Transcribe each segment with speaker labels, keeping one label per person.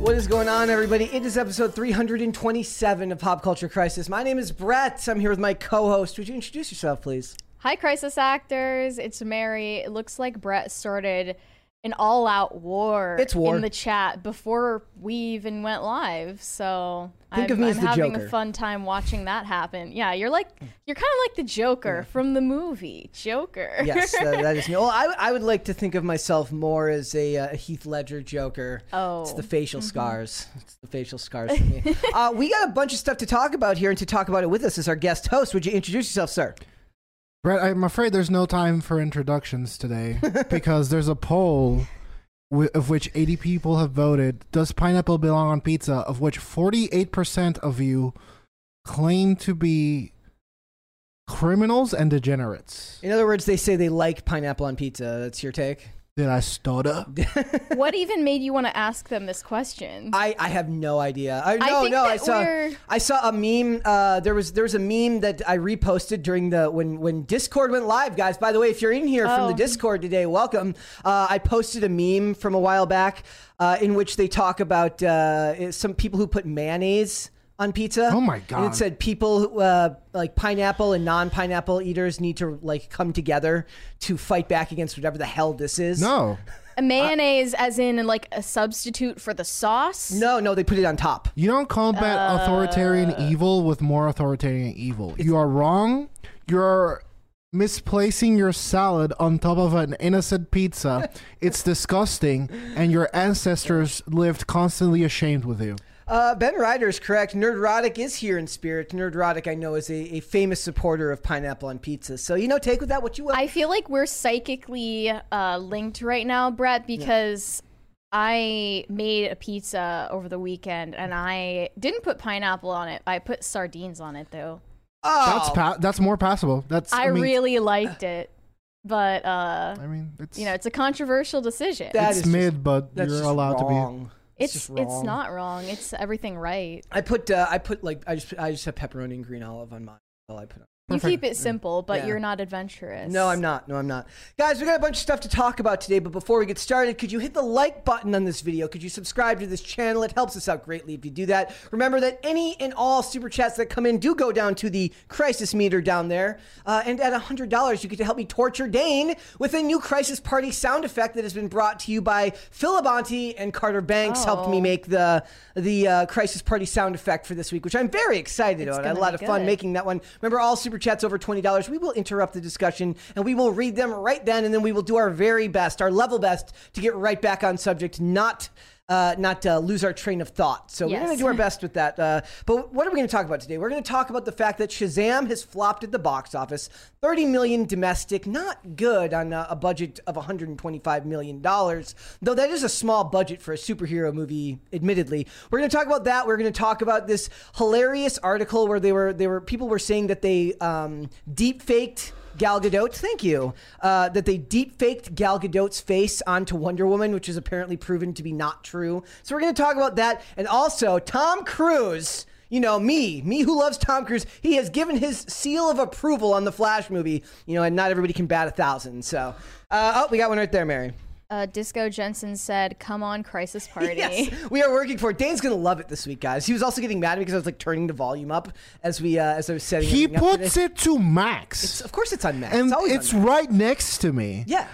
Speaker 1: What is going on, everybody? It is episode 327 of Pop Culture Crisis. My name is Brett. I'm here with my co host. Would you introduce yourself, please?
Speaker 2: Hi, crisis actors. It's Mary. It looks like Brett started an all-out war.
Speaker 1: It's war.
Speaker 2: in the chat before we even went live. So
Speaker 1: Think
Speaker 2: I'm,
Speaker 1: of me
Speaker 2: I'm
Speaker 1: as the
Speaker 2: having
Speaker 1: Joker.
Speaker 2: a fun time watching that happen. Yeah, you're like you're kind of like the Joker from the movie Joker.
Speaker 1: Yes, that- that is me. Well, I, I would like to think of myself more as a uh, Heath Ledger Joker. It's
Speaker 2: Oh.
Speaker 1: the facial scars. It's the facial scars for me. uh, we got a bunch of stuff to talk about here, and to talk about it with us is our guest host. Would you introduce yourself, sir?
Speaker 3: Brett, I'm afraid there's no time for introductions today because there's a poll w- of which 80 people have voted. Does pineapple belong on pizza? Of which 48% of you claim to be criminals and degenerates.
Speaker 1: In other words, they say they like pineapple on pizza. That's your take?
Speaker 3: Did I stutter?
Speaker 2: what even made you want to ask them this question?
Speaker 1: I, I have no idea. I, no,
Speaker 2: think
Speaker 1: no.
Speaker 2: that
Speaker 1: I saw
Speaker 2: we're-
Speaker 1: I saw a meme. Uh, there was there was a meme that I reposted during the when when Discord went live, guys. By the way, if you're in here from the
Speaker 2: Oh.
Speaker 1: Discord today, welcome. Uh, I posted a meme from a while back uh, in which they talk about uh, some people who put mayonnaise on pizza.
Speaker 3: Oh my
Speaker 1: And it
Speaker 3: God.
Speaker 1: said people who, uh, like pineapple and non-pineapple eaters need to like come together to fight back against whatever the hell this is.
Speaker 3: No.
Speaker 2: a mayonnaise, as in like a substitute for the sauce.
Speaker 1: no, no. They put it on top.
Speaker 3: You don't combat authoritarian
Speaker 1: Uh.
Speaker 3: evil with more authoritarian evil. You are wrong. You're misplacing your salad on top of an innocent pizza. it's disgusting, and your ancestors lived constantly ashamed with you.
Speaker 1: Uh, ben Ryder is correct. Nerdrotic is here in spirit. Nerdrotic, I know, is a, a famous supporter of pineapple on pizza. So, you know, take with that what you will.
Speaker 2: I feel like we're psychically uh, linked right now, Brett, because I made a pizza over the weekend and I didn't put pineapple on it. I put sardines on it though.
Speaker 1: oh,
Speaker 3: That's pa- that's more passable. That's
Speaker 2: I,
Speaker 3: I, mean,
Speaker 2: really liked it, but uh,
Speaker 3: I mean, it's
Speaker 2: you know, it's a controversial decision.
Speaker 1: That
Speaker 3: it's
Speaker 1: is just-
Speaker 3: mid, but
Speaker 1: that's
Speaker 3: you're
Speaker 1: just
Speaker 3: allowed to be.
Speaker 1: wrong.
Speaker 2: it's
Speaker 1: just
Speaker 2: it's,
Speaker 1: wrong.
Speaker 2: not wrong. It's everything right.
Speaker 1: I put, uh, I put like, I just, I just have pepperoni and green olive on mine. That's all I put on.
Speaker 2: You keep it simple, but
Speaker 1: Yeah.
Speaker 2: you're not adventurous.
Speaker 1: No, I'm not. No, I'm not. Guys, we got a bunch of stuff to talk about today, but before we get started, could you hit the like button on this video? Could you subscribe to this channel? It helps us out greatly if you do that. Remember that any and all super chats that come in do go down to the crisis meter down there. Uh, and at $100, you get to help me torture Dane with a new crisis party sound effect that has been brought to you by Phil Abonte and Carter Banks helped me
Speaker 2: Oh.
Speaker 1: make the the uh, crisis party sound effect for this week, which I'm very excited
Speaker 2: It's
Speaker 1: about. I had a
Speaker 2: gonna
Speaker 1: lot of
Speaker 2: be
Speaker 1: fun
Speaker 2: good.
Speaker 1: making making that one. Remember, all super chats over twenty dollars. We will interrupt the discussion and we will read them right then, and then we will do our very best, our level best, to get right back on subject, not. Uh, not uh, lose our train of thought. So we're
Speaker 2: Yes.
Speaker 1: going to do our best with that. Uh, but what are we going to talk about today? We're going to talk about the fact that Shazam has flopped at the box office. 30 million domestic, not good on a, a budget of 125 million dollars, though that is a small budget for a superhero movie. Admittedly, we're going to talk about that. We're going to talk about this hilarious article where they were they were people were saying that they um, deep faked. Gal Gadot, thank you. Uh, that they deep faked Gal Gadot's face onto Wonder Woman, which is apparently proven to be not true. So we're going to talk about that, and also Tom Cruise you know me me who loves tom cruise he has given his seal of approval on the flash movie you know and not everybody can bat a thousand so uh, oh we got one right there mary
Speaker 2: Uh, Disco Jensen said, "Come on, crisis party."
Speaker 1: Yes, we are working for it. Dane's gonna love it this week, guys. He was also getting mad at me because I was like turning the volume up as we uh, as I was setting.
Speaker 3: He
Speaker 1: everything up
Speaker 3: puts
Speaker 1: today.
Speaker 3: it to max.
Speaker 1: Of course, it's on max.
Speaker 3: and
Speaker 1: it's always on
Speaker 3: it's
Speaker 1: max.
Speaker 3: right next to me.
Speaker 1: yeah.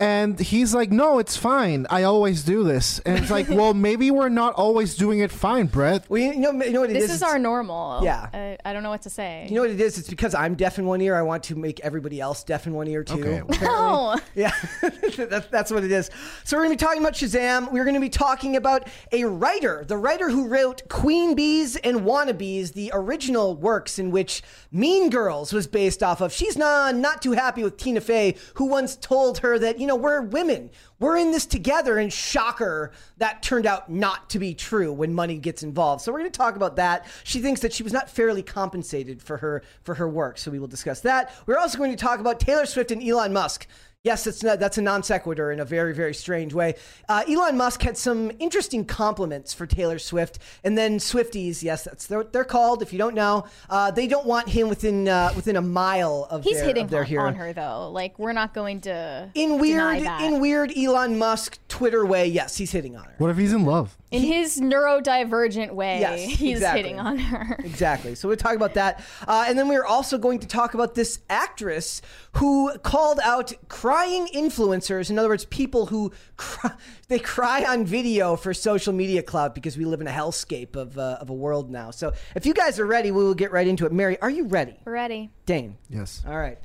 Speaker 3: And he's like, "No, it's fine. I always do this." And it's like, "Well, maybe we're not always doing it fine, Brett."
Speaker 1: Well, you know, you know what it
Speaker 2: This
Speaker 1: is?
Speaker 2: is
Speaker 1: It's-
Speaker 2: our normal.
Speaker 1: Yeah.
Speaker 2: I, I don't know what to say.
Speaker 1: You know what it is? It's because I'm deaf in one ear. I want to make everybody else deaf in one ear too.
Speaker 3: Okay.
Speaker 2: no.
Speaker 1: Yeah, that's, that's what it is. So we're going to be talking about Shazam. We're going to be talking about a writer, the writer who wrote Queen Bees and Wannabes, the original works in which Mean Girls was based off of. She's not, not too happy with Tina Fey, who once told her that, you know, we're women. We're in this together, and shocker, that turned out not to be true when money gets involved. So we're going to talk about that. She thinks that she was not fairly compensated for her for her work, so we will discuss that. We're also going to talk about Taylor Swift and Elon Musk. Yes, that's not, that's a non sequitur in a very very strange way. Uh, Elon Musk had some interesting compliments for Taylor Swift, and then Swifties, yes, that's they're, they're called. If you don't know, uh, they don't want him within uh, within a mile of
Speaker 2: He's
Speaker 1: their,
Speaker 2: hitting
Speaker 1: of their
Speaker 2: on,
Speaker 1: hero.
Speaker 2: on her though. Like we're not going to
Speaker 1: in
Speaker 2: deny
Speaker 1: weird
Speaker 2: that.
Speaker 1: in weird Elon Musk Twitter way. Yes, he's hitting on her.
Speaker 3: What if he's in love?
Speaker 2: In his neurodivergent way,
Speaker 1: Yes,
Speaker 2: he's
Speaker 1: exactly.
Speaker 2: hitting on her.
Speaker 1: Exactly. So we'll talk about that. Uh, and then we are also going to talk about this actress who called out crying influencers. In other words, people who cry, they cry on video for social media clout because we live in a hellscape of, uh, of a world now. So if you guys are ready, we will get right into it. Mary, are you ready?
Speaker 2: We're ready.
Speaker 1: Dane.
Speaker 3: Yes.
Speaker 1: All right.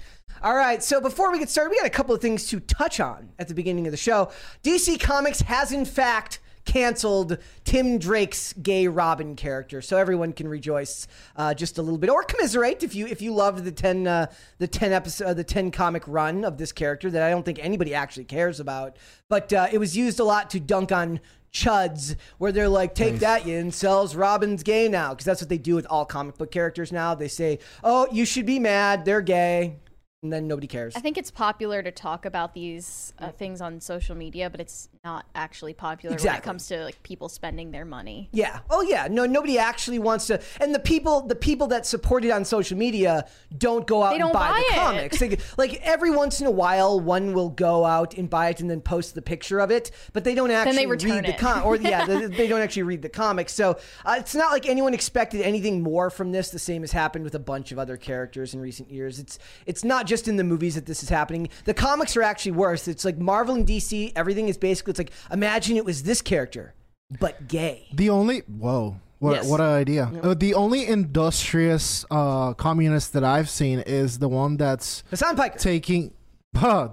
Speaker 1: All right. So before we get started, we got a couple of things to touch on at the beginning of the show. DC Comics has, in fact, canceled Tim Drake's gay Robin character, so everyone can rejoice uh, just a little bit or commiserate if you if you loved the ten uh, the ten episode uh, the ten comic run of this character that I don't think anybody actually cares about, but uh, it was used a lot to dunk on chuds where they're like take that you incels robin's gay now because that's what they do with all comic book characters now they say oh you should be mad they're gay and then nobody cares
Speaker 2: I think it's popular to talk about these uh, things on social media, but it's not actually popular when
Speaker 1: Exactly.
Speaker 2: it comes to like people spending their money.
Speaker 1: yeah oh yeah no nobody actually wants to and the people the people that support it on social media don't go out and
Speaker 2: don't
Speaker 1: buy,
Speaker 2: buy
Speaker 1: the
Speaker 2: it.
Speaker 1: comics They- like every once in a while one will go out and buy it and then post the picture of it but they don't actually
Speaker 2: they return
Speaker 1: read the
Speaker 2: it.
Speaker 1: comic or yeah they, they don't actually read the comics so uh, it's not like anyone expected anything more from this the same has happened with a bunch of other characters in recent years it's it's not just in the movies that this is happening the comics are actually worse it's like marvel and dc everything is basically it's like imagine it was this character but gay
Speaker 3: The only whoa, what
Speaker 1: Yes.
Speaker 3: what an idea! Uh, the only industrious uh, communist that I've seen is the one that's
Speaker 1: Hassan Piker.
Speaker 3: taking. Huh,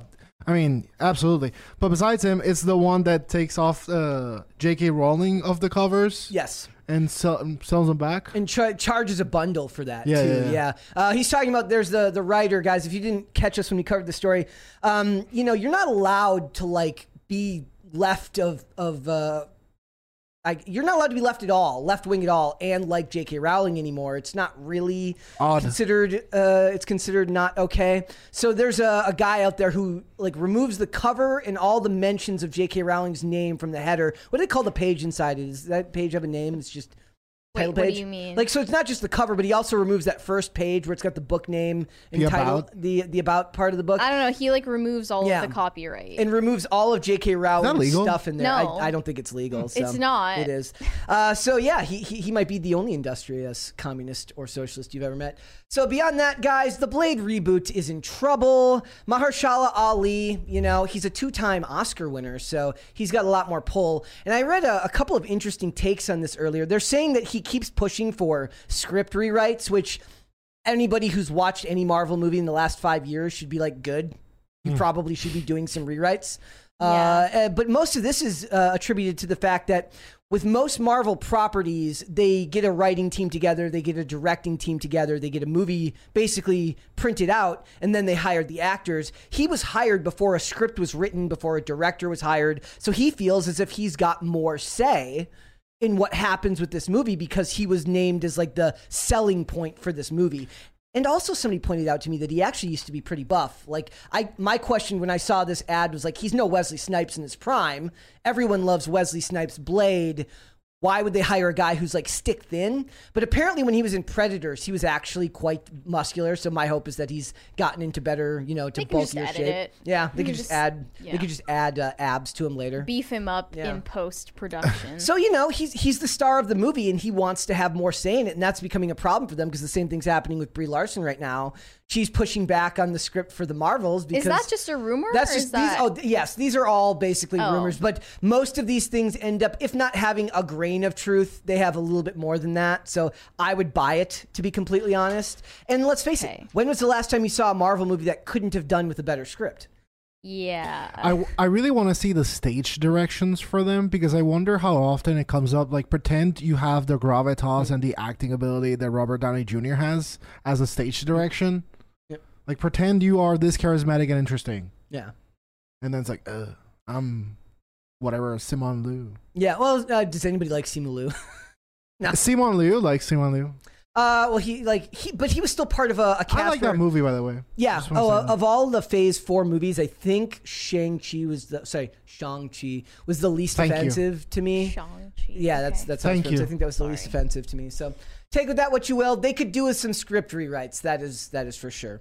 Speaker 3: I mean, absolutely. But besides him, it's the one that takes off uh, J.K. Rowling of the covers
Speaker 1: Yes.
Speaker 3: and sell, sells them back.
Speaker 1: and char- charges a bundle for that
Speaker 3: Yeah,
Speaker 1: too.
Speaker 3: yeah,
Speaker 1: Yeah,
Speaker 3: yeah.
Speaker 1: Uh, he's talking about there's the the writer guys. If you didn't catch us when we covered the story, um, you know you're not allowed to like be left of of. Uh, I, you're not allowed to be left at all, left wing at all, and like J.K. Rowling anymore. It's not really
Speaker 3: Odd.
Speaker 1: considered. Uh, it's considered not okay. So there's a, a guy out there who like removes the cover and all the mentions of J.K. Rowling's name from the header. What do they call the page inside? it? Does that page have a name? It's just
Speaker 2: Wait,
Speaker 1: title
Speaker 2: what do
Speaker 1: page.
Speaker 2: you mean?
Speaker 1: Like, so it's not just the cover, but he also removes that first page where it's got the book name and
Speaker 3: The
Speaker 1: title,
Speaker 3: about?
Speaker 1: the the about part of the book,
Speaker 2: I don't know. He like removes all
Speaker 1: Yeah.
Speaker 2: of the copyright.
Speaker 1: and removes all of J.K. Rowling's
Speaker 3: legal?
Speaker 1: stuff in there.
Speaker 2: No.
Speaker 1: I, I don't think it's legal. So
Speaker 2: It's not.
Speaker 1: It is. Uh, so yeah, he, he he might be the only industrious communist or socialist you've ever met. So beyond that, guys, the Blade reboot is in trouble. Mahershala Ali, you know, he's a two-time Oscar winner, so he's got a lot more pull. And I read a, a couple of interesting takes on this earlier. They're saying that he keeps pushing for script rewrites, which anybody who's watched any Marvel movie in the last five years should be like, good. You probably should be doing some rewrites. Uh, uh, but most of this is uh, attributed to the fact that with most Marvel properties, they get a writing team together, they get a directing team together, they get a movie basically printed out, and then they hired the actors. He was hired before a script was written, before a director was hired, so he feels as if he's got more say in what happens with this movie because he was named as like the selling point for this movie. And also somebody pointed out to me that he actually used to be pretty buff. Like I my question when I saw this ad was like he's no Wesley Snipes in his prime. Everyone loves Wesley Snipes Blade. why would they hire a guy who's like stick thin? But apparently, when he was in Predators, he was actually quite muscular. So my hope is that he's gotten into better, you know, to
Speaker 2: They can just
Speaker 1: bulkier
Speaker 2: edit
Speaker 1: shape.
Speaker 2: it.
Speaker 1: Yeah, they
Speaker 2: You
Speaker 1: could
Speaker 2: just-
Speaker 1: just, add. They
Speaker 2: yeah.
Speaker 1: could just add uh, abs to him later.
Speaker 2: beef him up
Speaker 1: Yeah.
Speaker 2: in post production.
Speaker 1: So you know he's he's the star of the movie and he wants to have more say in it and that's becoming a problem for them because the same thing's happening with Brie Larson right now. She's pushing back on the script for the Marvels because
Speaker 2: is that just a rumor?
Speaker 1: that's
Speaker 2: or
Speaker 1: just
Speaker 2: is that,
Speaker 1: these. Oh, th- yes, these are all basically
Speaker 2: Oh.
Speaker 1: rumors, but most of these things end up, if not having a grain of truth, they have a little bit more than that. So I would buy it, to be completely honest. And let's face
Speaker 2: Okay.
Speaker 1: it, when was the last time you saw a Marvel movie that couldn't have done with a better script?
Speaker 2: yeah.
Speaker 3: I, I really want to see the stage directions for them because I wonder how often it comes up. Like, pretend you have the gravitas and the acting ability that Robert Downey Jr. has as a stage direction.
Speaker 1: Yep.
Speaker 3: Like, pretend you are this charismatic and interesting,
Speaker 1: Yeah.
Speaker 3: and then it's like, uh, I'm whatever Simon Liu.
Speaker 1: Yeah. Well, uh, does anybody like Simu Liu? No.
Speaker 3: Simon Liu, like Simon Liu.
Speaker 1: Uh, well, he like he, but he was still part of a, a cast.
Speaker 3: I like
Speaker 1: where-
Speaker 3: that movie, by the way.
Speaker 1: Yeah.
Speaker 3: Just wanna
Speaker 1: Oh,
Speaker 3: say
Speaker 1: uh,
Speaker 3: that.
Speaker 1: of all the Phase Four movies, I think Shang Chi was the sorry Shang Chi was the least
Speaker 3: Thank you.
Speaker 1: offensive to me.
Speaker 2: Shang-Chi.
Speaker 1: Yeah, that's
Speaker 2: okay.
Speaker 1: that's how it's
Speaker 3: Thank
Speaker 1: pronounced.
Speaker 3: you.
Speaker 1: I think that was the least offensive to me. So take with that what you will. They could do with some script rewrites. That is that is for sure.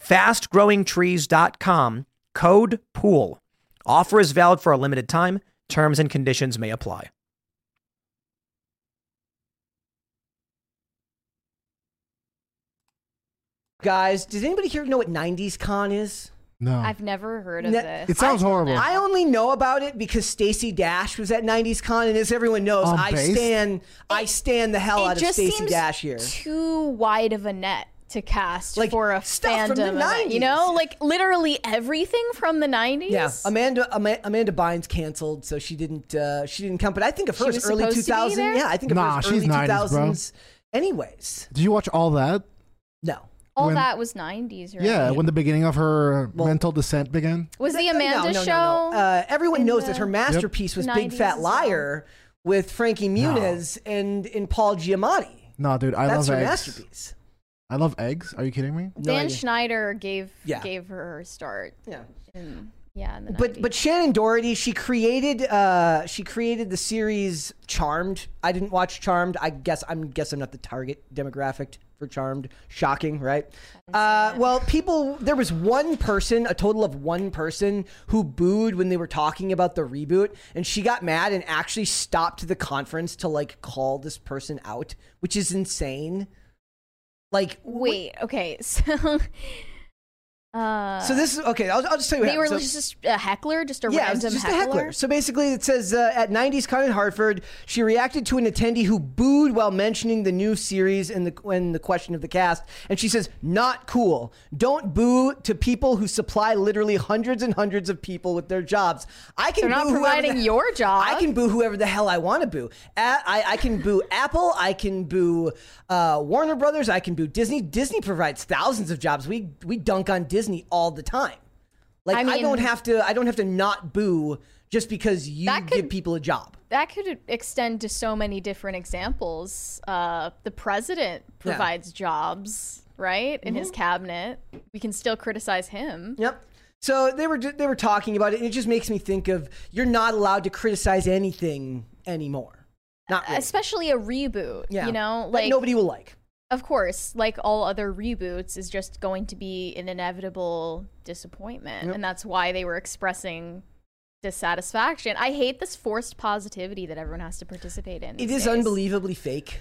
Speaker 4: Fastgrowingtrees.com, code POOL. Offer is valid for a limited time. Terms and conditions may apply.
Speaker 1: guys, does anybody here know what '90s Con is?
Speaker 3: No,
Speaker 2: I've never heard of
Speaker 1: Ne-
Speaker 2: this.
Speaker 3: it sounds horrible.
Speaker 1: I only know about it because Stacy Dash was at '90s Con, and as everyone knows,
Speaker 3: On
Speaker 1: I
Speaker 3: base?
Speaker 1: stand I stand the hell out of Stacy Dash here.
Speaker 2: too wide of a net to cast
Speaker 1: Like,
Speaker 2: for a
Speaker 1: stuff from the
Speaker 2: fandom. event, you
Speaker 1: 90s.
Speaker 2: know, like literally everything from the nineties.
Speaker 1: Yeah, Amanda Ama- Amanda Bynes canceled, so she didn't uh, she didn't come. But I think of
Speaker 2: She
Speaker 1: hers
Speaker 2: was
Speaker 1: early
Speaker 2: supposed to be
Speaker 1: 2000s.
Speaker 2: there?
Speaker 1: Yeah, I think of
Speaker 3: Nah,
Speaker 1: hers
Speaker 3: she's
Speaker 1: early
Speaker 3: 90s, bro.
Speaker 1: 2000s. Anyways,
Speaker 3: Did you watch all that?
Speaker 1: no.
Speaker 2: all
Speaker 3: when-
Speaker 2: that was nineties, right?
Speaker 3: Yeah, when the beginning of her mental descent began.
Speaker 2: was the
Speaker 1: No, no,
Speaker 2: Amanda
Speaker 1: no, no,
Speaker 2: show?
Speaker 1: no. Uh, everyone
Speaker 2: in
Speaker 1: knows
Speaker 2: the
Speaker 1: that her masterpiece was Big
Speaker 2: 90s
Speaker 1: Fat
Speaker 2: as well?
Speaker 1: Liar with Frankie Muniz and, and Paul Giamatti.
Speaker 3: No, dude, I
Speaker 1: That's
Speaker 3: love
Speaker 1: her
Speaker 3: eggs.
Speaker 1: masterpiece.
Speaker 3: I love eggs. Are you kidding me?
Speaker 1: No
Speaker 2: Dan
Speaker 1: idea.
Speaker 2: Schneider gave
Speaker 1: Yeah.
Speaker 2: gave her her start.
Speaker 1: Yeah.
Speaker 2: In, yeah, in the
Speaker 1: But
Speaker 2: 90s.
Speaker 1: but Shannon Doherty, she created uh, she created the series Charmed. I didn't watch Charmed. I guess I'm guess I'm not the target demographic for Charmed. Shocking, right? Uh, well, people there was one person, a total of one person, who booed when they were talking about the reboot, and she got mad and actually stopped the conference to like call this person out, which is insane. Like
Speaker 2: wait, okay, so. Uh,
Speaker 1: So this is okay. I'll, I'll just tell you. what
Speaker 2: they were
Speaker 1: happened. So-
Speaker 2: just a heckler, just a
Speaker 1: yeah, it was
Speaker 2: random
Speaker 1: just
Speaker 2: heckler.
Speaker 1: a heckler. So basically, it says uh, at 90s Con in Hartford, she reacted to an attendee who booed while mentioning the new series and the and the question of the cast, and she says, "Not cool. Don't boo to people who supply literally hundreds and hundreds of people with their jobs. I can boo
Speaker 2: They're not
Speaker 1: whoever
Speaker 2: providing
Speaker 1: the-
Speaker 2: your job.
Speaker 1: I can boo whoever the hell I want to boo. A- I, I can boo Apple. I can boo uh, Warner Brothers. I can boo Disney. Disney provides thousands of jobs. We we dunk on Disney all the time. Like I,
Speaker 2: I mean-
Speaker 1: don't have to. I don't have to not boo just because you
Speaker 2: That
Speaker 1: give
Speaker 2: could-
Speaker 1: people a job.
Speaker 2: that could extend to so many different examples. Uh, the president provides jobs, right, in
Speaker 1: Mm-hmm.
Speaker 2: his cabinet. We can still criticize him.
Speaker 1: Yep. So they were they were talking about it, and it just makes me think of you're not allowed to criticize anything anymore. Not really.
Speaker 2: Especially a reboot,
Speaker 1: yeah.
Speaker 2: you know,
Speaker 1: That
Speaker 2: like
Speaker 1: nobody will like.
Speaker 2: of course, like all other reboots, is just going to be an inevitable disappointment, and that's why they were expressing dissatisfaction. I hate this forced positivity that everyone has to participate in.
Speaker 1: It
Speaker 2: these
Speaker 1: is
Speaker 2: days.
Speaker 1: unbelievably fake.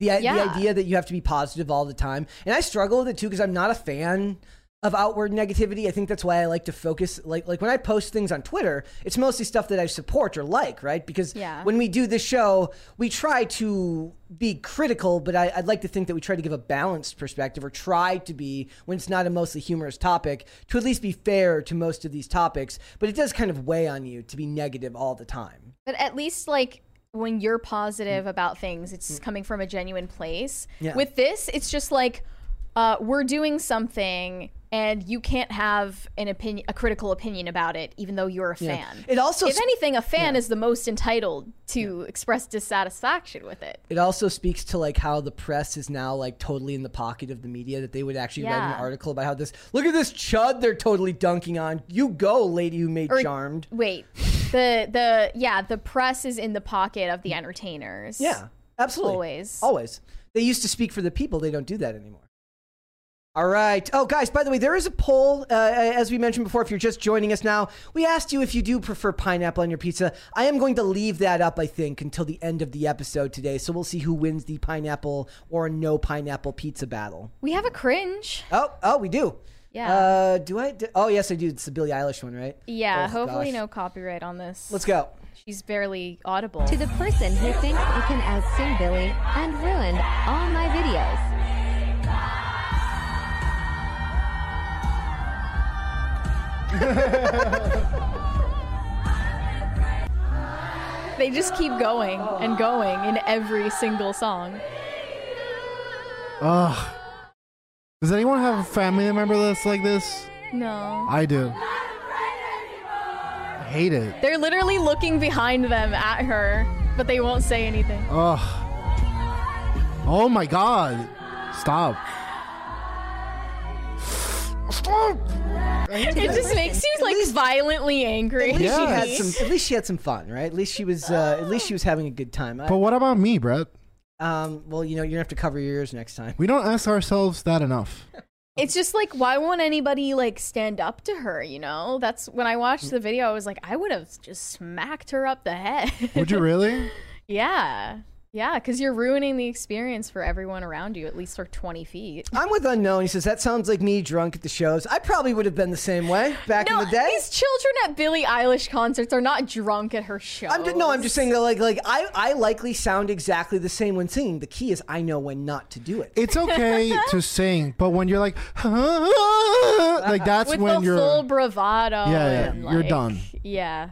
Speaker 1: The, i-
Speaker 2: Yeah.
Speaker 1: the idea that you have to be positive all the time. And I struggle with it too because I'm not a fan of outward negativity. I think that's why I like to focus like like when I post things on Twitter, it's mostly stuff that I support or like, right? Because
Speaker 2: Yeah.
Speaker 1: when we do this show, we try to be critical, but I, I'd like to think that we try to give a balanced perspective or try to be, when it's not a mostly humorous topic, to at least be fair to most of these topics. But it does kind of weigh on you to be negative all the time.
Speaker 2: But at least like when you're positive about things, it's coming from a genuine place.
Speaker 1: Mm. Yeah.
Speaker 2: With this, it's just like uh, we're doing something and you can't have an opinion a critical opinion about it even though you're a fan.
Speaker 1: It also
Speaker 2: if
Speaker 1: sp-
Speaker 2: anything a fan is the most entitled to express dissatisfaction with it.
Speaker 1: It also speaks to like how the press is now like totally in the pocket of the media that they would actually write
Speaker 2: Yeah.
Speaker 1: an article about how this look at this chud they're totally dunking on. You go, lady who made
Speaker 2: Or-
Speaker 1: charmed.
Speaker 2: Wait. The the yeah, the press is in the pocket of the entertainers.
Speaker 1: Mm. Yeah, absolutely.
Speaker 2: Always.
Speaker 1: Always. They used to speak for the people. They don't do that anymore. All right. Oh, guys, by the way, there is a poll. Uh, as we mentioned before, if you're just joining us now, we asked you if you do prefer pineapple on your pizza. I am going to leave that up, I think, until the end of the episode today. So we'll see who wins the pineapple or no pineapple pizza battle.
Speaker 2: We have a cringe.
Speaker 1: Oh, oh, we do.
Speaker 2: Yeah.
Speaker 1: Uh, do I? d oh, yes, I do. It's the Billie Eilish one, right?
Speaker 2: Yeah,
Speaker 1: Oh,
Speaker 2: hopefully
Speaker 1: gosh.
Speaker 2: no copyright on this.
Speaker 1: Let's go.
Speaker 2: She's barely audible.
Speaker 5: To the person who thinks you can outsing Billy and ruined all my videos.
Speaker 2: They just keep going and going in every single song.
Speaker 3: Ugh. Does anyone have a family member that's like this?
Speaker 2: No.
Speaker 3: I do. I hate it.
Speaker 2: They're literally looking behind them at her, but they won't say anything.
Speaker 3: Ugh. Oh my god. Stop. Stop.
Speaker 2: It just makes you like violently angry.
Speaker 1: At least she had
Speaker 3: Yes.
Speaker 1: some. At least she had some fun, right? At least she was. Uh, at least she was having a good time. I-
Speaker 3: But what about me, Brett?
Speaker 1: Um, well, you know, you're gonna have to cover your ears next time.
Speaker 3: We don't ask ourselves that enough.
Speaker 2: It's just like why won't anybody like stand up to her, you know? That's when I watched the video I was like I would have just smacked her up the head.
Speaker 3: Would you really?
Speaker 2: yeah. Yeah, cuz you're ruining the experience for everyone around you at least for 20 feet.
Speaker 1: I'm with unknown. He says that sounds like me drunk at the shows. I probably would have been the same way back
Speaker 2: no,
Speaker 1: in the day.
Speaker 2: these children at Billie Eilish concerts are not drunk at her show.
Speaker 1: I'm just, no, I'm just saying that like like I, I likely sound exactly the same when singing. The key is I know when not to do it.
Speaker 3: It's okay to sing, but when you're like, like that's
Speaker 2: with
Speaker 3: when
Speaker 2: the
Speaker 3: you're.
Speaker 2: full bravado.
Speaker 3: Yeah, yeah,
Speaker 2: and,
Speaker 3: you're
Speaker 2: like,
Speaker 3: done.
Speaker 2: Yeah,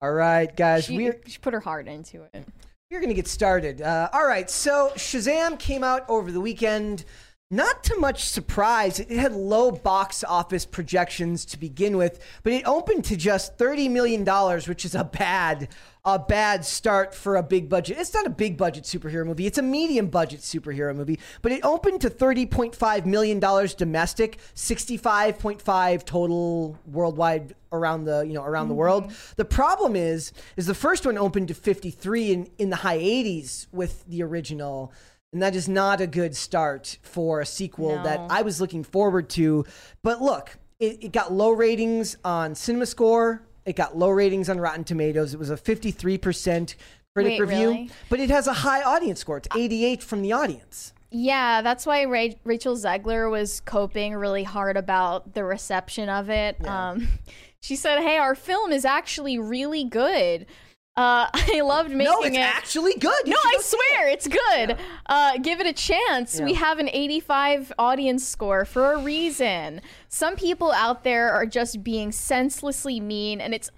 Speaker 1: All right, guys,
Speaker 2: she,
Speaker 1: we're
Speaker 2: she put her heart into it.
Speaker 1: we're gonna get started. Uh, all right, so Shazam came out over the weekend. Not to much surprise, it had low box office projections to begin with, but it opened to just thirty million dollars, which is a bad, a bad start for a big budget. It's not a big budget superhero movie; it's a medium budget superhero movie. But it opened to thirty point five million dollars domestic, sixty five point five total worldwide around the you know around
Speaker 2: Mm-hmm.
Speaker 1: the world. The problem is, is the first one opened to fifty three in in the high eighties with the original. And that is not a good start for a sequel that
Speaker 2: No.
Speaker 1: I was looking forward to. But look, it, it got low ratings on CinemaScore. It got low ratings on Rotten Tomatoes. It was a 53% critic
Speaker 2: Wait,
Speaker 1: review.
Speaker 2: really?
Speaker 1: But it has a high audience score. It's 88 from the audience.
Speaker 2: Yeah, that's why Ra- Rachel Zegler was coping really hard about the reception of it. Um, she said, "Hey, our film is actually really good. Uh, I loved making
Speaker 1: No, it's
Speaker 2: it."
Speaker 1: actually good. You
Speaker 2: no,
Speaker 1: should
Speaker 2: I
Speaker 1: go see
Speaker 2: swear
Speaker 1: it.
Speaker 2: it's good. Uh, give it a chance. We have an 85 audience score for a reason. Some people out there are just being senselessly mean, and it's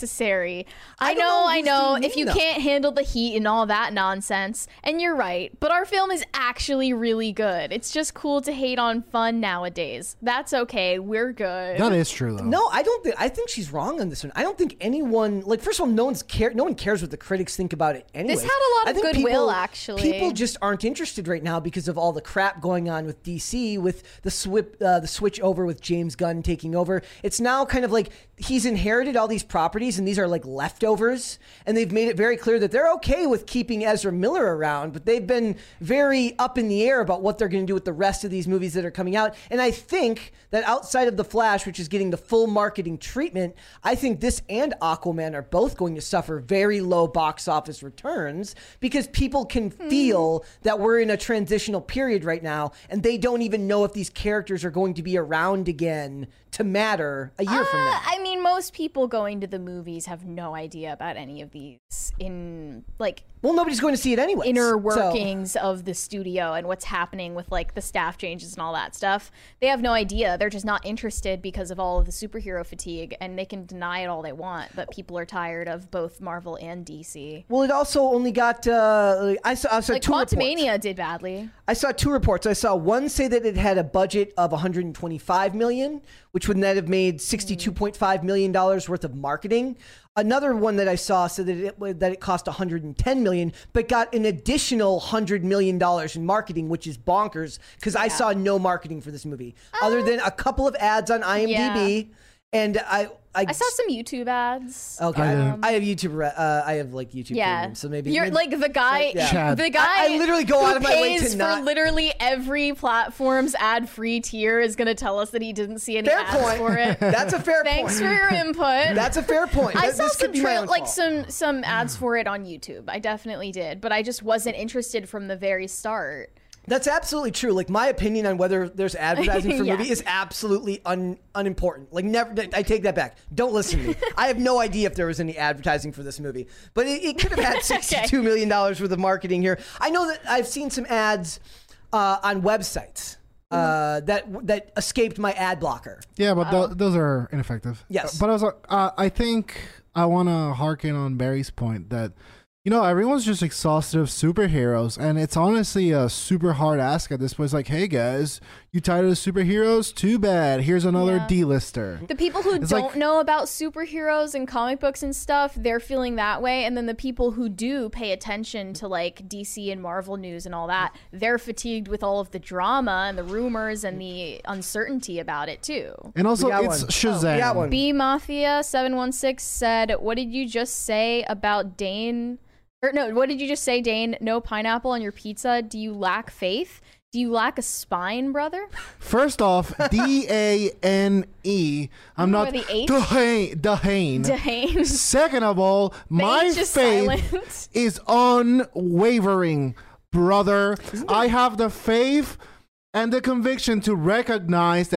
Speaker 2: unnecessary. I,
Speaker 1: don't
Speaker 2: know,
Speaker 1: know
Speaker 2: I
Speaker 1: who's
Speaker 2: know.
Speaker 1: being
Speaker 2: If
Speaker 1: mean,
Speaker 2: you
Speaker 1: though.
Speaker 2: can't handle the heat and all that nonsense, and you're right, but our film is actually really good. It's just cool to hate on fun nowadays. That's okay. We're good.
Speaker 3: That is true, though.
Speaker 1: No, I don't think. I think she's wrong on this one. I don't think anyone like. First of all, no one's care. No one cares what the critics think about it. Anyway,
Speaker 2: had a lot of goodwill, actually.
Speaker 1: people just aren't interested right now because of all the crap going on with DC, with the swip, uh, the switch over with James Gunn taking over. It's now kind of like he's inherited all these properties and these are like leftovers. And they've made it very clear that they're okay with keeping Ezra Miller around, but they've been very up in the air about what they're going to do with the rest of these movies that are coming out. And I think that outside of The Flash, which is getting the full marketing treatment, I think this and Aquaman are both going to suffer very low box office returns because people can
Speaker 2: Hmm.
Speaker 1: feel that we're in a transitional period right now and they don't even know if these characters are going to be around again to matter a year from now.
Speaker 2: Uh, I mean, most people going to the movies have no idea about any of these in like
Speaker 1: Well, nobody's going to see it anyway.
Speaker 2: inner workings of the studio and what's happening with like the staff changes and all that stuff. They have no idea. They're just not interested because of all of the superhero fatigue and they can deny it all they want, but people are tired of both Marvel and DC.
Speaker 1: Well, it also only got. Uh, I saw. I saw
Speaker 2: Like
Speaker 1: two reports.
Speaker 2: Quantumania did badly.
Speaker 1: I saw two reports. I saw one say that it had a budget of 125 million, which would then have made 62.5 million dollars worth of marketing. Another one that I saw said that it would- that it cost 110 million, but got an additional 100 million dollars in marketing, which is bonkers because I saw no marketing for this movie
Speaker 2: Oh.
Speaker 1: other than a couple of ads on IMDb, and I I,
Speaker 2: I saw some YouTube ads.
Speaker 1: okay I, I have YouTube re- uh, I have like YouTube
Speaker 2: Yeah,
Speaker 1: Premium, Uh, so maybe
Speaker 2: you're
Speaker 1: maybe-
Speaker 2: like the guy.
Speaker 1: yeah.
Speaker 3: Chad.
Speaker 2: The guy.
Speaker 1: I- I literally go
Speaker 2: who
Speaker 1: out of my way to
Speaker 2: pays
Speaker 1: not-
Speaker 2: for literally every platform's ad-free tier is going to tell us that he didn't see any
Speaker 1: fair
Speaker 2: ads
Speaker 1: point
Speaker 2: for it.
Speaker 1: that's a fair
Speaker 2: Thanks
Speaker 1: point
Speaker 2: for your input.
Speaker 1: That's a fair point.
Speaker 2: I
Speaker 1: That-
Speaker 2: saw
Speaker 1: this could
Speaker 2: some
Speaker 1: be my
Speaker 2: trail,
Speaker 1: own
Speaker 2: like
Speaker 1: fault.
Speaker 2: some some ads for it on YouTube. I definitely did, but I just wasn't interested from the very start.
Speaker 1: That's absolutely true. Like my opinion on whether there's advertising for a
Speaker 2: Yeah.
Speaker 1: movie is absolutely un, unimportant. Like never, I take that back. Don't listen to me. I have no idea if there was any advertising for this movie, but it, it could have had sixty-two million dollars worth of marketing here. I know that I've seen some ads uh, on websites uh,
Speaker 2: Mm-hmm.
Speaker 1: that that escaped my ad blocker.
Speaker 3: Yeah, but tho- those are ineffective.
Speaker 1: Yes.
Speaker 3: Uh, but I was like, uh, I think I want to harken on Barry's point that you know everyone's just exhausted of superheroes, and it's honestly a super hard ask at this point. It's like, hey guys, you tired of superheroes? Too bad. Here's another
Speaker 2: Yeah.
Speaker 3: D-lister.
Speaker 2: The people who
Speaker 3: It's
Speaker 2: don't
Speaker 3: like-
Speaker 2: know about superheroes and comic books and stuff, they're feeling that way. And then the people who do pay attention to like DC and Marvel news and all that, they're fatigued with all of the drama and the rumors and the uncertainty about it too.
Speaker 3: and also,
Speaker 1: We got
Speaker 3: it's
Speaker 1: one. Oh,
Speaker 3: Shazam.
Speaker 1: We got one.
Speaker 2: B Mafia seven one six said, "What did you just say about Dane? Or no, what did you just say, Dane? No pineapple on your pizza. Do you lack faith? Do you lack a spine, brother?
Speaker 3: First off, D A N E. I'm
Speaker 2: Remember
Speaker 3: not
Speaker 2: the H?
Speaker 3: Dahane. Dahane.
Speaker 2: Dane."
Speaker 3: Second of all, my
Speaker 2: H is
Speaker 3: faith
Speaker 2: silent.
Speaker 3: is unwavering, brother. I have the faith and the conviction to recognize that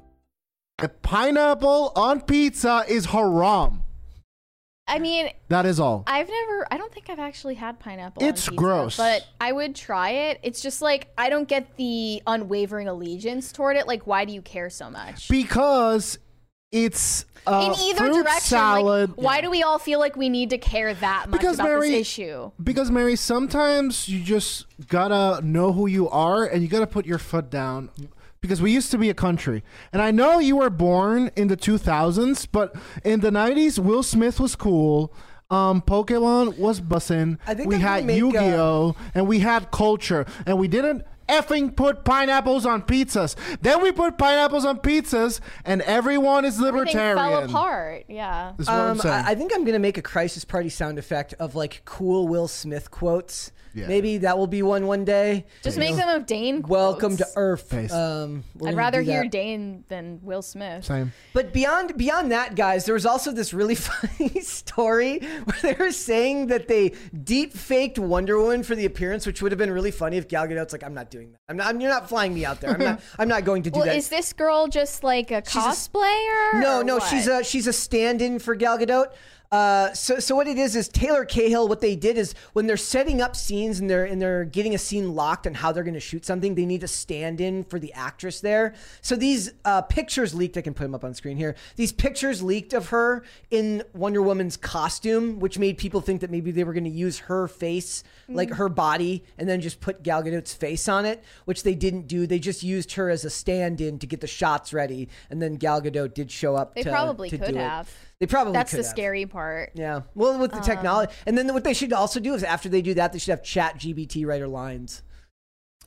Speaker 3: pineapple on pizza is haram.
Speaker 2: I mean,
Speaker 3: That is all.
Speaker 2: I've never. I don't think I've actually had pineapple.
Speaker 3: It's
Speaker 2: on pizza,
Speaker 3: gross.
Speaker 2: but I would try it. It's just like I don't get the unwavering allegiance toward it. Like, why do you care so much?
Speaker 3: because it's uh,
Speaker 2: In either
Speaker 3: fruit
Speaker 2: direction, like,
Speaker 3: salad.
Speaker 2: why do we all feel like we need to care that much
Speaker 3: Because
Speaker 2: about
Speaker 3: Mary-
Speaker 2: this issue?
Speaker 3: Because Mary, sometimes you just gotta know who you are and you gotta put your foot down. Because we used to be a country, and I know you were born in the 2000s, but in the 90s, Will Smith was cool. Um, Pokemon was bussin'.
Speaker 1: I think
Speaker 3: we
Speaker 1: I'm gonna
Speaker 3: had
Speaker 1: make, uh,
Speaker 3: Yu-Gi-Oh, and we had culture, and we didn't effing put pineapples on pizzas. Then we put pineapples on pizzas, and everyone is
Speaker 2: Everything
Speaker 3: libertarian.
Speaker 2: fell apart. Yeah.
Speaker 3: Is what I'm
Speaker 1: Um,
Speaker 3: saying.
Speaker 1: I, I think I'm gonna make a crisis party sound effect of like cool Will Smith quotes.
Speaker 3: Yeah.
Speaker 1: Maybe that will be one one day.
Speaker 2: Just make them of Dane.
Speaker 1: Welcome to
Speaker 2: quotes.
Speaker 1: Earth.
Speaker 3: Face.
Speaker 1: Um, we're
Speaker 2: I'd
Speaker 1: gonna
Speaker 2: rather
Speaker 1: do that.
Speaker 2: hear Dane than Will Smith.
Speaker 3: Same.
Speaker 1: But beyond beyond that, guys, there was also this really funny story where they were saying that they deep faked Wonder Woman for the appearance, which would have been really funny if Gal Gadot's like, "I'm not doing that. I'm not. I'm, you're not flying me out there. I'm not. I'm not going to do
Speaker 2: Well,
Speaker 1: that."
Speaker 2: is this girl just like a
Speaker 1: a-
Speaker 2: cosplayer?
Speaker 1: no,
Speaker 2: or
Speaker 1: no,
Speaker 2: what?
Speaker 1: she's a she's a stand-in for Gal Gadot. Uh, so, so what it is is Taylor Cahill. What they did is when they're setting up scenes and they're and they're getting a scene locked on how they're going to shoot something, they need a stand-in for the actress there. So these uh, pictures leaked. I can put them up on screen here. These pictures leaked of her in Wonder Woman's costume, which made people think that maybe they were going to use her face, like her body, and then just put Gal Gadot's face on it, which they didn't do. They just used her as a stand-in to get the shots ready, and then Gal Gadot did show up.
Speaker 2: They
Speaker 1: to-
Speaker 2: probably
Speaker 1: to
Speaker 2: could
Speaker 1: do it.
Speaker 2: have.
Speaker 1: They probably
Speaker 2: That's
Speaker 1: could
Speaker 2: the
Speaker 1: have.
Speaker 2: scary Um, part.
Speaker 1: Yeah. Well, with the technology, and then what they should also do is after they do that, they should have Chat GBT write her lines.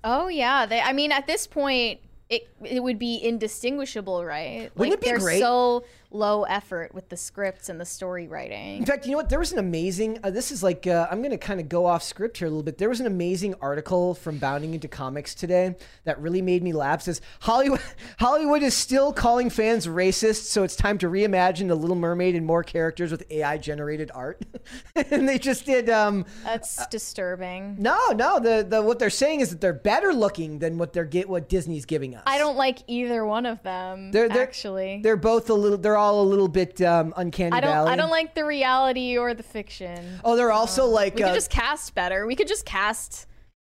Speaker 2: Oh yeah, they, I mean, at this point, it it would be indistinguishable, right?
Speaker 1: Wouldn't it be
Speaker 2: they're
Speaker 1: great?
Speaker 2: so low effort with the scripts and the story writing.
Speaker 1: In fact, you know what? There was an amazing. Uh, this is like uh, I'm going to kind of go off script here a little bit. There was an amazing article from Bounding into Comics today that really made me laugh. It says Hollywood Hollywood is still calling fans racist, so it's time to reimagine the Little Mermaid and more characters with AI generated art. and they just did. Um,
Speaker 2: That's disturbing.
Speaker 1: no, no. The, the what they're saying is that they're better looking than what they're get what Disney's giving us.
Speaker 2: I don't like either one of them.
Speaker 1: They're, they're
Speaker 2: actually,
Speaker 1: they're both a little. They're all a little bit um, uncanny
Speaker 2: I don't.
Speaker 1: valley.
Speaker 2: I don't like the reality or the fiction.
Speaker 1: Oh, they're also like.
Speaker 2: we
Speaker 1: Uh,
Speaker 2: could just cast better. We could just cast,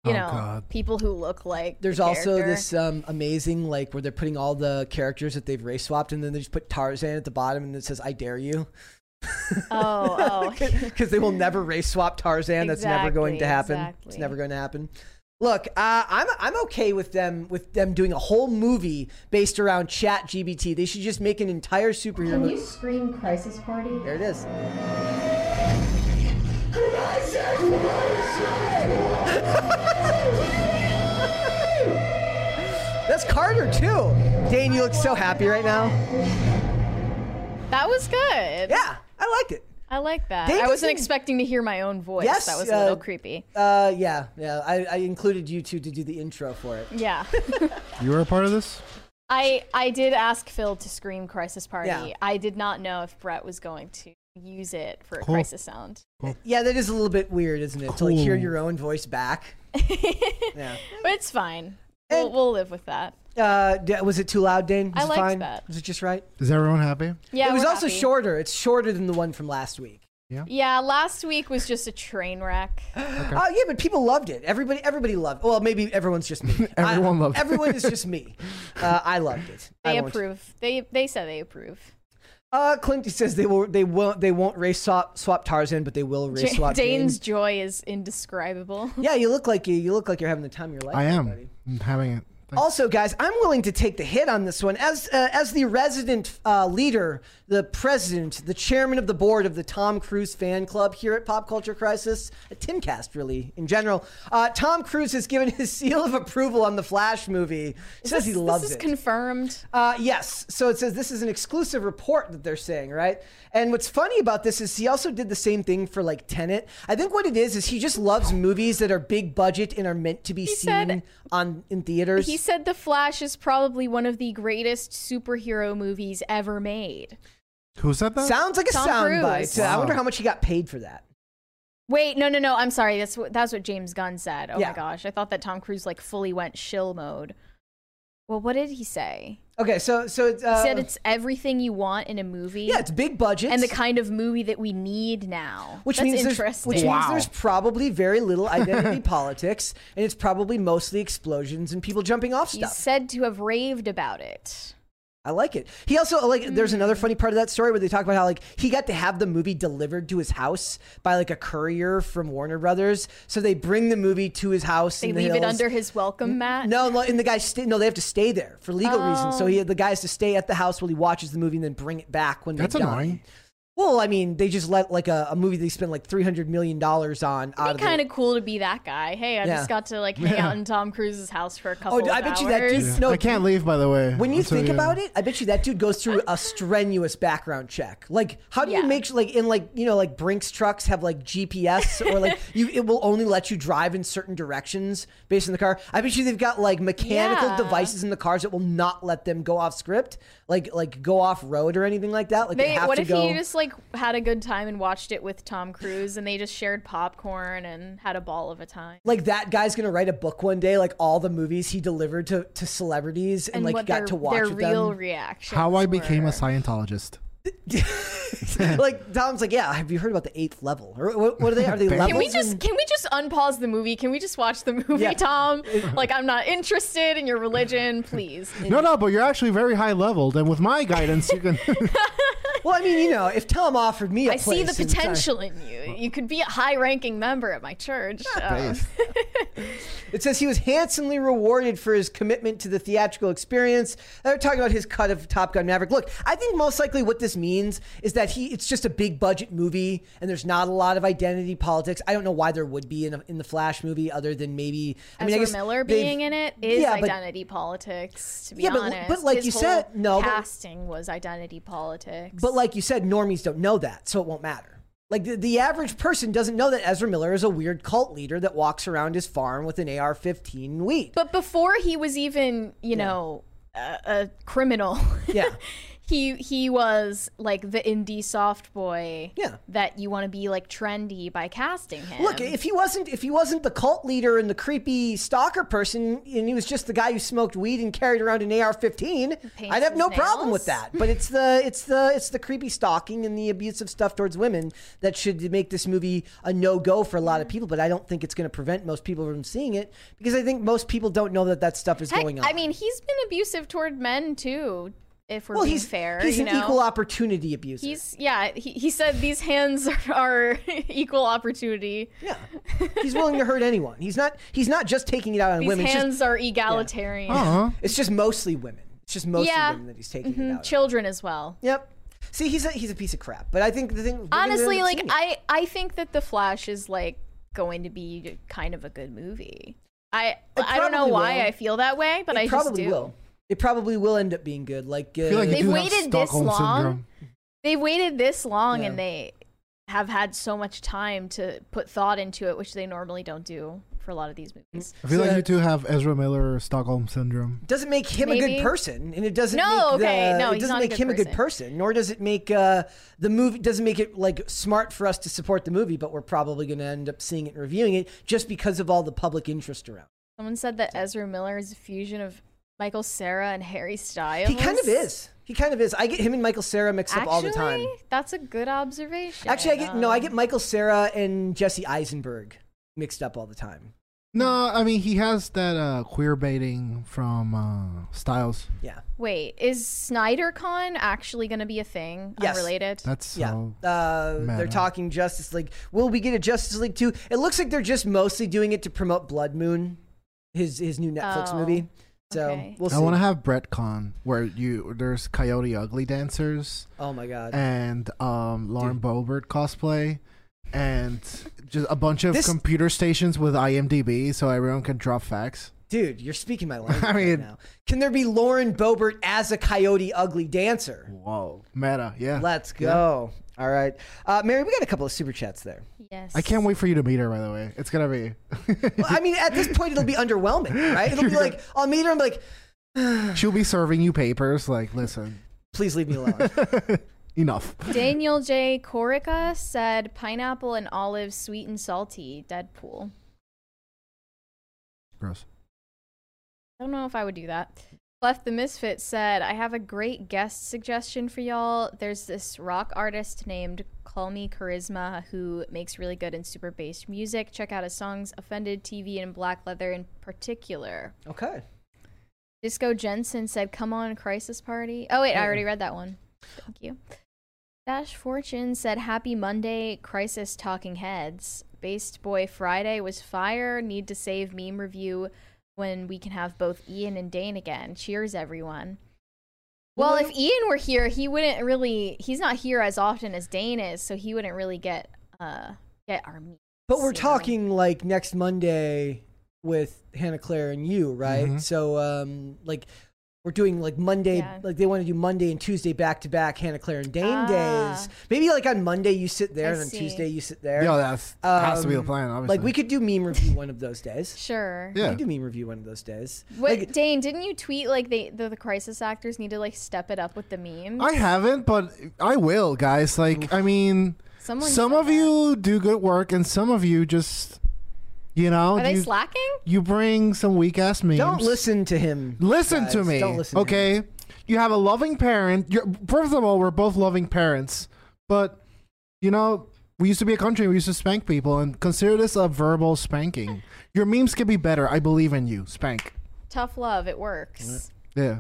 Speaker 2: you
Speaker 3: Oh,
Speaker 2: know,
Speaker 3: God.
Speaker 2: people who look like.
Speaker 1: there's
Speaker 2: the
Speaker 1: also
Speaker 2: character.
Speaker 1: this um, amazing like where they're putting all the characters that they've race swapped, and then they just put Tarzan at the bottom, and it says "I dare you"
Speaker 2: Oh, oh.
Speaker 1: because they will never race swap Tarzan. That's never going to happen.
Speaker 2: Exactly,
Speaker 1: It's
Speaker 2: exactly.
Speaker 1: never going to happen. Look, uh, I'm I'm okay with them with them doing a whole movie based around Chat GBT. They should just make an entire superhero
Speaker 5: Can
Speaker 1: movie.
Speaker 5: you scream Crisis Party?
Speaker 1: There it is. That's Carter too. Dane, you look so happy right now.
Speaker 2: that was good.
Speaker 1: Yeah, I liked it.
Speaker 2: I like that.
Speaker 1: They
Speaker 2: I wasn't
Speaker 1: didn't-
Speaker 2: expecting to hear my own voice.
Speaker 1: Yes,
Speaker 2: that was
Speaker 1: uh,
Speaker 2: a little creepy.
Speaker 1: Uh, yeah, yeah. I, I included you two to do the intro for it.
Speaker 2: Yeah.
Speaker 3: You were a part of this?
Speaker 2: I I did ask Phil to scream Crisis Party.
Speaker 1: Yeah.
Speaker 2: I did not know if Brett was going to use it for a
Speaker 3: Cool.
Speaker 2: crisis sound.
Speaker 1: Yeah, that is a little bit weird, isn't it? To like hear
Speaker 3: Cool.
Speaker 1: your own voice back. yeah.
Speaker 2: But it's fine. we'll,
Speaker 1: And-
Speaker 2: we'll live with that.
Speaker 1: Uh, d- was it too loud, Dane? Was
Speaker 2: I
Speaker 1: it
Speaker 2: liked
Speaker 1: fine?
Speaker 2: that.
Speaker 1: Was it just right?
Speaker 3: Is everyone happy?
Speaker 2: Yeah.
Speaker 1: it was
Speaker 2: we're
Speaker 1: also
Speaker 2: happy.
Speaker 1: shorter. It's shorter than the one from last week.
Speaker 2: Yeah, last week was just a train wreck.
Speaker 1: Oh yeah, but people loved it. Everybody, everybody loved. Well, maybe everyone's just me.
Speaker 3: Everyone
Speaker 1: I-
Speaker 3: loved it.
Speaker 1: Everyone is just me. Uh, I loved it.
Speaker 2: They
Speaker 1: I won't-
Speaker 2: approve. They they said they approve.
Speaker 1: Uh, Clint says they will. They won't. They won't race swap, swap Tarzan, but they will race
Speaker 2: Ja-
Speaker 1: swap Dane.
Speaker 2: Dane's joy is indescribable.
Speaker 1: Yeah, you look like you. You look like you're having the time of your life.
Speaker 3: I
Speaker 1: buddy.
Speaker 3: am. I'm having it.
Speaker 1: Also, guys, I'm willing to take the hit on this one. As uh, as the resident uh, leader, the president, the chairman of the board of the Tom Cruise fan club here at Pop Culture Crisis, at Timcast, really, in general, uh, Tom Cruise has given his seal of approval on the Flash movie. Says he
Speaker 2: this,
Speaker 1: loves
Speaker 2: this is
Speaker 1: it.
Speaker 2: confirmed.
Speaker 1: Uh, yes. So it says this is an exclusive report that they're saying, right? And what's funny about this is he also did the same thing for like Tenet. I think what it is is he just loves movies that are big budget and are meant to be seen
Speaker 2: said-
Speaker 1: on in theaters.
Speaker 2: He said The Flash is probably one of the greatest superhero movies ever made.
Speaker 3: Who said that?
Speaker 1: Oh, Sounds like a
Speaker 2: Tom
Speaker 1: soundbite.
Speaker 2: Cruise.
Speaker 1: I
Speaker 3: Wow.
Speaker 1: wonder how much he got paid for that.
Speaker 2: Wait, no, no, no. I'm sorry. That's what that's what James Gunn said. Oh
Speaker 1: Yeah.
Speaker 2: my gosh, I thought that Tom Cruise like fully went shill mode. Well, what did he say?
Speaker 1: Okay, so so it's
Speaker 2: He
Speaker 1: uh,
Speaker 2: said it's everything you want in a movie.
Speaker 1: yeah, it's big budget
Speaker 2: and the kind of movie that we need now.
Speaker 1: which
Speaker 2: that's
Speaker 1: means there's
Speaker 2: interesting.
Speaker 1: which means there's probably very little identity politics, and it's probably mostly explosions and people jumping off
Speaker 2: He's
Speaker 1: stuff.
Speaker 2: said to have raved about it.
Speaker 1: I like it. He also like there's
Speaker 2: Hmm.
Speaker 1: another funny part of that story where they talk about how like he got to have the movie delivered to his house by like a courier from Warner Brothers. So they bring the movie to his house.
Speaker 2: They
Speaker 1: in the
Speaker 2: leave it
Speaker 1: hills.
Speaker 2: under his welcome mat.
Speaker 1: Mm-hmm. No, no, and the guy sta no, they have to stay there for legal reasons. So he
Speaker 2: Oh.
Speaker 1: the guy has to stay at the house while he watches the movie and then bring it back when
Speaker 3: That's
Speaker 1: they're done.
Speaker 3: annoying.
Speaker 1: Well, I mean, they just let like a, a movie they spent like three hundred million dollars on out
Speaker 2: It'd
Speaker 1: of
Speaker 2: be kind
Speaker 1: the,
Speaker 2: of cool to be that guy. Hey, I
Speaker 1: Yeah.
Speaker 2: just got to like hang out in Tom Cruises' house for a couple.
Speaker 1: Oh,
Speaker 2: of
Speaker 1: I bet you that
Speaker 2: hours.
Speaker 1: dude- No.
Speaker 3: I can't leave, by the way.
Speaker 1: When you
Speaker 3: until
Speaker 1: think about it, I bet you that dude goes through a strenuous background check. Like, how do you
Speaker 2: Yeah.
Speaker 1: make sure, like in like you know like Brinks trucks have like GPS or like you it will only let you drive in certain directions based on the car. I bet you they've got like mechanical
Speaker 2: Yeah.
Speaker 1: devices in the cars that will not let them go off script, like like go off road or anything like that. Like they
Speaker 2: They-
Speaker 1: have
Speaker 2: what
Speaker 1: to
Speaker 2: if
Speaker 1: go.
Speaker 2: he just like had a good time and watched it with Tom Cruise, and they just shared popcorn and had a ball of a time?
Speaker 1: like that guy's gonna write a book one day, like all the movies he delivered to, to celebrities and, like
Speaker 2: what
Speaker 1: got
Speaker 2: their,
Speaker 1: to watch
Speaker 2: their
Speaker 1: with
Speaker 2: real
Speaker 1: them.
Speaker 2: reaction.
Speaker 3: How I became a Scientologist.
Speaker 1: like Dom's like, yeah. Have you heard about the eighth level? Or what, what are they? Are they levels?
Speaker 2: Can we
Speaker 1: in-
Speaker 2: just can we just unpause the movie? Can we just watch the movie,
Speaker 1: Yeah.
Speaker 2: Tom? Like I'm not interested in your religion, please.
Speaker 3: No, no, but you're actually very high leveled, and with my guidance, you can.
Speaker 1: Well, I mean, you know, if Tom offered me a
Speaker 2: I see the
Speaker 1: place in-
Speaker 2: potential in you. You could be a high-ranking member at my church. Um,
Speaker 1: It says he was handsomely rewarded for his commitment to the theatrical experience. They're talking about his cut of Top Gun Maverick. Look, I think most likely what this means is that he it's just a big budget movie and there's not a lot of identity politics. I don't know why there would be in, a, in the Flash movie other than maybe I mean I
Speaker 2: Ezra
Speaker 1: guess
Speaker 2: Miller
Speaker 1: they've-
Speaker 2: being in it is
Speaker 1: Yeah, but-
Speaker 2: identity politics. To be
Speaker 1: Yeah, but-
Speaker 2: honest,
Speaker 1: but like
Speaker 2: His
Speaker 1: you
Speaker 2: whole
Speaker 1: said- no, but-
Speaker 2: casting was identity politics.
Speaker 1: But like you said, normies don't know that, so it won't matter. Like the, the average person doesn't know that Ezra Miller is a weird cult leader that walks around his farm with an AR-15 weed.
Speaker 2: But before he was even, you know, a, a criminal.
Speaker 1: Yeah.
Speaker 2: he he was like the indie soft boy.
Speaker 1: Yeah.
Speaker 2: That you want to be like trendy by casting him.
Speaker 1: Look, if he wasn't if he wasn't the cult leader and the creepy stalker person, and he was just the guy who smoked weed and carried around an AR-15,
Speaker 2: Paints
Speaker 1: I'd have
Speaker 2: his
Speaker 1: no problem
Speaker 2: nails.
Speaker 1: with that. But it's the it's the it's the creepy stalking and the abusive stuff towards women that should make this movie a no go for a lot
Speaker 2: Mm-hmm.
Speaker 1: of people. But I don't think it's going to prevent most people from seeing it because I think most people don't know that that stuff is
Speaker 2: Heck,
Speaker 1: going on.
Speaker 2: I mean, he's been abusive toward men too. If we're
Speaker 1: well,
Speaker 2: being
Speaker 1: he's
Speaker 2: fair,
Speaker 1: He's
Speaker 2: you
Speaker 1: an
Speaker 2: know?
Speaker 1: equal opportunity abuser.
Speaker 2: He's yeah. He, he said these hands are equal opportunity.
Speaker 1: yeah, he's willing to hurt anyone. He's not. He's not just taking it out on
Speaker 2: These
Speaker 1: women. It's
Speaker 2: hands
Speaker 1: just, Oh,
Speaker 2: are egalitarian.
Speaker 3: uh-huh.
Speaker 1: it's just mostly women. It's just mostly
Speaker 2: Yeah. Mm-hmm.
Speaker 1: women that he's taking it out. on.
Speaker 2: Children as well.
Speaker 1: Yep. See, he's a he's a piece of crap. But I think the thing the thing
Speaker 2: Honestly,
Speaker 1: that
Speaker 2: like
Speaker 1: seeing-
Speaker 2: I I think that the Flash is like going to be kind of a good movie. I I don't know
Speaker 1: probably
Speaker 2: why
Speaker 1: will.
Speaker 2: I feel that way, but
Speaker 1: it
Speaker 2: I
Speaker 1: probably
Speaker 2: just do.
Speaker 1: will. It probably will end up being good. Like, uh,
Speaker 3: I feel like you
Speaker 2: They've
Speaker 3: do have
Speaker 2: waited this
Speaker 3: Stockholm
Speaker 2: long.
Speaker 3: syndrome.
Speaker 2: They've waited this long
Speaker 1: Yeah.
Speaker 2: and they have had so much time to put thought into it, which they normally don't do for a lot of these
Speaker 1: Mm.
Speaker 2: movies.
Speaker 3: I feel
Speaker 1: So
Speaker 3: like
Speaker 1: that-
Speaker 3: you two have Ezra Miller Stockholm syndrome.
Speaker 1: doesn't make him a
Speaker 2: Maybe.
Speaker 1: good person, and it doesn't.
Speaker 2: No,
Speaker 1: make the-
Speaker 2: okay, no,
Speaker 1: it
Speaker 2: he's
Speaker 1: doesn't
Speaker 2: not
Speaker 1: make
Speaker 2: a good
Speaker 1: him a good
Speaker 2: person.
Speaker 1: person. Nor does it make uh, the movie doesn't make it like smart for us to support the movie. But we're probably going to end up seeing it and reviewing it just because of all the public interest around.
Speaker 2: Someone said that Ezra Miller is a fusion of Michael Sarah and Harry Styles.
Speaker 1: He kind of is. He kind of is. I get him and Michael Sarah mixed up all the time.
Speaker 2: Actually, That's a good observation.
Speaker 1: Actually, I get no. I get
Speaker 2: Um,
Speaker 1: Michael Sarah and Jesse Eisenberg mixed up all the time.
Speaker 3: No, I mean he has that uh, queer baiting from uh, Styles.
Speaker 1: Yeah.
Speaker 2: Wait, is SnyderCon actually going to be a thing?
Speaker 1: Yes.
Speaker 2: Unrelated?
Speaker 3: That's so.
Speaker 1: Yeah, uh, they're
Speaker 3: meta.
Speaker 1: talking Justice League. Will we get a Justice League two? It looks like they're just mostly doing it to promote Blood Moon, his his new Netflix
Speaker 2: Oh,
Speaker 1: movie. So
Speaker 2: okay.
Speaker 1: we'll see.
Speaker 3: I want to have BrettCon where you there's Coyote Ugly dancers
Speaker 1: oh my god,
Speaker 3: and um, Lauren Boebert cosplay and just a bunch of
Speaker 1: This-
Speaker 3: computer stations with IMDb so everyone can drop facts.
Speaker 1: dude, you're speaking my language
Speaker 3: I
Speaker 1: right
Speaker 3: mean-
Speaker 1: now. Can there be Lauren Boebert as a Coyote Ugly dancer?
Speaker 3: Whoa, meta, yeah.
Speaker 1: Let's
Speaker 3: Yeah.
Speaker 1: go. All right, uh, Mary, we got a couple of super chats there.
Speaker 2: yes.
Speaker 3: I can't wait for you to meet her. By the way, it's gonna be.
Speaker 1: Well, I mean, at this point, it'll be underwhelming, right? It'll be like I'll meet her and be like,
Speaker 3: She'll be serving you papers. Like, listen,
Speaker 1: please leave me alone.
Speaker 3: enough.
Speaker 2: Daniel J. Corica said pineapple and olive, sweet and salty, Deadpool.
Speaker 3: Gross.
Speaker 2: I don't know if I would do that. Left the Misfit said, I have a great guest suggestion for y'all. There's this rock artist named Call Me Charisma who makes really good and super based music. Check out his songs, Offended TV and Black Leather in particular.
Speaker 1: okay.
Speaker 2: Disco Jensen said, "Come on, crisis party." Oh wait, I already read that one. Thank you. Dash Fortune said, "Happy Monday, crisis talking heads." Based Boy Friday was fire. Need to save meme review when we can have both Ian and Dane again. Cheers, everyone. Well, if Ian were here, he wouldn't really. He's not here as often as Dane is, so he wouldn't really get uh get our meme.
Speaker 1: But we're
Speaker 2: So-
Speaker 1: talking like next Monday with Hannah Claire and you, right?
Speaker 3: Mhm.
Speaker 1: So um like we're doing like Monday
Speaker 2: Yeah.
Speaker 1: like they want to do Monday and Tuesday back to back Hannah Claire and Dane
Speaker 2: Ah.
Speaker 1: days. Maybe like on Monday you sit there
Speaker 2: I
Speaker 1: and on
Speaker 2: see.
Speaker 1: Tuesday you sit there.
Speaker 3: Yeah, that's has to be the
Speaker 1: Um,
Speaker 3: plan. Obviously,
Speaker 1: Like we could do meme review one of those days.
Speaker 2: Sure.
Speaker 3: Yeah.
Speaker 1: We could do meme review one of those days.
Speaker 2: Wait,
Speaker 1: Like,
Speaker 2: Dane, didn't you tweet like they the, the crisis actors need to like step it up with the memes?
Speaker 3: I haven't, but I will, guys. Like, I mean,
Speaker 2: Someone
Speaker 3: some
Speaker 2: said
Speaker 3: of
Speaker 2: that.
Speaker 3: you do good work, and some of you just, you know,
Speaker 2: Are they
Speaker 3: you,
Speaker 2: slacking?
Speaker 3: you bring some weak ass memes.
Speaker 1: don't listen to him.
Speaker 3: Listen to
Speaker 1: guys.
Speaker 3: me.
Speaker 1: Don't listen to him.
Speaker 3: Okay. you have a loving parent. You're, first of all, we're both loving parents, but you know, we used to be a country. We used to spank people, and consider this a verbal spanking. Your memes can be better. I believe in you. Spank.
Speaker 2: Tough love, it works.
Speaker 3: Yeah.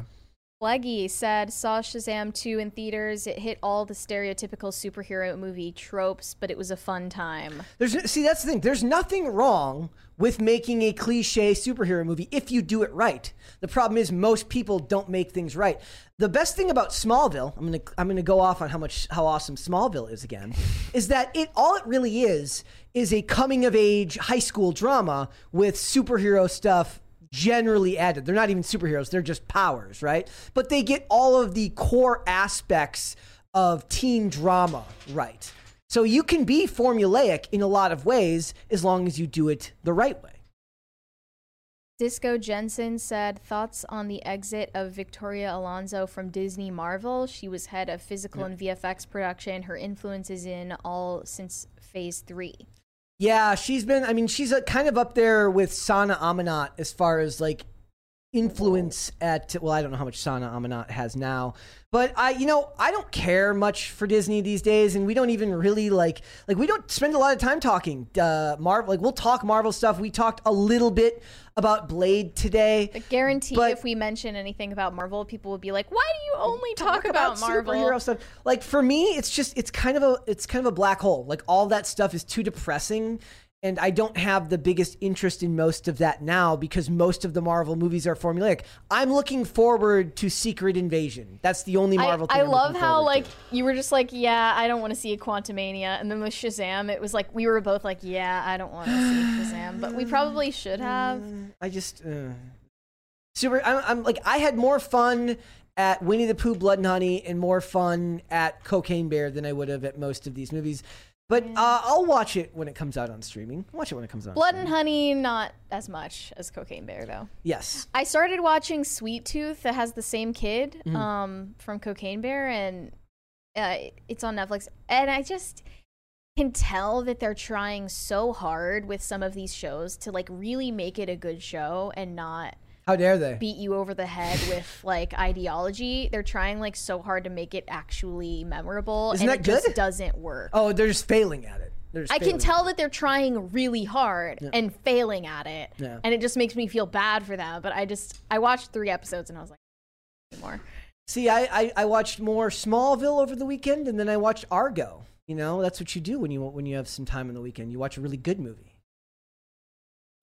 Speaker 2: Fleggy said, saw Shazam 2 in theaters. It hit all the stereotypical superhero movie tropes, but it was a fun time.
Speaker 1: There's see that's the thing. There's nothing wrong with making a cliche superhero movie if you do it right. The problem is most people don't make things right. The best thing about Smallville, I'm gonna I'm gonna go off on how much how awesome Smallville is again, is that it all it really is is a coming of age high school drama with superhero stuff generally added. They're not even superheroes, they're just powers, right? But they get all of the core aspects of teen drama right. So you can be formulaic in a lot of ways as long as you do it the right way.
Speaker 2: Disco Jensen said, thoughts on the exit of Victoria Alonso from Disney Marvel. She was head of physical and VFX production. Her influence is in all since phase three.
Speaker 1: Yeah, she's been. I mean, she's uh kind of up there with Sana Amanat as far as like influence at. Well, I don't know how much Sana Amanat has now, but I, you know, I don't care much for Disney these days, and we don't even really like like we don't spend a lot of time talking uh, Marvel. Like we'll talk Marvel stuff. We talked a little bit about Blade today.
Speaker 2: I guarantee
Speaker 1: But-
Speaker 2: if we mention anything about Marvel, people will be like, why do you only talk, about,
Speaker 1: superhero
Speaker 2: Marvel?
Speaker 1: stuff. Like for me, it's just it's kind of a it's kind of a black hole. Like all that stuff is too depressing, and I don't have the biggest interest in most of that now because most of the Marvel movies are formulaic. I'm looking forward to Secret Invasion. That's the only
Speaker 2: I,
Speaker 1: Marvel. thing
Speaker 2: I
Speaker 1: I'm
Speaker 2: love
Speaker 1: looking
Speaker 2: how
Speaker 1: forward to.
Speaker 2: like you were just like, yeah, I don't want to see a Quantumania, and then with Shazam, it was like we were both like, yeah, I don't want to see Shazam, but we probably should have.
Speaker 1: I just uh, super. I'm, I'm like I had more fun at Winnie the Pooh, Blood and Honey, and more fun at Cocaine Bear than I would have at most of these movies. But uh, I'll watch it when it comes out on streaming. Watch it when it comes out. on
Speaker 2: Blood and
Speaker 1: streaming.
Speaker 2: Honey, not as much as Cocaine Bear though.
Speaker 1: Yes.
Speaker 2: I started watching Sweet Tooth that has the same kid
Speaker 1: Mm-hmm.
Speaker 2: um, from Cocaine Bear, and uh, it's on Netflix. And I just can tell that they're trying so hard with some of these shows to like really make it a good show and not
Speaker 1: How dare they?
Speaker 2: beat you over the head with like ideology. They're trying like so hard to make it actually memorable,
Speaker 1: Isn't
Speaker 2: and
Speaker 1: that
Speaker 2: it
Speaker 1: good?
Speaker 2: just doesn't work.
Speaker 1: oh, they're just failing at it. They're just
Speaker 2: I can
Speaker 1: failing at
Speaker 2: tell that they're trying really hard and failing at it,
Speaker 1: Yeah.
Speaker 2: and it just makes me feel bad for them. But I just I watched three episodes and I was like, more.
Speaker 1: it. See, I, I I watched more Smallville over the weekend, and then I watched Argo. You know, that's what you do when you when you have some time on the weekend. You watch a really good movie.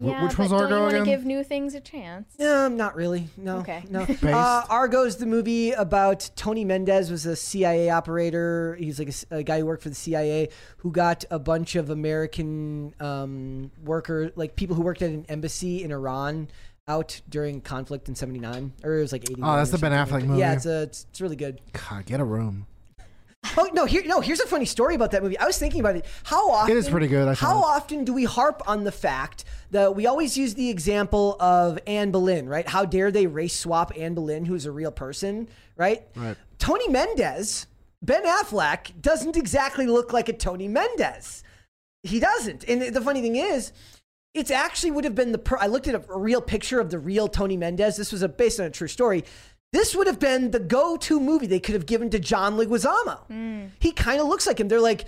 Speaker 3: Wh-
Speaker 2: Yeah,
Speaker 3: which
Speaker 2: but
Speaker 3: one's
Speaker 2: don't
Speaker 3: Argo
Speaker 2: you wanna
Speaker 3: again?
Speaker 2: give new things a chance?
Speaker 1: No, not really. No.
Speaker 2: Okay.
Speaker 1: No.
Speaker 3: Based.
Speaker 1: Uh, Argo's the movie about Tony Mendez was a CIA operator. He's like a s- a, guy who worked for the CIA who got a bunch of American um, worker, like people who worked at an embassy in Iran, out during conflict in '79 or it was like '80.
Speaker 3: Oh, that's the Ben Affleck movie.
Speaker 1: Yeah, it's a, it's, it's really good.
Speaker 3: God, get a room.
Speaker 1: Oh no! Here, no. Here's a funny story about that movie. I was thinking about it. How often?
Speaker 3: It is pretty good, I
Speaker 1: how
Speaker 3: thought.
Speaker 1: often do we harp on the fact that we always use the example of Anne Boleyn, right? How dare they race swap Anne Boleyn, who's a real person, right?
Speaker 3: Right.
Speaker 1: Tony Mendez, Ben Affleck doesn't exactly look like a Tony Mendez. He doesn't. And the funny thing is, it's actually would have been the. Per- I looked at a, a real picture of the real Tony Mendez. This was a, based on a true story. This would have been the go-to movie they could have given to John Leguizamo. He kind of looks like him. They're like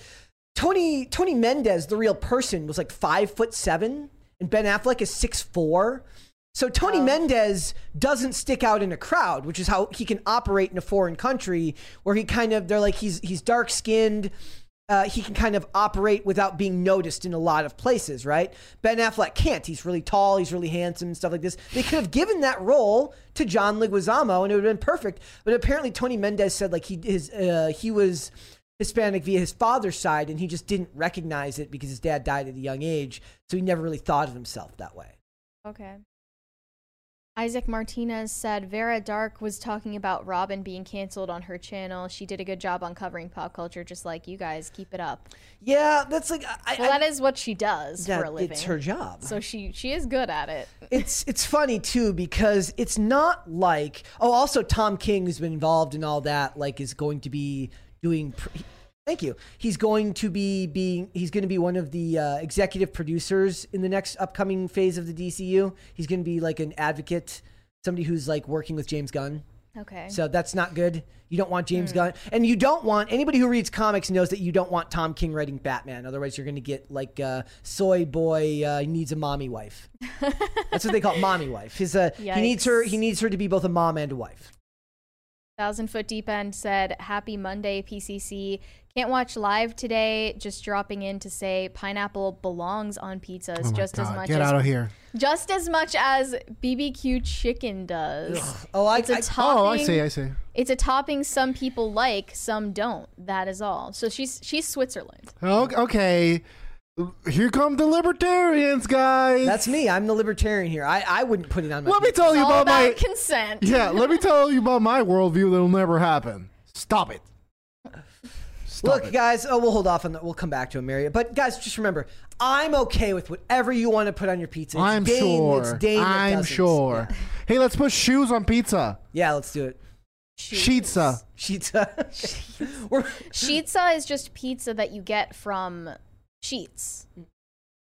Speaker 1: Tony Tony Mendez, the real person, was like five foot seven, and Ben Affleck is six four. So Tony Mendez doesn't stick out in a crowd, which is how he can operate in a foreign country where he kind of they're like he's he's dark skinned. Uh, he can kind of operate without being noticed in a lot of places, right? Ben Affleck can't. He's really tall, he's really handsome, and stuff like this. They could have given that role to John Leguizamo, and it would have been perfect. But apparently, Tony Mendez said like he his uh, he was Hispanic via his father's side, and he just didn't recognize it because his dad died at a young age, so he never really thought of himself that way.
Speaker 2: Okay. Isaac Martinez said Vera Dark was talking about Robin being canceled on her channel. She did a good job on covering pop culture, just like you guys. Keep it up.
Speaker 1: Yeah, that's like I,
Speaker 2: Well,
Speaker 1: I-
Speaker 2: that is what she does
Speaker 1: that-
Speaker 2: for a living.
Speaker 1: It's her job.
Speaker 2: So she she is good at it.
Speaker 1: it's it's funny too because it's not like oh also Tom King who's been involved in all that like is going to be doing. Pr- Thank you. He's going to be being. He's going to be one of the uh, executive producers in the next upcoming phase of the DCU. He's going to be like an advocate, somebody who's like working with James Gunn.
Speaker 2: Okay.
Speaker 1: So that's not good. You don't want James Gunn, and you don't want anybody who reads comics knows that you don't want Tom King writing Batman. Otherwise, you're going to get like uh, Soy Boy uh, needs a mommy wife. that's what they call it, mommy wife. His uh, he needs her. He
Speaker 2: Yikes.
Speaker 1: needs her to be both a mom and a wife.
Speaker 2: Thousand Foot Deep End said, Happy Monday, PCC. Can't watch live today. Just dropping in to say pineapple belongs on pizzas
Speaker 3: Oh my
Speaker 2: just as
Speaker 3: God,
Speaker 2: much
Speaker 3: Get
Speaker 2: as
Speaker 3: out of here.
Speaker 2: just as much as BBQ chicken does.
Speaker 1: Oh, I,
Speaker 2: It's a
Speaker 1: I-
Speaker 2: topping.
Speaker 3: Oh, I see. I see.
Speaker 2: It's a topping some people like, some don't. That is all. So she's she's Switzerland.
Speaker 3: Oh, Okay. Here come the libertarians, guys.
Speaker 1: that's me. I'm the libertarian here. I, I wouldn't put it on my.
Speaker 3: Let me
Speaker 1: pizza.
Speaker 3: tell
Speaker 2: It's
Speaker 3: Oh, you
Speaker 2: all
Speaker 3: about,
Speaker 2: about
Speaker 3: my.
Speaker 2: consent.
Speaker 3: yeah, let me tell you about my worldview that'll never happen. Stop it. Stop
Speaker 1: Look,
Speaker 3: it.
Speaker 1: guys, oh, we'll hold off on that. We'll come back to Ameria. But guys, just remember, I'm okay with whatever you want to put on your pizza. It's
Speaker 3: I'm
Speaker 1: Dane,
Speaker 3: sure.
Speaker 1: It's Dane that
Speaker 3: I'm
Speaker 1: doesn't.
Speaker 3: sure. Hey, let's put shoes on pizza.
Speaker 1: Yeah, let's do it.
Speaker 3: Pizza.
Speaker 1: Sheets. uh, We're,
Speaker 2: Sheetza is just pizza that you get from Sheets.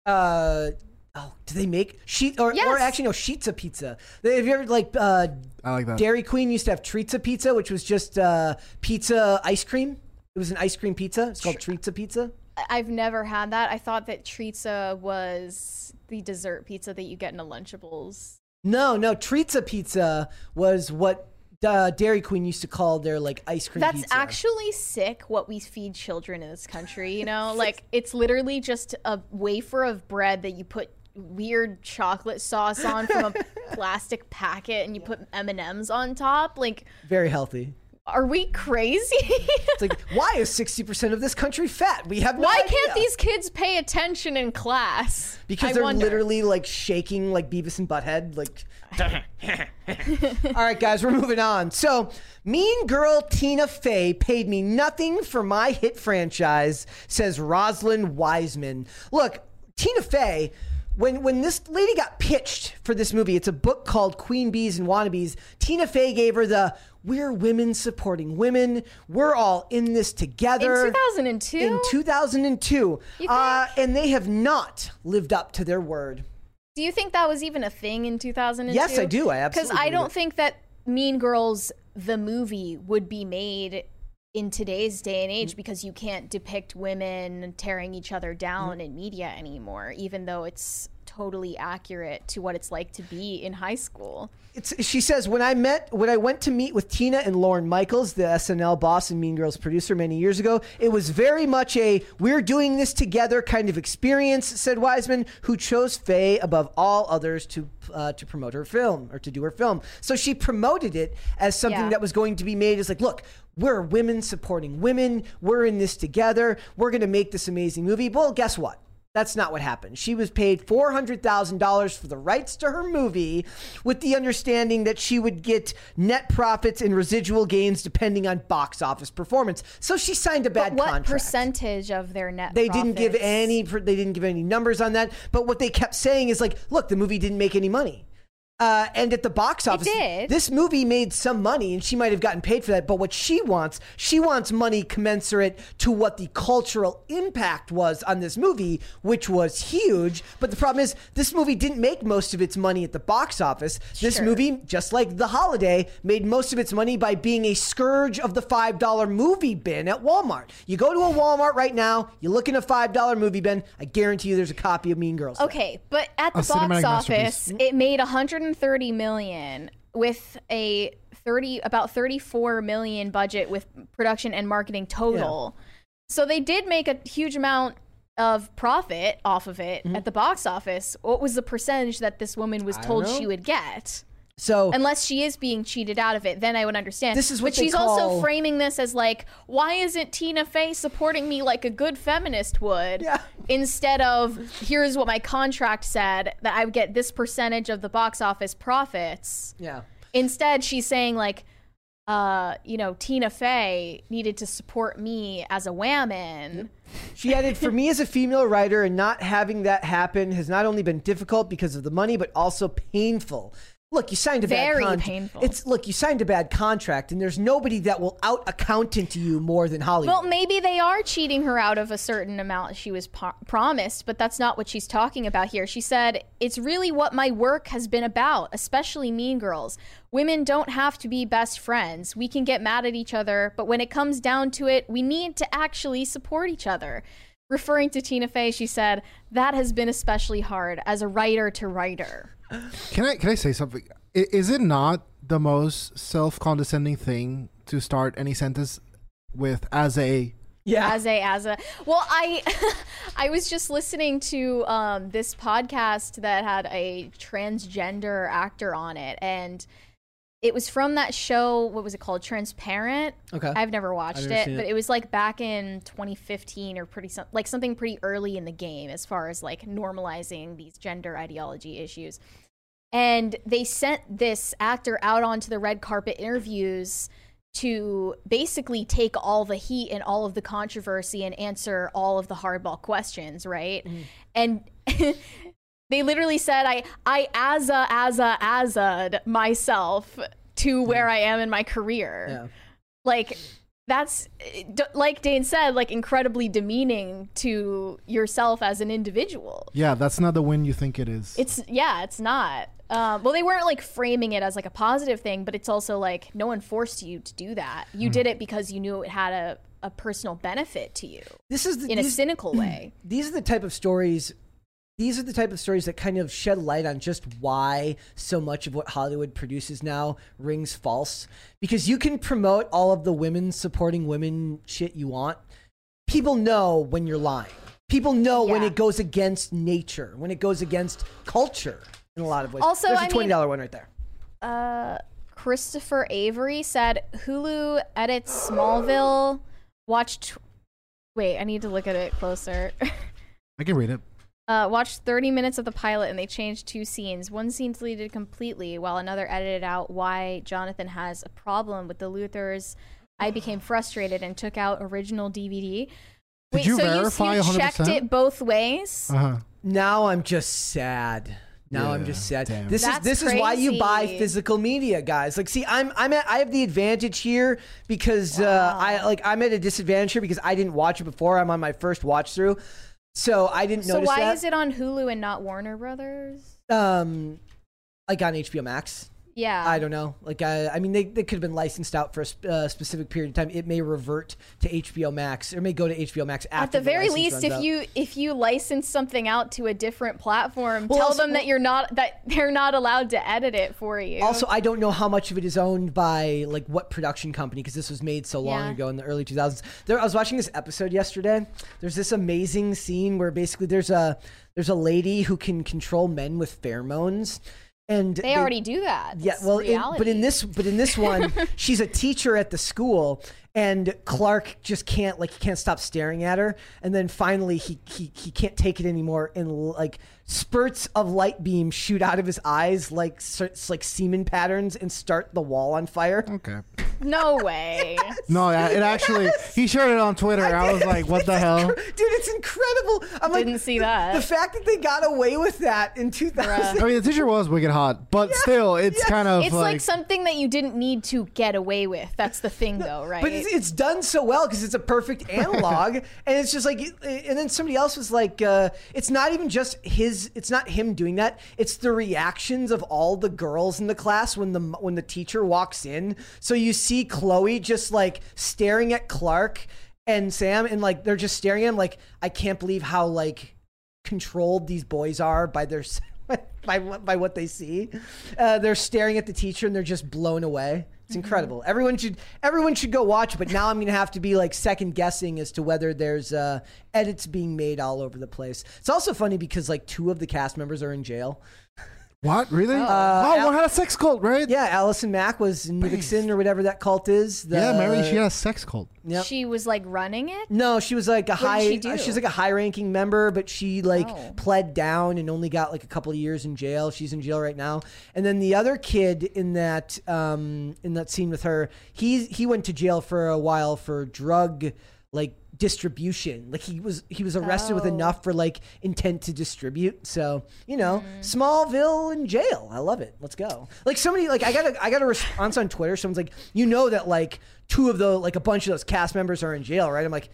Speaker 1: uh, oh, do they make sheet or, or
Speaker 2: Yes.
Speaker 1: actually no sheets of pizza? They- Have you ever like uh,
Speaker 3: I like that.
Speaker 1: Dairy Queen used to have treats of pizza, which was just uh, pizza ice cream. It was an ice cream pizza. It's called treats of pizza.
Speaker 2: I- I've never had that. I thought that Treatza was the dessert pizza that you get in a Lunchables.
Speaker 1: No, no, treats of pizza was what uh, Dairy Queen used to call their like ice cream.
Speaker 2: That's
Speaker 1: pizza.
Speaker 2: actually sick what we feed children in this country, you know? like it's literally just a wafer of bread that you put weird chocolate sauce on from a plastic packet and you put M&Ms on top. Like
Speaker 1: very healthy.
Speaker 2: are we crazy?
Speaker 1: It's like, why is 60% of this country fat? We have no
Speaker 2: Why
Speaker 1: idea.
Speaker 2: can't these kids pay attention in class?
Speaker 1: Because
Speaker 2: I
Speaker 1: they're
Speaker 2: wonder.
Speaker 1: literally like shaking like Beavis and Butthead. Like, all right, guys, we're moving on. So, Mean Girl Tina Fey paid me nothing for my hit franchise, says Rosalind Wiseman. Look, Tina Fey. When, when this lady got pitched for this movie, it's a book called Queen Bees and Wannabes. Tina Fey gave her the "We're women supporting women. We're all in this
Speaker 2: in
Speaker 1: together."
Speaker 2: 2002.
Speaker 1: in 2002 uh, and they have not lived up to their word
Speaker 2: Do you think that was even a thing in 2002?
Speaker 1: Yes, I do. I absolutely
Speaker 2: Because I
Speaker 1: believe
Speaker 2: don't
Speaker 1: it.
Speaker 2: think that Mean Girls, the movie, would be made in today's day and
Speaker 1: Mm.
Speaker 2: age because you can't depict women tearing each other down
Speaker 1: Mm.
Speaker 2: in media anymore, even though it's totally accurate to what it's like to be in high school.
Speaker 1: it's, she says when i met when i went to meet with tina and lauren michaels the snl boss and mean girls producer many years ago it was very much a we're doing this together kind of experience said wiseman who chose faye above all others to uh, to promote her film or to do her film so she promoted it as something
Speaker 2: Yeah.
Speaker 1: that was going to be made as like look we're women supporting women we're in this together we're going to make this amazing movie well guess what That's not what happened. She was paid $400,000 for the rights to her movie with the understanding that she would get net profits and residual gains depending on box office performance. So she signed a bad
Speaker 2: what
Speaker 1: contract.
Speaker 2: percentage of their net?
Speaker 1: They didn't give
Speaker 2: profits-
Speaker 1: any they didn't give any numbers on that, but what they kept saying is like, look, the movie didn't make any money. Uh, and at the box office,
Speaker 2: did.
Speaker 1: this movie made some money, and she might have gotten paid for that. But what she wants, she wants money commensurate to what the cultural impact was on this movie, which was huge. But the problem is, this movie didn't make most of its money at the box office. This
Speaker 2: Sure.
Speaker 1: movie, just like The Holiday, made most of its money by being a scourge of the $5 movie bin at Walmart. You go to a Walmart right now, you look in a $5 movie bin, I guarantee you there's a copy of Mean Girls. there.
Speaker 2: Okay, but at the
Speaker 3: A cinematic
Speaker 2: box
Speaker 3: masterpiece.
Speaker 2: office,
Speaker 3: Mm-hmm.
Speaker 2: it made 130 million with a 30 about 34 million budget with production and marketing total. So they did make a huge amount of profit off of it
Speaker 3: Mm-hmm.
Speaker 2: at the box office. What was the percentage that this woman was told she would get?
Speaker 1: So,
Speaker 2: Unless she is being cheated out of it, then I would understand.
Speaker 1: Oh. This is what
Speaker 2: but
Speaker 1: they
Speaker 2: she's
Speaker 1: call-
Speaker 2: also framing this as like, why isn't Tina Fey supporting me like a good feminist would?
Speaker 1: Yeah.
Speaker 2: Instead of here's what my contract said that I would get this percentage of the box office profits.
Speaker 1: yeah.
Speaker 2: Instead, she's saying like, uh, you know, Tina Fey needed to support me as a whammon.
Speaker 1: She added, "For me as a female writer, and not having that happen has not only been difficult because of the money, but also painful." Look, you signed a
Speaker 2: Very
Speaker 1: bad contract.
Speaker 2: painful.
Speaker 1: It's look, you signed a bad contract, and there's nobody that will out accountant to you more than Hollywood.
Speaker 2: Well, maybe they are cheating her out of a certain amount she was po- promised, but that's not what she's talking about here. She said, It's really what my work has been about, especially Mean Girls. Women don't have to be best friends. We can get mad at each other, but when it comes down to it, we need to actually support each other. Referring to Tina Fey, she said, That has been especially hard as a writer to writer.
Speaker 3: Can I can I say something? I- Is it not the most self-condescending thing to start any sentence with as a
Speaker 1: yeah,
Speaker 2: as a as a well i i was just listening to um this podcast that had a transgender actor on it and it was from that show what was it called transparent
Speaker 1: Okay.
Speaker 2: i've never watched
Speaker 1: never
Speaker 2: it,
Speaker 1: seen
Speaker 2: but
Speaker 1: it.
Speaker 2: it was like back in 2015 or pretty some- like something pretty early in the game as far as like normalizing these gender ideology issues and they sent this actor out onto the red carpet interviews to basically take all the heat and all of the controversy and answer all of the hardball questions, right? And they literally said, "I I as a as a as a myself to where I am in my career."
Speaker 1: Yeah.
Speaker 2: Like that's d- like Dane said, like incredibly demeaning to yourself as an individual.
Speaker 3: yeah? That's not the win you think it is.
Speaker 2: It's yeah, it's not. Um, well, they weren't like framing it as like a positive thing, but it's also like no one forced you to do that. You did it because you knew it had a, a personal benefit to you
Speaker 1: this is the,
Speaker 2: in a
Speaker 1: these-
Speaker 2: cynical way.
Speaker 1: these are the type of stories these are the type of stories that kind of shed light on just why so much of what Hollywood produces now rings false because you can promote all of the women supporting women shit you want people know when you're lying people know when
Speaker 2: Yeah.
Speaker 1: it goes against nature when it goes against culture in a lot of ways
Speaker 2: Also,
Speaker 1: there's a
Speaker 2: I mean-
Speaker 1: $20 one right there
Speaker 2: Uh, Christopher Avery said Hulu edits Smallville. Watched. Wait, I need to look at it closer.
Speaker 3: I can read it.
Speaker 2: Uh, watched 30 minutes of the pilot and they changed two scenes. One scene deleted completely, while another edited out why Jonathan has a problem with the Luthers. I became frustrated and took out original DVD. Wait,
Speaker 3: you
Speaker 2: so
Speaker 3: verify
Speaker 2: you, you checked
Speaker 3: 100%?
Speaker 2: it both ways?
Speaker 3: Uh huh.
Speaker 1: now i'm just sad now i'm
Speaker 3: Yeah,
Speaker 1: just sad.
Speaker 3: damn.
Speaker 1: This
Speaker 2: That's
Speaker 1: is this is why you buy
Speaker 2: crazy.
Speaker 1: physical media, guys. Like, see, I'm I'm at, I have the advantage here because uh, I like I'm at a disadvantage here because I didn't watch it before. I'm on my first watch through, so I didn't
Speaker 2: so
Speaker 1: notice
Speaker 2: why
Speaker 1: that.
Speaker 2: is it on Hulu and not Warner Brothers?
Speaker 1: Um, like on HBO Max.
Speaker 2: Yeah.
Speaker 1: I don't know. Like, I, I mean, they, they could have been licensed out for a sp- uh, specific period of time. It may revert to HBO Max, or may go to HBO Max after
Speaker 2: At the very
Speaker 1: license
Speaker 2: least,
Speaker 1: runs
Speaker 2: if
Speaker 1: out.
Speaker 2: you if you license something out to a different platform,
Speaker 1: Well,
Speaker 2: tell
Speaker 1: also-
Speaker 2: them that you're not that they're not allowed to edit it for you.
Speaker 1: Also, I don't know how much of it is owned by like what production company because this was made so long
Speaker 2: Yeah.
Speaker 1: ago in the early 2000s. There, I was watching this episode yesterday. There's this amazing scene where basically there's a there's a lady who can control men with pheromones, and
Speaker 2: they, already do that.
Speaker 1: yeah,
Speaker 2: It's
Speaker 1: well, in, but in
Speaker 2: reality.
Speaker 1: this, but in this one, she's a teacher at the school, and Clark just can't like he can't stop staring at her, and then finally he he, he can't take it anymore, and like spurts of light beam shoot out of his eyes like cer- like semen patterns and start the wall on fire.
Speaker 3: Okay.
Speaker 2: no way.
Speaker 3: No, yeah, it actually he shared it on Twitter. I, was like, what the hell?
Speaker 1: Dude, it's incredible. I'm like,
Speaker 2: Didn't see
Speaker 1: the-
Speaker 2: that.
Speaker 1: The fact that they got away with that in 2000.
Speaker 3: I mean, the teacher was wicked hot, but still, it's kind of
Speaker 2: It's like, something that you didn't need to get away with. That's the thing, though, right?
Speaker 1: But it's, it's done so well because it's a perfect analog, and it's just like, and then somebody else was like, uh, it's not even just his, it's not him doing that. It's the reactions of all the girls in the class when the when the teacher walks in. So you see Chloe just like staring at Clark and Sam, and like they're just staring at him, like I can't believe how like controlled these boys are by their. By what, by what they see, uh, they're staring at the teacher and they're just blown away.
Speaker 2: Mm-hmm.
Speaker 1: It's incredible. Everyone should everyone should go watch it. But now I'm gonna have to be like second guessing as to whether there's uh, edits being made all over the place. It's also funny because like two of the cast members are in jail.
Speaker 3: what really? oh, one had a sex cult, right?
Speaker 1: Uh, Yeah, Allison Mack was Nixon or whatever that cult is. The,
Speaker 3: yeah. Mary,
Speaker 1: Uh,
Speaker 3: she had a sex cult.
Speaker 1: Yep.
Speaker 2: She was like running it.
Speaker 1: No, she was like a
Speaker 2: did
Speaker 1: high.
Speaker 2: she do?
Speaker 1: uh, She was like a high-ranking member, but she like
Speaker 2: Oh.
Speaker 1: pled down and only got like a couple of years in jail. She's in jail right now. And then the other kid in that um, in that scene with her, he he went to jail for a while for drug like distribution. Like he was he was arrested with
Speaker 2: Oh.
Speaker 1: enough for like intent to distribute. So you know,
Speaker 2: Mm-hmm.
Speaker 1: Smallville in jail. I love it. Let's go. Like somebody like I got a I got a response on Twitter. Someone's like, you know that like two of the like a bunch of those cast members are in jail, right? I'm like,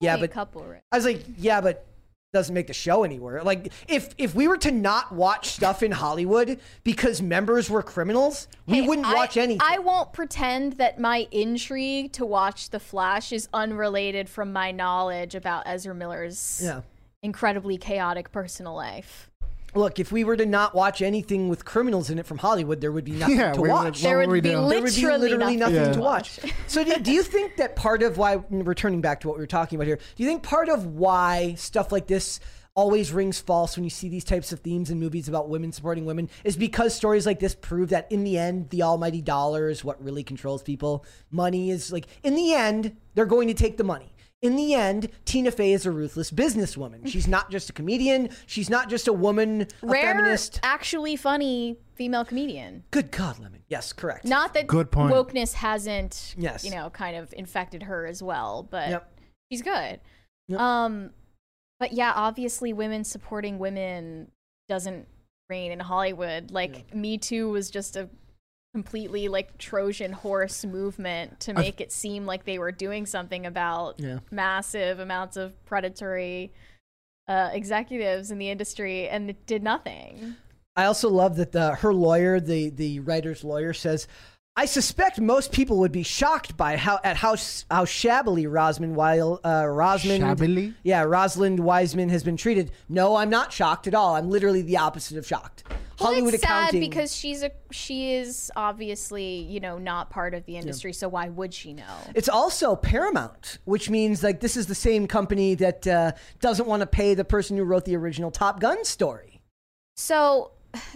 Speaker 1: yeah,
Speaker 2: Only a
Speaker 1: but
Speaker 2: couple, right?
Speaker 1: I was like, yeah, but doesn't make the show anywhere. Like if if we were to not watch stuff in Hollywood because members were criminals, we
Speaker 2: Hey,
Speaker 1: wouldn't
Speaker 2: I-
Speaker 1: watch anything.
Speaker 2: I won't pretend that my intrigue to watch The Flash is unrelated from my knowledge about Ezra Miller's
Speaker 1: yeah.
Speaker 2: incredibly chaotic personal life.
Speaker 1: Look, if we were to not watch anything with criminals in it from Hollywood, there would be nothing
Speaker 3: Yeah,
Speaker 1: to
Speaker 3: we would-
Speaker 1: watch.
Speaker 3: What
Speaker 2: there
Speaker 3: would
Speaker 2: would
Speaker 3: we
Speaker 2: be
Speaker 3: do?
Speaker 2: literally,
Speaker 1: there would be literally nothing,
Speaker 3: Yeah.
Speaker 1: to watch. so do, do you think that part of why returning back to what we were talking about here, do you think part of why stuff like this always rings false when you see these types of themes in movies about women supporting women is because stories like this prove that in the end the almighty dollar is what really controls people. Money is like in the end they're going to take the money. In the end, Tina Fey is a ruthless businesswoman. She's not just a comedian. She's not just a woman, a
Speaker 2: Rare,
Speaker 1: feminist.
Speaker 2: actually funny female comedian.
Speaker 1: Good God, Lemon. Yes, correct.
Speaker 2: Not that
Speaker 3: Good point.
Speaker 2: wokeness hasn't,
Speaker 1: Yes.
Speaker 2: you know, kind of infected her as well, but
Speaker 1: Yep.
Speaker 2: she's good.
Speaker 1: Yep.
Speaker 2: Um, but yeah, obviously, women supporting women doesn't reign in Hollywood. Like, Me Too was just a completely like Trojan horse movement to make it seem like they were doing something about
Speaker 1: Yeah.
Speaker 2: massive amounts of predatory uh, executives in the industry, and it did nothing.
Speaker 1: I also love that the her lawyer, the the writer's lawyer, says, "I suspect most people would be shocked by how at how s- how shabbily Rosman while uh, Rosman
Speaker 3: Shabbily?
Speaker 1: yeah Rosalind Wiseman has been treated. No, I'm not shocked at all. I'm literally the opposite of shocked. Hollywood
Speaker 2: it's
Speaker 1: accounting
Speaker 2: sad because she's a she is obviously you know not part of the industry, so why would she know?
Speaker 1: It's also Paramount, which means like this is the same company that uh, doesn't want to pay the person who wrote the original Top Gun story.
Speaker 2: So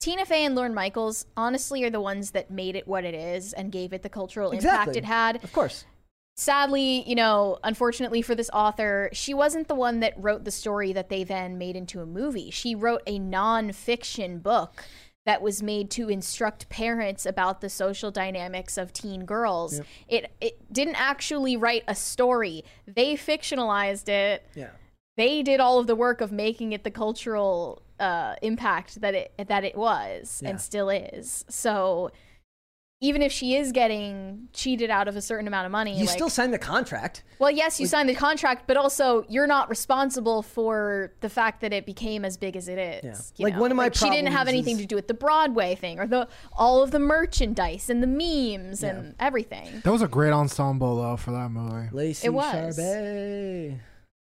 Speaker 2: Tina Fey and Lorne Michaels honestly are the ones that made it what it is and gave it the cultural impact
Speaker 1: Exactly.
Speaker 2: it had.
Speaker 1: Of course.
Speaker 2: Sadly, you know, unfortunately for this author, she wasn't the one that wrote the story that they then made into a movie. She wrote a non-fiction book that was made to instruct parents about the social dynamics of teen girls. It it didn't actually write a story. They fictionalized it
Speaker 1: Yeah.
Speaker 2: they did all of the work of making it the cultural uh, impact that it that it was
Speaker 1: Yeah.
Speaker 2: and still is. So even if she is getting cheated out of a certain amount of money,
Speaker 1: You
Speaker 2: like,
Speaker 1: still signed the contract.
Speaker 2: well, yes, you signed the contract, but also you're not responsible for the fact that it became as big as it is.
Speaker 1: Yeah.
Speaker 2: you
Speaker 1: Like,
Speaker 2: know?
Speaker 1: one of my
Speaker 2: she didn't have
Speaker 1: problems
Speaker 2: anything
Speaker 1: is-
Speaker 2: to do with the Broadway thing or the all of the merchandise and the memes and everything.
Speaker 3: That was a great ensemble though for that movie.
Speaker 1: Lacey
Speaker 2: It was.
Speaker 1: Charbet.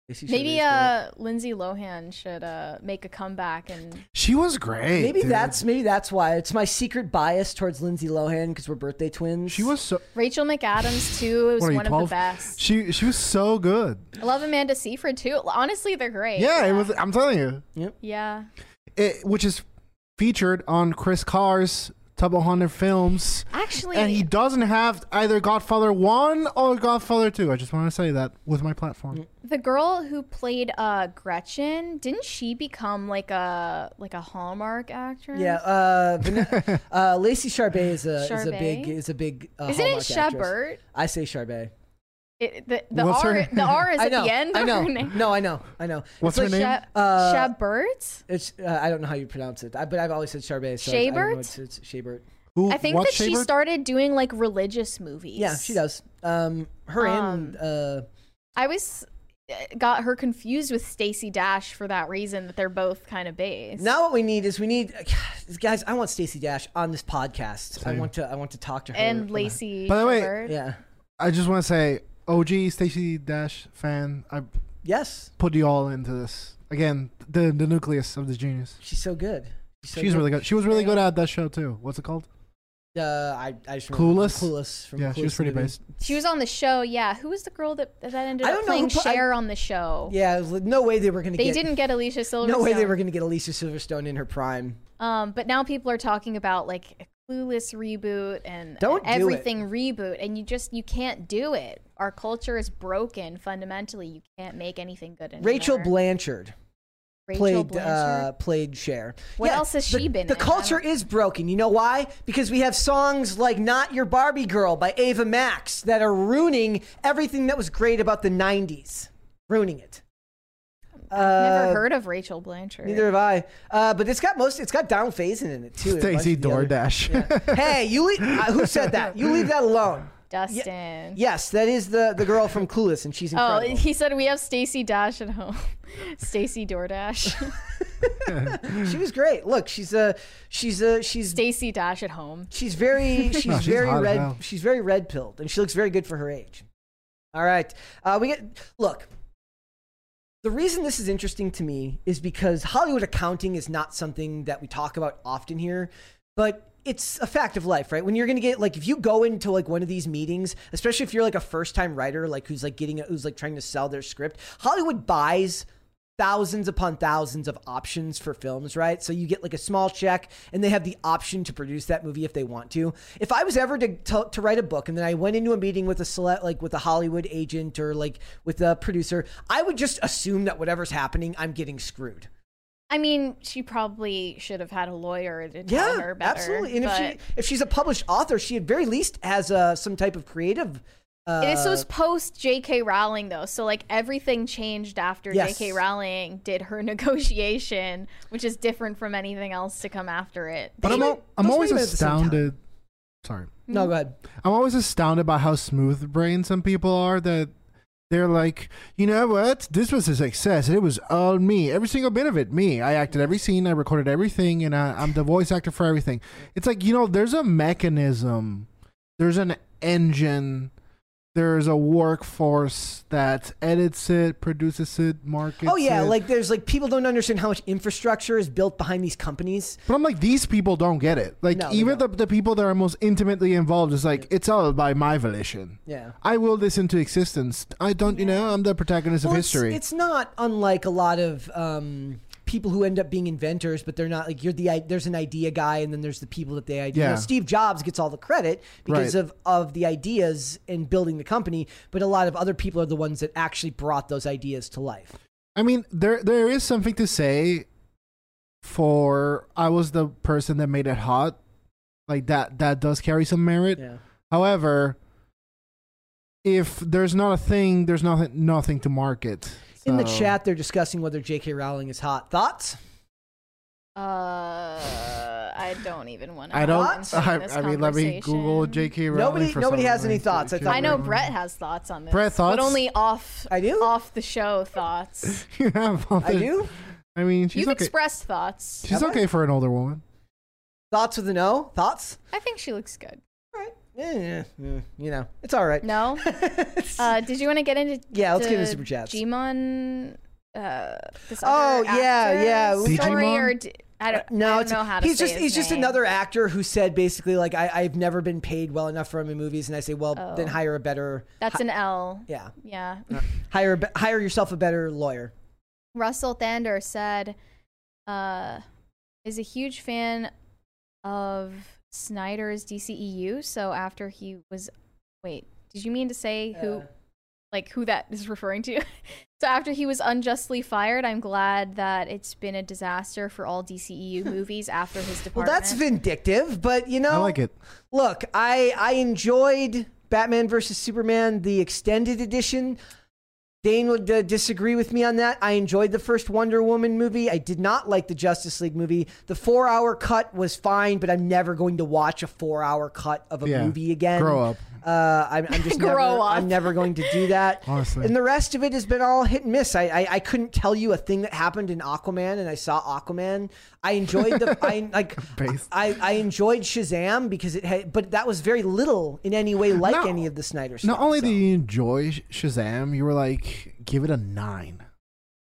Speaker 1: Lacey Charbet is
Speaker 2: Maybe
Speaker 1: great.
Speaker 2: uh, Lindsay Lohan should uh, make a comeback and
Speaker 3: She was great.
Speaker 1: Maybe
Speaker 3: dude.
Speaker 1: that's maybe that's why it's my secret bias towards Lindsay Lohan because we're birthday twins.
Speaker 3: she was so.
Speaker 2: Rachel McAdams too was
Speaker 3: What are you
Speaker 2: one of
Speaker 3: twelve?
Speaker 2: the best.
Speaker 3: She she was so good.
Speaker 2: I love Amanda Seyfried too. Honestly, they're great.
Speaker 3: Yeah, it was. I'm telling you,
Speaker 2: Yeah.
Speaker 3: it, which is featured on Chris Carr's Top 100 films.
Speaker 2: Actually,
Speaker 3: And he doesn't have either Godfather 1 or Godfather 2. I just want to say that with my platform.
Speaker 2: the girl who played uh, Gretchen didn't she become like a like a Hallmark actress?
Speaker 1: yeah. Uh, Van- uh, Lacey Charbet is a is a
Speaker 2: Charbet?
Speaker 1: big is a big. Uh,
Speaker 2: Isn't
Speaker 1: Hallmark
Speaker 2: it
Speaker 1: actress.
Speaker 2: Chabert?
Speaker 1: I say Charbet.
Speaker 2: It, the the
Speaker 3: What's
Speaker 2: R
Speaker 3: her-
Speaker 2: the R is
Speaker 1: I
Speaker 2: at
Speaker 1: know.
Speaker 2: the end
Speaker 1: I
Speaker 2: of
Speaker 1: know.
Speaker 2: her name.
Speaker 1: No, I know. I know.
Speaker 3: What's
Speaker 1: it's like,
Speaker 3: her name?
Speaker 2: Cha-
Speaker 1: Uh,
Speaker 2: Chabert?
Speaker 1: It's uh, I don't know how you pronounce it, I, but I've always said Charbet. So I- I don't know
Speaker 2: Chabert?
Speaker 1: It's, it's Chabert.
Speaker 3: Who,
Speaker 2: I think
Speaker 3: what
Speaker 2: that she
Speaker 3: Shaver-
Speaker 2: started doing like religious movies.
Speaker 1: Yeah, she does. Um, her and uh,
Speaker 2: I was uh, got her confused with Stacy Dash for that reason that they're both kind of based.
Speaker 1: now what we need is we need guys. I want Stacey Dash on this podcast. I want to I want to talk to her
Speaker 2: and Lacey.
Speaker 3: By the way-
Speaker 2: Chabert.
Speaker 1: Yeah.
Speaker 3: I just want to say, OG Stacy Dash fan, I
Speaker 1: Yes.
Speaker 3: put you all into this. Again, the, the nucleus of the genius.
Speaker 1: She's so good. so
Speaker 3: She's really good. She was really good at that show too. What's it called?
Speaker 1: Uh, I, I just remember
Speaker 3: Clueless?
Speaker 1: from Clueless. From
Speaker 3: yeah, she was
Speaker 1: Clueless
Speaker 3: pretty
Speaker 1: movie.
Speaker 3: based.
Speaker 2: She was on the show, yeah. Who was the girl that that ended
Speaker 1: I
Speaker 2: up
Speaker 1: don't know who
Speaker 2: playing
Speaker 1: put- I-
Speaker 2: Cher on the show?
Speaker 1: Yeah, it was like, no way they were gonna.
Speaker 2: They
Speaker 1: get,
Speaker 2: didn't get Alicia Silverstone.
Speaker 1: No way they were gonna get Alicia Silverstone in her prime.
Speaker 2: Um, but now people are talking about like a Clueless reboot and
Speaker 1: Don't do it.
Speaker 2: everything reboot, and you just you can't do it. Our culture is broken fundamentally. You can't make anything good anymore.
Speaker 1: Rachel Blanchard.
Speaker 2: Rachel
Speaker 1: played
Speaker 2: Blanchard?
Speaker 1: uh, played Cher.
Speaker 2: What else has
Speaker 1: the-
Speaker 2: she been
Speaker 1: The
Speaker 2: in? I
Speaker 1: culture
Speaker 2: don't-
Speaker 1: is broken. You know why? Because we have songs like "Not Your Barbie Girl" by Ava Max that are ruining everything that was great about the '90s. Ruining it.
Speaker 2: Never
Speaker 1: Uh,
Speaker 2: heard of Rachel Blanchard.
Speaker 1: Neither have I. Uh, but it's got most. It's got Donald Faison in it too. and a bunch
Speaker 3: Stacey
Speaker 1: of the other-
Speaker 3: DoorDash.
Speaker 1: Hey, you. le- uh, who said that? You leave that alone.
Speaker 2: Dustin.
Speaker 1: Yes, that is the the girl from Clueless, and she's
Speaker 2: Oh,
Speaker 1: incredible.
Speaker 2: he said we have Stacy Dash at home. Stacy DoorDash.
Speaker 1: she was great. Look, she's a she's a she's
Speaker 2: Stacy Dash at home.
Speaker 1: She's very she's,
Speaker 3: she's
Speaker 1: very
Speaker 3: hot as
Speaker 1: red
Speaker 3: hell.
Speaker 1: she's very red pilled and she looks very good for her age. All right. Uh, we get look. The reason this is interesting to me is because Hollywood accounting is not something that we talk about often here, but it's a fact of life, right? When you're going to get like if you go into like one of these meetings, especially if you're like a first-time writer like who's like getting who's like trying to sell their script, Hollywood buys thousands upon thousands of options for films, right? So you get like a small check and they have the option to produce that movie if they want to. If I was ever to, to, to write a book and then I went into a meeting with a select, like with a Hollywood agent or like with a producer, I would just assume that whatever's happening, I'm getting screwed.
Speaker 2: I mean, she probably should have had a lawyer to tell
Speaker 1: Yeah,
Speaker 2: her better.
Speaker 1: absolutely. And if,
Speaker 2: but
Speaker 1: she, if she's a published author, she at very least has uh, some type of creative. Uh,
Speaker 2: it is so it's post J.K. Rowling though, so like everything changed after
Speaker 1: Yes.
Speaker 2: J.K. Rowling did her negotiation, which is different from anything else to come after it.
Speaker 3: But
Speaker 1: Those
Speaker 3: I'm,
Speaker 1: may-
Speaker 3: al- I'm
Speaker 1: those may
Speaker 3: always
Speaker 1: have been at the same time.
Speaker 3: astounded. Sorry.
Speaker 1: no, go ahead.
Speaker 3: I'm always astounded by how smooth brained some people are that they're like, you know what? This was a success. It was all me. Every single bit of it, me. I acted every scene. I recorded everything, and I, I'm the voice actor for everything. It's like, you know, there's a mechanism, there's an engine, there's a workforce that edits it, produces it, markets
Speaker 1: oh yeah,
Speaker 3: it.
Speaker 1: like there's like people don't understand how much infrastructure is built behind these companies.
Speaker 3: But I'm like, these people don't get it. Like,
Speaker 1: No, they
Speaker 3: even the, the people that are most intimately involved is like, it's all by my volition.
Speaker 1: Yeah.
Speaker 3: I will this into existence. I don't, you know, I'm the protagonist of
Speaker 1: Well, it's-
Speaker 3: history.
Speaker 1: It's, not unlike a lot of um, people who end up being inventors, but they're not like you're the i- there's an idea guy, and then there's the people that they idea. you know,
Speaker 3: Yeah.
Speaker 1: Steve Jobs gets all the credit because
Speaker 3: Right.
Speaker 1: of of the ideas and building the company, but a lot of other people are the ones that actually brought those ideas to life.
Speaker 3: I mean, there there is something to say for I was the person that made it hot. Like that that does carry some merit.
Speaker 1: Yeah.
Speaker 3: However, if there's not a thing, there's nothing nothing to market.
Speaker 1: In the
Speaker 3: So-
Speaker 1: chat, they're discussing whether J.K. Rowling is hot. Thoughts?
Speaker 2: Uh, I don't even want to.
Speaker 3: I don't.
Speaker 1: Thoughts?
Speaker 3: I, I mean, let me Google J.K. Rowling.
Speaker 1: Nobody-
Speaker 3: for
Speaker 1: nobody
Speaker 3: some
Speaker 1: has any
Speaker 3: reason.
Speaker 1: thoughts. I
Speaker 3: J.K.
Speaker 1: thought
Speaker 2: I know
Speaker 3: Rowling.
Speaker 2: Brett has thoughts on this.
Speaker 3: Brett, thoughts?
Speaker 2: But only off.
Speaker 1: I do?
Speaker 2: Off the show thoughts.
Speaker 3: you have all
Speaker 1: I
Speaker 3: Oh, the-
Speaker 1: do.
Speaker 3: I mean, she's
Speaker 2: You've
Speaker 3: okay.
Speaker 2: expressed thoughts.
Speaker 3: she's
Speaker 1: Have I?
Speaker 3: okay for an older woman.
Speaker 1: Thoughts with a no? Thoughts?
Speaker 2: I think she looks good.
Speaker 1: All right. Yeah, yeah, yeah. You know, it's all right.
Speaker 2: No. uh, did you want to get into?
Speaker 1: Yeah, let's get into
Speaker 2: the
Speaker 1: super chats.
Speaker 2: Gmon. Uh, this
Speaker 1: Oh,
Speaker 2: other
Speaker 1: yeah, yeah.
Speaker 2: actor's
Speaker 3: Digimon?
Speaker 2: story or d- I don't,
Speaker 1: Uh, No,
Speaker 2: I don't
Speaker 1: it's,
Speaker 2: know how to
Speaker 1: he's
Speaker 2: say
Speaker 1: just
Speaker 2: his
Speaker 1: he's just
Speaker 2: name.
Speaker 1: another actor who said basically like I, I've never been paid well enough for him in movies, and I say, well, then
Speaker 2: Oh.
Speaker 1: hire a better
Speaker 2: That's an L.
Speaker 1: yeah,
Speaker 2: Yeah.
Speaker 1: hire a be- hire yourself a better lawyer.
Speaker 2: Russell Thander said, uh, is a huge fan of Snyder's DCEU. So after he was, wait, did you mean to say who,
Speaker 1: Uh.
Speaker 2: like who that is referring to? so after he was unjustly fired, I'm glad that it's been a disaster for all DCEU movies after his
Speaker 1: Well,
Speaker 2: department.
Speaker 1: that's vindictive, but you know,
Speaker 3: I like it.
Speaker 1: Look, I I enjoyed Batman versus Superman the extended edition. Dane would uh, disagree with me on that. I enjoyed the first Wonder Woman movie. I did not like the Justice League movie. The four-hour cut was fine, but I'm never going to watch a four-hour cut of a
Speaker 3: Yeah.
Speaker 1: movie again.
Speaker 3: Grow up.
Speaker 1: Uh, I'm, I'm just
Speaker 2: Grow
Speaker 1: never,
Speaker 2: up.
Speaker 1: I'm never going to do that.
Speaker 3: Honestly.
Speaker 1: and the rest of it has been all hit and miss. I, I I couldn't tell you a thing that happened in Aquaman, and I saw Aquaman. I enjoyed the I like
Speaker 3: Based.
Speaker 1: I, I enjoyed Shazam because it had, but that was very little in any way like
Speaker 3: Not-
Speaker 1: any of the Snyder stuff.
Speaker 3: Not only
Speaker 1: so.
Speaker 3: did you enjoy Sh- Shazam, you were like, give it a nine.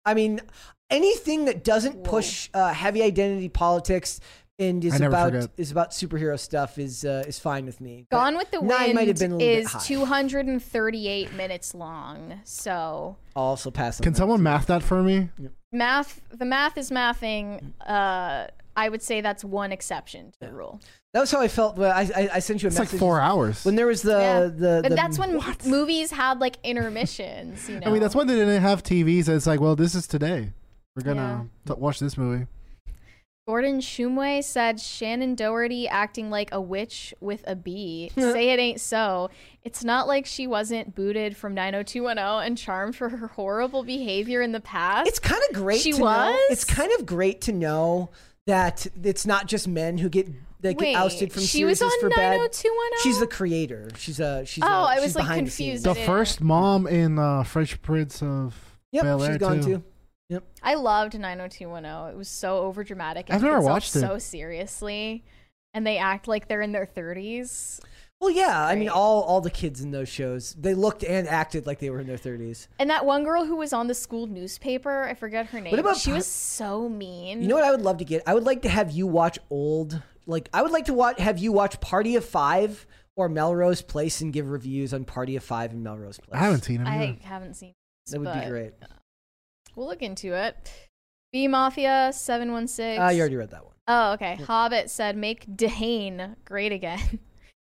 Speaker 1: I mean, anything that doesn't push uh, heavy identity politics and is
Speaker 3: I never
Speaker 1: about
Speaker 3: forget.
Speaker 1: is about superhero stuff is uh, is fine with me. But
Speaker 2: Gone with the Wind
Speaker 1: nine might have been a little
Speaker 2: is
Speaker 1: bit high.
Speaker 2: 238 minutes long. So
Speaker 1: I'll also pass. on
Speaker 3: Can
Speaker 1: that.
Speaker 3: someone math that for me?
Speaker 2: math the math is mathing uh i would say that's one exception to the rule
Speaker 1: That was how I felt. When I, I I sent you a
Speaker 3: It's like
Speaker 1: message
Speaker 3: four hours.
Speaker 1: when there was the
Speaker 2: yeah.
Speaker 1: the.
Speaker 2: but
Speaker 1: the-
Speaker 2: that's when movies had like intermissions you know
Speaker 3: I mean, that's when they didn't have TVs. It's like, well, this is today. We're gonna t- watch this movie.
Speaker 2: Gordon Shumway said Shannon Doherty acting like a witch with a bee. Say it ain't so. It's not like she wasn't booted from 90210 and charmed for her horrible behavior in the past.
Speaker 1: It's kind of great.
Speaker 2: She
Speaker 1: to know.
Speaker 2: was?
Speaker 1: It's kind of great to know that it's not just men who get they get
Speaker 2: Wait,
Speaker 1: ousted from
Speaker 2: she was
Speaker 1: series
Speaker 2: on
Speaker 1: for bad.
Speaker 2: 90210?
Speaker 1: She's the creator. She's a she's.
Speaker 2: Oh,
Speaker 1: I
Speaker 2: I was, like, confused.
Speaker 3: The
Speaker 2: Yeah.
Speaker 3: first mom in uh, Fresh Prince of
Speaker 1: Yep,
Speaker 3: Bel Air
Speaker 1: she's gone
Speaker 3: too.
Speaker 1: too. Yep.
Speaker 2: I loved 90210. It was so overdramatic. and
Speaker 3: I've
Speaker 2: took
Speaker 3: never
Speaker 2: itself
Speaker 3: watched it.
Speaker 2: So seriously. And they act like they're in their 30s.
Speaker 1: Well, yeah. I mean,
Speaker 2: Great.
Speaker 1: all all the kids in those shows, they looked and acted like they were in their thirties.
Speaker 2: And that one girl who was on the school newspaper, I forget her name.
Speaker 1: about
Speaker 2: she
Speaker 1: Pi-
Speaker 2: was so mean.
Speaker 1: You know what I would love to get? I would like to have you watch old. Like, I would like to watch have you watch Party of Five or Melrose Place and give reviews on Party of Five and Melrose Place.
Speaker 3: I haven't seen him.
Speaker 2: I
Speaker 3: either.
Speaker 2: haven't seen this,
Speaker 1: That would be
Speaker 2: but
Speaker 1: great.
Speaker 2: We'll look into it. B Mafia 716.
Speaker 1: Uh, you already read that one.
Speaker 2: Oh, okay. Hobbit said, "Make Dehane great again."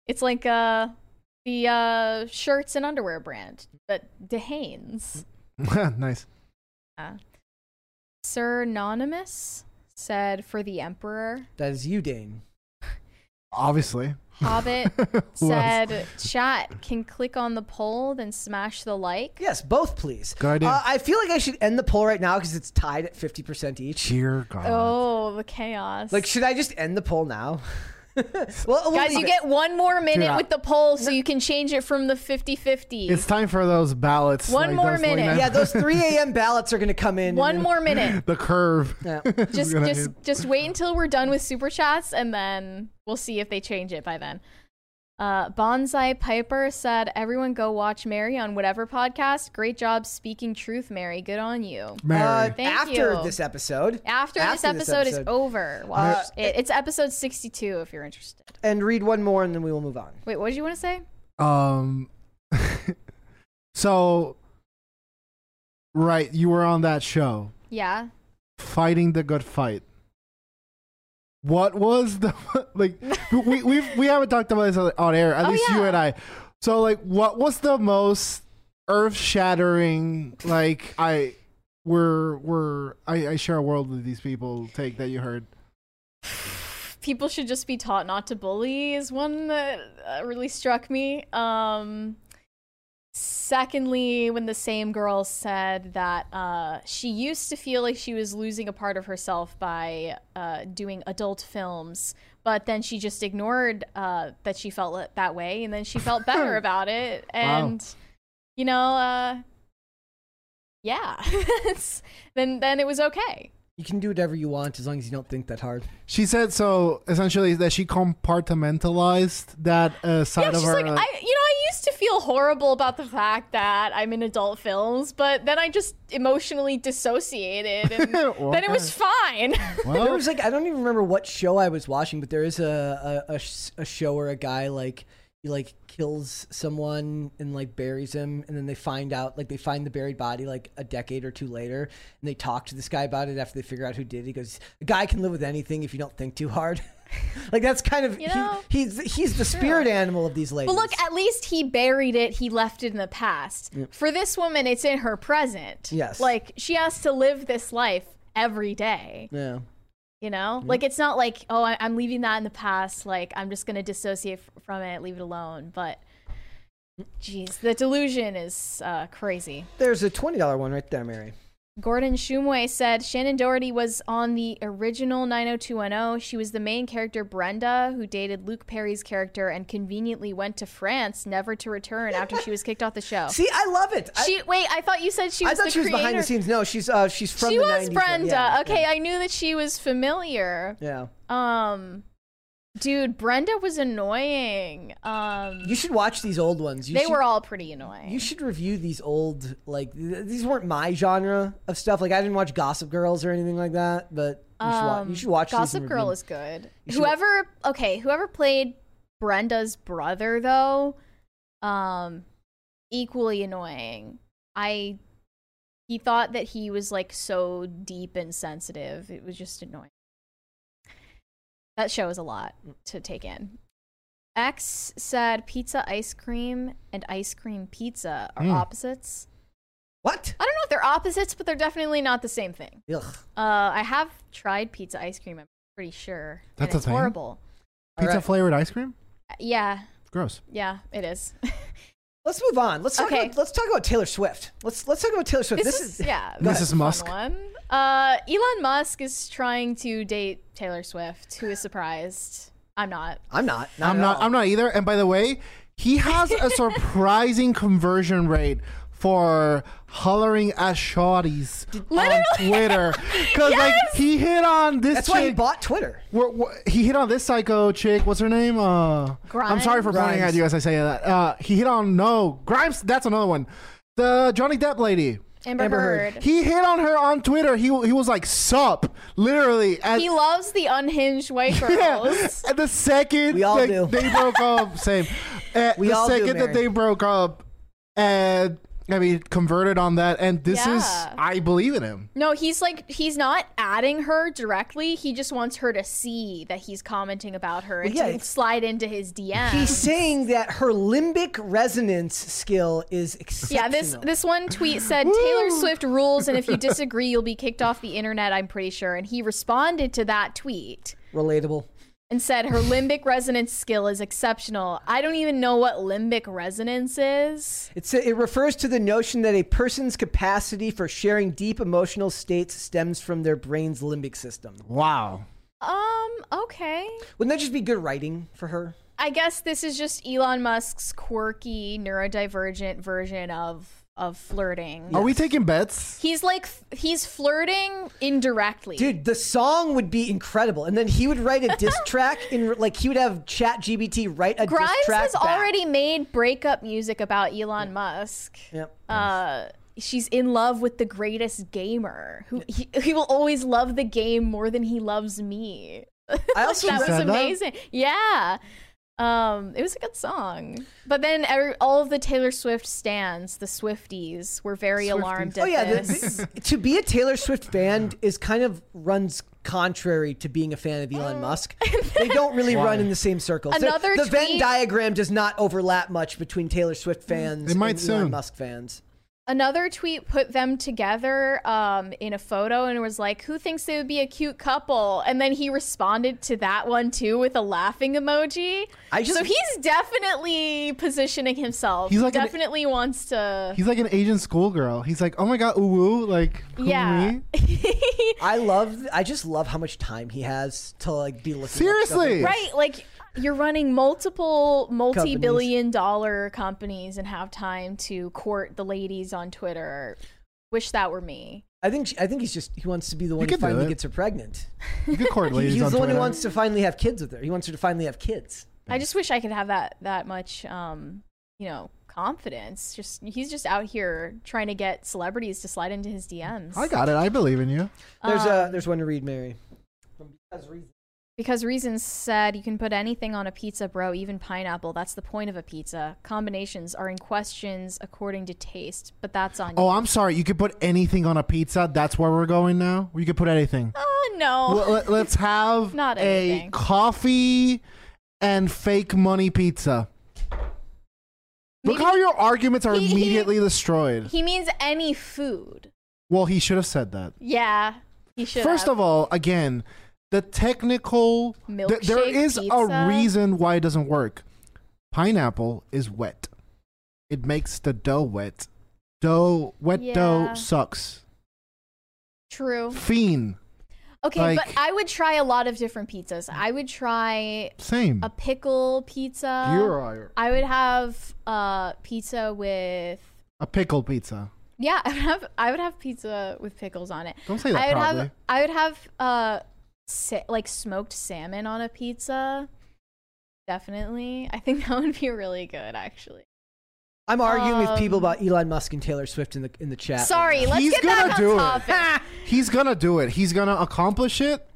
Speaker 2: It's like uh the uh shirts and underwear brand, but Dehane's.
Speaker 3: nice.
Speaker 1: Mm-hmm.
Speaker 2: Uh, Sir Anonymous said, "For the Emperor."
Speaker 1: That is you, Dane.
Speaker 3: Obviously.
Speaker 2: Hobbit
Speaker 3: Who else?
Speaker 2: said, "Chat can click on the poll, then smash the like."
Speaker 1: Yes, both, please.
Speaker 3: Good idea.
Speaker 1: Uh, I feel like I should end the poll right now because it's tied at fifty percent each.
Speaker 3: Dear God.
Speaker 2: Oh, the chaos!
Speaker 1: Like, should I just end the poll now? well,
Speaker 2: Guys, you get one more minute
Speaker 3: I-
Speaker 2: with the poll so you can change it from the 50 50.
Speaker 3: It's time for those ballots.
Speaker 2: One
Speaker 3: like
Speaker 2: more
Speaker 3: those late
Speaker 2: minute.
Speaker 3: night-
Speaker 1: yeah. Those three a.m. ballots are going to come in. and
Speaker 2: One
Speaker 1: then-
Speaker 2: more minute.
Speaker 3: the curve.
Speaker 1: Yeah.
Speaker 3: It's
Speaker 2: Just
Speaker 3: gonna
Speaker 2: just
Speaker 3: hit.
Speaker 2: just wait until we're done with super chats and then we'll see if they change it by then. Uh, Bonsai Piper said, "Everyone go watch Mary on whatever podcast. Great job speaking truth, Mary. Good on you."
Speaker 1: Uh,
Speaker 3: Mary.
Speaker 2: Thank
Speaker 1: after
Speaker 2: you.
Speaker 1: this episode.
Speaker 2: After, this,
Speaker 1: After
Speaker 2: episode
Speaker 1: this
Speaker 2: is
Speaker 1: episode.
Speaker 2: over, watch it. It's episode 62 if you're interested.
Speaker 1: and read one more and then we will move on.
Speaker 2: Wait, what did you want to say?
Speaker 3: um. so. Right, you were on that show
Speaker 2: Yeah.
Speaker 3: fighting the good fight. What was the like? we we we haven't talked about this on- on air. At
Speaker 2: Oh,
Speaker 3: least you
Speaker 2: yeah.
Speaker 3: and I. So like, what was the most earth shattering? Like I. We're, we're I, I share a world with these people take that you heard
Speaker 2: people should just be taught not to bully is one that uh, really struck me. Um, secondly, when the same girl said that uh, she used to feel like she was losing a part of herself by uh, doing adult films, but then she just ignored uh, that she felt it that way, and then she felt better about it, and you know, uh, yeah, It's- then then it was okay.
Speaker 1: You can do whatever you want as long as you don't think that hard.
Speaker 3: She said so essentially that she compartmentalized that uh, side
Speaker 2: Yeah,
Speaker 3: of
Speaker 2: she's
Speaker 3: her.
Speaker 2: like, I, you know, I used to feel horrible about the fact that I'm in adult films, but then I just emotionally dissociated, and
Speaker 3: Well,
Speaker 2: then it was fine.
Speaker 3: well,
Speaker 1: There was like I don't even remember what show I was watching, but there is a a, a, sh- a show where a guy like he like kills someone and like buries him, and then they find out like they find the buried body like a decade or two later, and they talk to this guy about it after they figure out who did. it. He goes, "A guy can live with anything if you don't think too hard." like that's kind of
Speaker 2: You know,
Speaker 1: he, he's he's the spirit animal of these ladies.
Speaker 2: but look, at least he buried it; he left it in the past. For this woman, it's in her present.
Speaker 1: Yes.
Speaker 2: like she has to live this life every day.
Speaker 1: yeah.
Speaker 2: You know, like it's not like oh, I- I'm leaving that in the past. Like I'm just gonna dissociate f- from it, leave it alone. But jeez, the delusion is uh, crazy.
Speaker 1: There's a twenty dollar one right there, Mary.
Speaker 2: Gordon Shumway said Shannon Doherty was on the original 90210. She was the main character Brenda, who dated Luke Perry's character and conveniently went to France, never to return after she was kicked off the show.
Speaker 1: See, I love it. I-
Speaker 2: Oh. she wait, I thought you said she
Speaker 1: I
Speaker 2: was
Speaker 1: thought
Speaker 2: the
Speaker 1: she was behind the
Speaker 2: creator.
Speaker 1: scenes. No, she's uh, she's from
Speaker 2: she
Speaker 1: the
Speaker 2: was
Speaker 1: 90s, though.
Speaker 2: Brenda.
Speaker 1: Yeah,
Speaker 2: okay, uh,
Speaker 1: yeah.
Speaker 2: I knew that she was familiar.
Speaker 1: Yeah.
Speaker 2: Um, dude, Brenda was annoying. Um,
Speaker 1: You should watch these old ones. You
Speaker 2: they
Speaker 1: should,
Speaker 2: were all pretty annoying.
Speaker 1: You should review these old like th- these weren't my genre of stuff. Like I didn't watch Gossip Girls or anything like that, but you should, wa- you should watch. these
Speaker 2: Um, Gossip
Speaker 1: and
Speaker 2: Girl
Speaker 1: review
Speaker 2: is good.
Speaker 1: You should-
Speaker 2: Whoever okay, whoever played Brenda's brother though, um equally annoying. I he thought that he was like so deep and sensitive. It was just annoying. That show is a lot to take in. X said pizza ice cream and ice cream pizza are
Speaker 3: Mm.
Speaker 2: opposites.
Speaker 1: What?
Speaker 2: I don't know if they're opposites, but they're definitely not the same thing.
Speaker 1: Ugh.
Speaker 2: Uh, I have tried pizza ice cream. I'm pretty sure. and
Speaker 3: That's a
Speaker 2: it's
Speaker 3: thing?
Speaker 2: horrible.
Speaker 3: Pizza
Speaker 1: Alright.
Speaker 3: flavored ice cream?
Speaker 2: Yeah,
Speaker 3: Gross.
Speaker 2: yeah, it is.
Speaker 1: Let's move on. Let's talk.
Speaker 2: Okay.
Speaker 1: About, let's talk about Taylor Swift. Let's let's talk about Taylor Swift. This, is,
Speaker 2: yeah.
Speaker 3: Go ahead. Mrs.
Speaker 2: fun
Speaker 3: Musk.
Speaker 2: One. Uh, Elon Musk is trying to date Taylor Swift, who is surprised. I'm not.
Speaker 1: I'm not.
Speaker 3: I'm
Speaker 1: at
Speaker 3: not
Speaker 1: all.
Speaker 3: I'm not either. And by the way, he has a surprising conversion rate for hollering at shawties on Twitter. Cause like he hit on this
Speaker 1: That's why he
Speaker 3: chick.
Speaker 1: bought Twitter.
Speaker 3: wh- wh- he hit on this psycho chick. What's her name? Uh, I'm sorry for pointing
Speaker 1: Grimes.
Speaker 3: at you as I say that. Uh, he hit on no Grimes. That's another one. The Johnny Depp lady.
Speaker 2: Amber,
Speaker 1: Amber Heard.
Speaker 2: Heard.
Speaker 3: He hit on her on Twitter. He he was like sup, literally. And,
Speaker 2: He loves the unhinged white
Speaker 3: yeah,
Speaker 2: girls.
Speaker 3: and the second
Speaker 1: We all
Speaker 3: that
Speaker 1: do.
Speaker 3: they broke up, same. Uh,
Speaker 1: We
Speaker 3: the
Speaker 1: all do,
Speaker 3: second
Speaker 1: Mary.
Speaker 3: that they broke up, and I mean converted on that. And this is
Speaker 2: Yeah.
Speaker 3: I believe in him.
Speaker 2: No, he's like he's not adding her directly. He just wants her to see that he's commenting about her and
Speaker 1: yeah,
Speaker 2: to
Speaker 1: it's-
Speaker 2: slide into his DM.
Speaker 1: He's saying that her limbic resonance skill is exceptional.
Speaker 2: yeah, this this one tweet said Taylor Swift rules, and if you disagree, you'll be kicked off the internet. I'm pretty sure. And he responded to that tweet
Speaker 1: relatable.
Speaker 2: and said her limbic resonance skill is exceptional. I don't even know what limbic resonance is.
Speaker 1: It's it refers to the notion that a person's capacity for sharing deep emotional states stems from their brain's limbic system.
Speaker 3: Wow.
Speaker 2: Um, okay.
Speaker 1: Wouldn't that just be good writing for her?
Speaker 2: I guess this is just Elon Musk's quirky neurodivergent version of of flirting.
Speaker 3: Are we taking bets?
Speaker 2: He's like f- he's flirting indirectly.
Speaker 1: Dude, the song would be incredible, and then he would write a diss track in like he would have Chat GBT write a
Speaker 2: Grimes
Speaker 1: diss track.
Speaker 2: has
Speaker 1: back.
Speaker 2: already made breakup music about Elon Musk.
Speaker 1: Yep.
Speaker 2: Uh, she's in love with the greatest gamer who he, he will always love the game more than he loves me.
Speaker 1: I also
Speaker 2: that was
Speaker 3: said that?
Speaker 2: amazing. Yeah. Um, it was a good song. But then every, all of the Taylor Swift stands, the Swifties, were very alarmed at
Speaker 1: Oh yeah, the-
Speaker 2: this.
Speaker 1: the- to be a Taylor Swift fan is kind of runs contrary to being a fan of
Speaker 3: Oh.
Speaker 1: Elon Musk. They don't really run in the same circles. The-
Speaker 2: Another
Speaker 1: the, Venn
Speaker 2: tweet-
Speaker 1: diagram does not overlap much between Taylor Swift fans
Speaker 3: They might
Speaker 1: and Elon
Speaker 3: soon.
Speaker 1: Musk fans.
Speaker 2: Another tweet put them together um, in a photo and was like, "Who thinks they would be a cute couple?" And then he responded to that one too with a laughing emoji.
Speaker 1: I just-
Speaker 2: so he's definitely positioning himself.
Speaker 3: He's like an-
Speaker 2: definitely wants to.
Speaker 3: He's like an Asian schoolgirl. He's like, oh my god, ooh, woo, like cool
Speaker 2: Yeah.
Speaker 3: me.
Speaker 1: I love. I just love how much time he has to like be looking. up stuff.
Speaker 3: Seriously.
Speaker 2: Right, like you're running multiple multi-billion dollar companies and have time to court the ladies on Twitter. Wish that were me.
Speaker 1: I think. she- I think he's just. He wants to be the one who
Speaker 3: can do
Speaker 1: finally
Speaker 3: it.
Speaker 1: gets her pregnant.
Speaker 3: You could court ladies
Speaker 1: He's
Speaker 3: on
Speaker 1: the one who
Speaker 3: Twitter.
Speaker 1: wants to finally have kids with her. He wants her to finally have kids.
Speaker 2: I just wish I could have that that much um, you know, confidence. Just he's just out here trying to get celebrities to slide into his DMs.
Speaker 3: I got it. I believe in you.
Speaker 1: There's
Speaker 2: Um,
Speaker 1: a. There's one to read, Mary.
Speaker 2: because reasons said you can put anything on a pizza, bro, even pineapple. That's the point of a pizza. Combinations are in questions according to taste, but that's on
Speaker 3: Oh,
Speaker 2: you.
Speaker 3: I'm sorry. You could put anything on a pizza. That's where we're going now. You could put anything.
Speaker 2: Oh no.
Speaker 3: Let, us have
Speaker 2: Not
Speaker 3: a
Speaker 2: anything.
Speaker 3: coffee and fake money pizza. Look
Speaker 2: Maybe-
Speaker 3: how your arguments are
Speaker 2: He- he-
Speaker 3: immediately destroyed.
Speaker 2: He means any food.
Speaker 3: Well, he should have said that.
Speaker 2: Yeah, he should.
Speaker 3: First of all, again, the technical th- there
Speaker 2: Milkshake
Speaker 3: is
Speaker 2: pizza?
Speaker 3: a reason why it doesn't work. Pineapple is wet. It makes the dough wet. Dough wet
Speaker 2: Yeah. Oh.
Speaker 3: dough sucks.
Speaker 2: true.
Speaker 3: Fiend.
Speaker 2: Okay, but
Speaker 3: like-
Speaker 2: I would try a lot of different pizzas. I would try
Speaker 3: Same.
Speaker 2: a pickle pizza.
Speaker 3: You're right.
Speaker 2: I would have uh, pizza with.
Speaker 3: A pickle pizza.
Speaker 2: Yeah, I would have. I would have pizza with pickles on it.
Speaker 3: Don't say that
Speaker 2: I would have.
Speaker 3: proudly.
Speaker 2: I would have uh, sa- like smoked salmon on a pizza. Definitely, I think that would be really good. Actually,
Speaker 1: I'm arguing with people
Speaker 2: Um,
Speaker 1: about Elon Musk and Taylor Swift in the in the chat.
Speaker 2: sorry. Let's
Speaker 3: He's
Speaker 2: get back
Speaker 3: gonna
Speaker 2: on
Speaker 3: do it.
Speaker 2: topic.
Speaker 3: He's gonna do it. He's gonna accomplish it.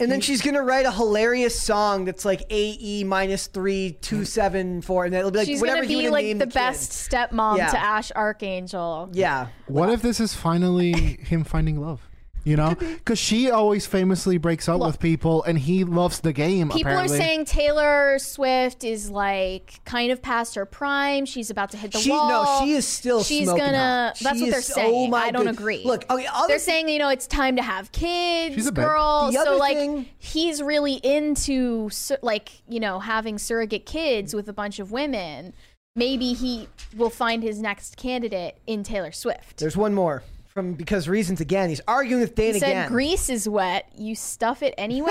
Speaker 1: And then she's gonna write a hilarious song that's like AE minus three two seven four, and it'll be like
Speaker 2: She's
Speaker 1: whatever
Speaker 2: gonna
Speaker 1: you
Speaker 2: be
Speaker 1: wanna
Speaker 2: like
Speaker 1: name
Speaker 2: the
Speaker 1: kid.
Speaker 2: best stepmom
Speaker 1: Yeah.
Speaker 2: to Ash Archangel.
Speaker 1: Yeah,
Speaker 3: What if this is finally him finding love? You know, because she always famously breaks up with people, and he loves the game.
Speaker 2: People
Speaker 3: apparently.
Speaker 2: are saying Taylor Swift is like kind of past her prime. She's about to hit the
Speaker 1: She
Speaker 2: wall.
Speaker 1: no, she is still.
Speaker 2: She's
Speaker 1: smoking
Speaker 2: gonna.
Speaker 1: hot.
Speaker 2: That's
Speaker 1: She
Speaker 2: what they're
Speaker 1: is-
Speaker 2: saying.
Speaker 1: Oh my
Speaker 2: I don't
Speaker 1: good-
Speaker 2: agree.
Speaker 1: Look, okay, other,
Speaker 2: they're saying you know it's time to have kids,
Speaker 3: She's a babe.
Speaker 2: girl.
Speaker 1: The other
Speaker 2: So like
Speaker 1: thing-
Speaker 2: he's really into sur- like you know having surrogate kids with a bunch of women. Maybe he will find his next candidate in Taylor Swift.
Speaker 1: there's one more from because reasons again. He's arguing with Dan
Speaker 2: he said
Speaker 1: again.
Speaker 2: grease is wet. You stuff it anyway.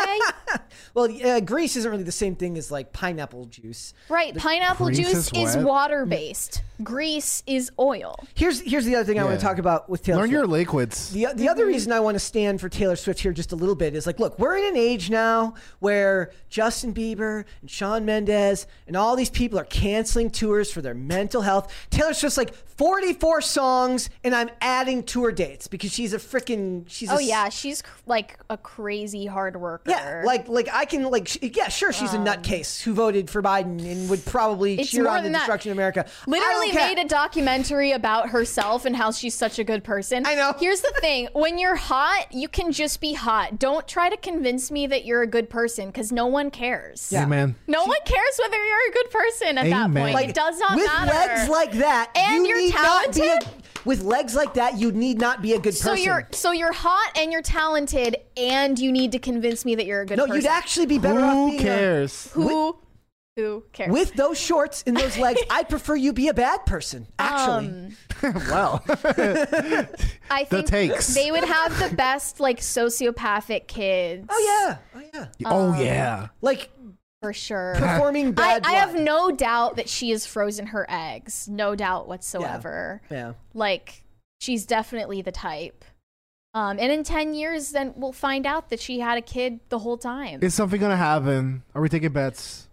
Speaker 1: well, uh, grease isn't really the same thing as like pineapple juice.
Speaker 2: Right, pineapple
Speaker 3: Grease
Speaker 2: juice
Speaker 3: is
Speaker 2: is
Speaker 3: wet.
Speaker 2: water based. Grease is oil.
Speaker 1: Here's here's the other thing I want
Speaker 3: Yeah.
Speaker 1: to talk about with Taylor.
Speaker 3: learn
Speaker 1: Swift.
Speaker 3: your liquids.
Speaker 1: The, the
Speaker 2: Mm-hmm.
Speaker 1: other reason I want to stand for Taylor Swift here just a little bit is like, look, we're in an age now where Justin Bieber and Sean Mendez and all these people are canceling tours for their mental health. Taylor Swift's like 44 songs, and I'm adding tour dates because she's a freaking she's a
Speaker 2: Oh
Speaker 1: s-
Speaker 2: yeah, she's cr- like a crazy hard worker.
Speaker 1: yeah like like I can like sh- yeah sure she's a nutcase who voted for Biden and would probably
Speaker 2: Um. It's
Speaker 1: cheer
Speaker 2: more
Speaker 1: on the
Speaker 2: than that.
Speaker 1: destruction of America. I
Speaker 2: literally
Speaker 1: don't care.
Speaker 2: made a documentary about herself and how she's such a good person.
Speaker 1: I know.
Speaker 2: Here's the thing: when you're hot, you can just be hot. Don't try to convince me that you're a good person because no one cares.
Speaker 1: Yeah.
Speaker 3: Amen.
Speaker 2: No one cares whether you're a good person at that
Speaker 3: Amen.
Speaker 2: point.
Speaker 3: Like,
Speaker 2: it does not
Speaker 1: with
Speaker 2: matter.
Speaker 1: legs like that,
Speaker 2: And
Speaker 1: you
Speaker 2: you're
Speaker 1: need Not
Speaker 2: talented?
Speaker 1: be a, with legs like that, you need not be a good
Speaker 2: so
Speaker 1: person.
Speaker 2: you're so you're hot and you're talented and you need to convince me that you're a good
Speaker 1: no,
Speaker 2: person.
Speaker 1: you'd actually be better off
Speaker 3: Who
Speaker 1: being a-
Speaker 3: cares?
Speaker 2: who who cares?
Speaker 1: with those shorts and those legs, I prefer you be a bad person. Actually,
Speaker 2: Um,
Speaker 3: well,
Speaker 2: I
Speaker 3: The
Speaker 2: think
Speaker 3: takes.
Speaker 2: they would have the best like sociopathic kids.
Speaker 1: oh yeah, oh yeah,
Speaker 2: Um,
Speaker 3: oh yeah.
Speaker 1: like
Speaker 2: for sure.
Speaker 1: performing
Speaker 2: I,
Speaker 1: bad.
Speaker 2: I have
Speaker 1: blood.
Speaker 2: no doubt that she has frozen her eggs. No doubt whatsoever.
Speaker 1: Yeah,
Speaker 2: Like she's definitely the type. Um, and in ten years, then we'll find out that she had a kid the whole time.
Speaker 3: Is something gonna happen? Are we taking bets?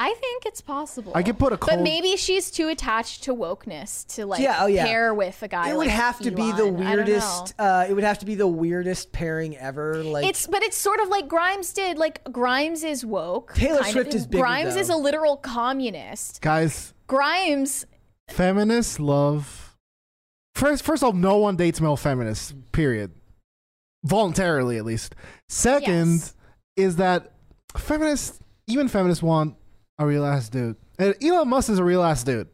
Speaker 2: I think it's possible.
Speaker 3: I could put a
Speaker 2: But
Speaker 3: cold-
Speaker 2: maybe she's too attached to wokeness to like
Speaker 1: Yeah, oh, yeah.
Speaker 2: pair with a guy.
Speaker 1: it would
Speaker 2: like
Speaker 1: have to be the
Speaker 2: Elon. I don't know.
Speaker 1: weirdest. Uh, it would have to be the weirdest pairing ever. Like
Speaker 2: it's but it's sort of like Grimes did. Like Grimes is woke.
Speaker 1: Taylor
Speaker 2: kind
Speaker 1: Swift
Speaker 2: of.
Speaker 1: is bigger,
Speaker 2: Grimes
Speaker 1: though.
Speaker 2: is a literal communist.
Speaker 3: Guys,
Speaker 2: Grimes
Speaker 3: feminists love. First, first of all, no one dates male feminists. Period. Voluntarily, at least. Second
Speaker 2: Yes.
Speaker 3: is that feminists, even feminists, want a real ass dude. And Elon Musk is a real ass dude.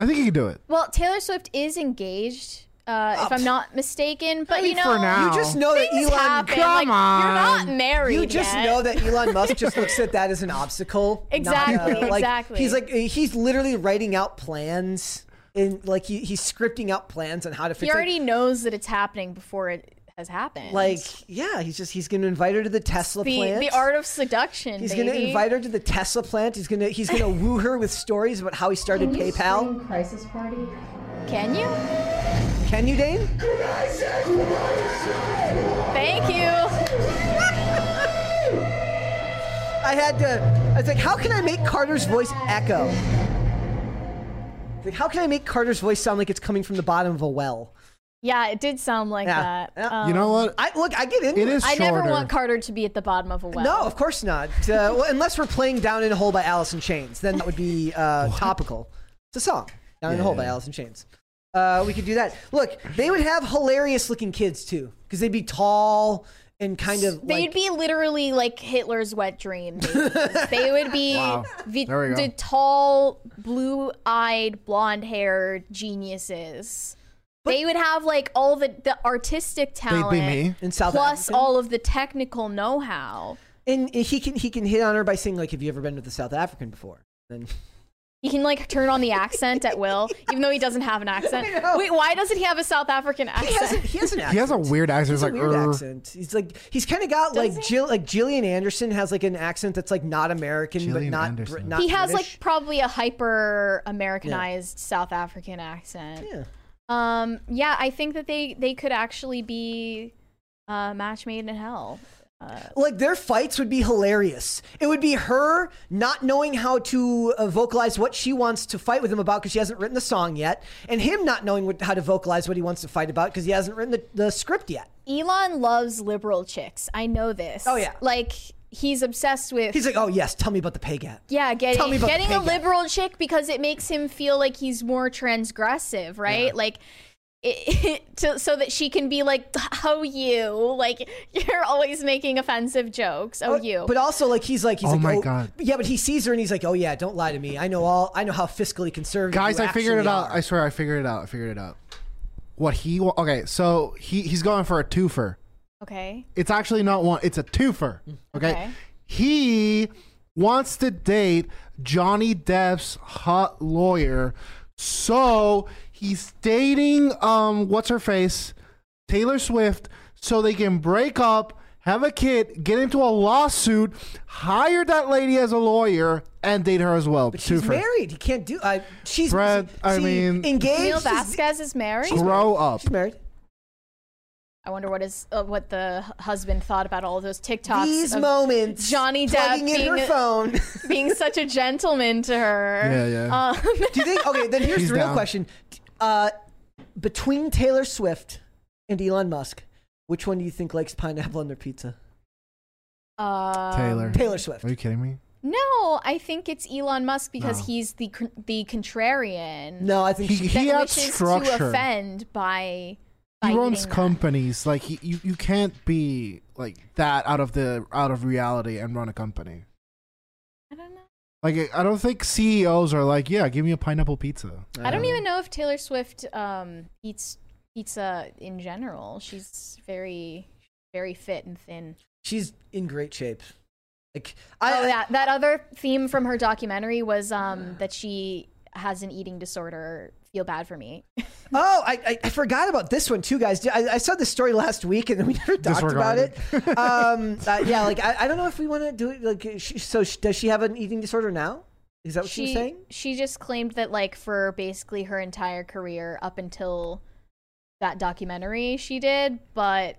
Speaker 3: I think he can do it.
Speaker 2: Well, Taylor Swift is engaged, uh, if I'm not mistaken. But you
Speaker 3: mean,
Speaker 2: know,
Speaker 3: for now.
Speaker 1: you just know that
Speaker 2: things
Speaker 1: Elon.
Speaker 2: happen.
Speaker 3: come
Speaker 2: like, You're not
Speaker 3: on.
Speaker 2: married.
Speaker 1: You just
Speaker 2: yet.
Speaker 1: know that Elon Musk just looks at that as an obstacle. not,
Speaker 2: Exactly,
Speaker 1: like,
Speaker 2: exactly.
Speaker 1: He's like he's literally writing out plans and like he, he's scripting out plans on how to fix
Speaker 2: he already
Speaker 1: it.
Speaker 2: knows that it's happening before it has happened.
Speaker 1: Like yeah, he's just he's going to invite her to the Tesla
Speaker 2: the
Speaker 1: plant.
Speaker 2: the art of seduction.
Speaker 1: He's going to invite her to the Tesla plant. He's going to he's going to woo her with stories about how he started PayPal.
Speaker 2: crisis party. Can you?
Speaker 1: Can you, Dane?
Speaker 2: Thank you.
Speaker 1: I had to. I was like, how can I make Carter's voice echo? It's Like, how can I make Carter's voice sound like it's coming from the bottom of a well?
Speaker 2: Yeah, it did sound like
Speaker 1: Yeah.
Speaker 2: that. Um,
Speaker 1: Yeah.
Speaker 3: you know what?
Speaker 1: I look. I get into
Speaker 3: it is
Speaker 2: I
Speaker 3: shorter.
Speaker 2: never want Carter to be at the bottom of a well.
Speaker 1: No, of course not. Uh, well, unless we're playing "Down in a Hole" by Alice in Chains, then that would be uh, topical. It's a song, "Down in a Hole" by Alice in Chains. Uh, we could do that. Look, they would have hilarious-looking kids too, because they'd be tall and kind of.
Speaker 2: They'd
Speaker 1: like,
Speaker 2: be literally like Hitler's wet dream. babies. they would be
Speaker 3: Wow.
Speaker 2: the,
Speaker 3: There we go.
Speaker 2: the tall, blue-eyed, blonde-haired geniuses. they would have like all the, the artistic talent
Speaker 3: me.
Speaker 1: In South
Speaker 2: plus
Speaker 1: African?
Speaker 2: all of the technical know-how.
Speaker 1: and he can he can hit on her by saying like, "Have you ever been with a South African before?" Then
Speaker 2: He can like turn on the accent at will, even though he doesn't have an accent.
Speaker 1: I know.
Speaker 2: Wait, why doesn't he have a South African
Speaker 1: he has a,
Speaker 2: accent?
Speaker 1: he has an accent.
Speaker 3: He has a weird accent.
Speaker 1: He's
Speaker 3: He's like,
Speaker 1: a weird
Speaker 3: "Err."
Speaker 1: accent. He's like he's kind of got like Jill, like Gillian Anderson has like an accent that's like not American
Speaker 3: Gillian
Speaker 1: but not
Speaker 3: Anderson.
Speaker 1: Br- not
Speaker 2: He has
Speaker 1: British.
Speaker 2: like probably a hyper Americanized South African accent.
Speaker 1: yeah.
Speaker 2: Um, yeah, I think that they they could actually be uh, match made in hell. Uh,
Speaker 1: like their fights would be hilarious. It would be her not knowing how to uh, vocalize what she wants to fight with him about because she hasn't written the song yet, and him not knowing what, how to vocalize what he wants to fight about because he hasn't written the, the script yet.
Speaker 2: Elon loves liberal chicks. I know this.
Speaker 1: Oh, yeah.
Speaker 2: like he's obsessed with.
Speaker 1: He's like, "Oh yes, tell me about the pay gap."
Speaker 2: yeah, getting
Speaker 1: tell me about the
Speaker 2: getting
Speaker 1: pay
Speaker 2: a
Speaker 1: gap.
Speaker 2: liberal chick because it makes him feel like he's more transgressive, right? Like it, to, so that she can be like, "Oh, you! Like you're always making offensive jokes. Oh,
Speaker 1: But-
Speaker 2: you!"
Speaker 1: But also, like he's like he's
Speaker 3: Oh
Speaker 1: like,
Speaker 3: my
Speaker 1: oh
Speaker 3: God.
Speaker 1: yeah. But he sees her and he's like, oh yeah, don't lie to me. I know all. I know how fiscally conservative.
Speaker 3: Guys,
Speaker 1: you
Speaker 3: I figured it
Speaker 1: actually
Speaker 3: out.
Speaker 1: are."
Speaker 3: I swear, I figured it out. I figured it out. What he wa- okay? So he he's going for a twofer.
Speaker 2: okay.
Speaker 3: It's actually not one. It's a twofer. Okay.
Speaker 2: Okay.
Speaker 3: He wants to date Johnny Depp's hot lawyer, so he's dating um what's her face Taylor Swift, so they can break up, have a kid, get into a lawsuit, hire that lady as a lawyer, and date her as well.
Speaker 1: But she's
Speaker 3: twofer.
Speaker 1: married. He can't do. I. She's.
Speaker 3: Brad, I
Speaker 1: see,
Speaker 3: mean-
Speaker 1: engaged.
Speaker 2: Neil
Speaker 1: she's-
Speaker 2: Vasquez is married.
Speaker 3: Grow up.
Speaker 1: She's married.
Speaker 2: I wonder what is uh, what the h- husband thought about all those TikToks.
Speaker 1: These
Speaker 2: of
Speaker 1: moments.
Speaker 2: Johnny Depp
Speaker 1: plugging in
Speaker 2: being,
Speaker 1: her phone. do
Speaker 2: being such a gentleman to her.
Speaker 3: Yeah, yeah.
Speaker 2: Um,
Speaker 1: you think? Okay, then here's
Speaker 3: He's
Speaker 1: the real
Speaker 3: down.
Speaker 1: question. Uh, between Taylor Swift and Elon Musk, which one do you think likes pineapple on their pizza?
Speaker 2: um,
Speaker 3: Taylor.
Speaker 1: Taylor Swift.
Speaker 3: Are you kidding me?
Speaker 2: No, I think it's Elon Musk because
Speaker 3: No.
Speaker 2: he's the con- the contrarian.
Speaker 1: No, I think
Speaker 3: He,
Speaker 1: she-
Speaker 2: that
Speaker 3: he adds
Speaker 2: wishes to
Speaker 3: structure.
Speaker 2: offend by. by
Speaker 3: He runs
Speaker 2: eating that.
Speaker 3: companies. Like he, you, you can't be like that out of the out of reality and run a company.
Speaker 2: I don't know.
Speaker 3: Like I- I don't think CEOs are like, yeah, give me a pineapple pizza.
Speaker 2: I don't even know if Taylor Swift um, eats pizza in general. She's very very fit and thin.
Speaker 1: she's in great shape. Like
Speaker 2: oh, that that other theme from her documentary was um, that she has an eating disorder. Feel bad for me.
Speaker 1: Oh, I, I, I forgot about this one too, guys. I, I saw this story last week and then we never talked about it. Um, uh, yeah, like I, I don't know if we want to do it. Like, she, so sh does she have an eating disorder now? Is that what she, was saying?
Speaker 2: she just claimed that like for basically her entire career up until that documentary she did, but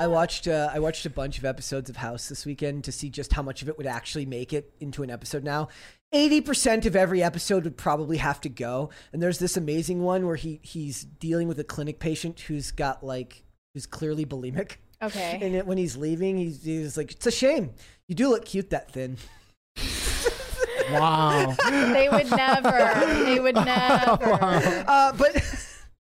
Speaker 1: I watched uh, I watched a bunch of episodes of House this weekend to see just how much of it would actually make it into an episode now. 80% of every episode would probably have to go. And there's this amazing one where he he's dealing with a clinic patient who's got like who's clearly bulimic.
Speaker 2: Okay.
Speaker 1: And it, when he's leaving, he's, he's like, "It's a shame. You do look cute that thin."
Speaker 3: Wow.
Speaker 2: they would never. They would never.
Speaker 1: Uh, but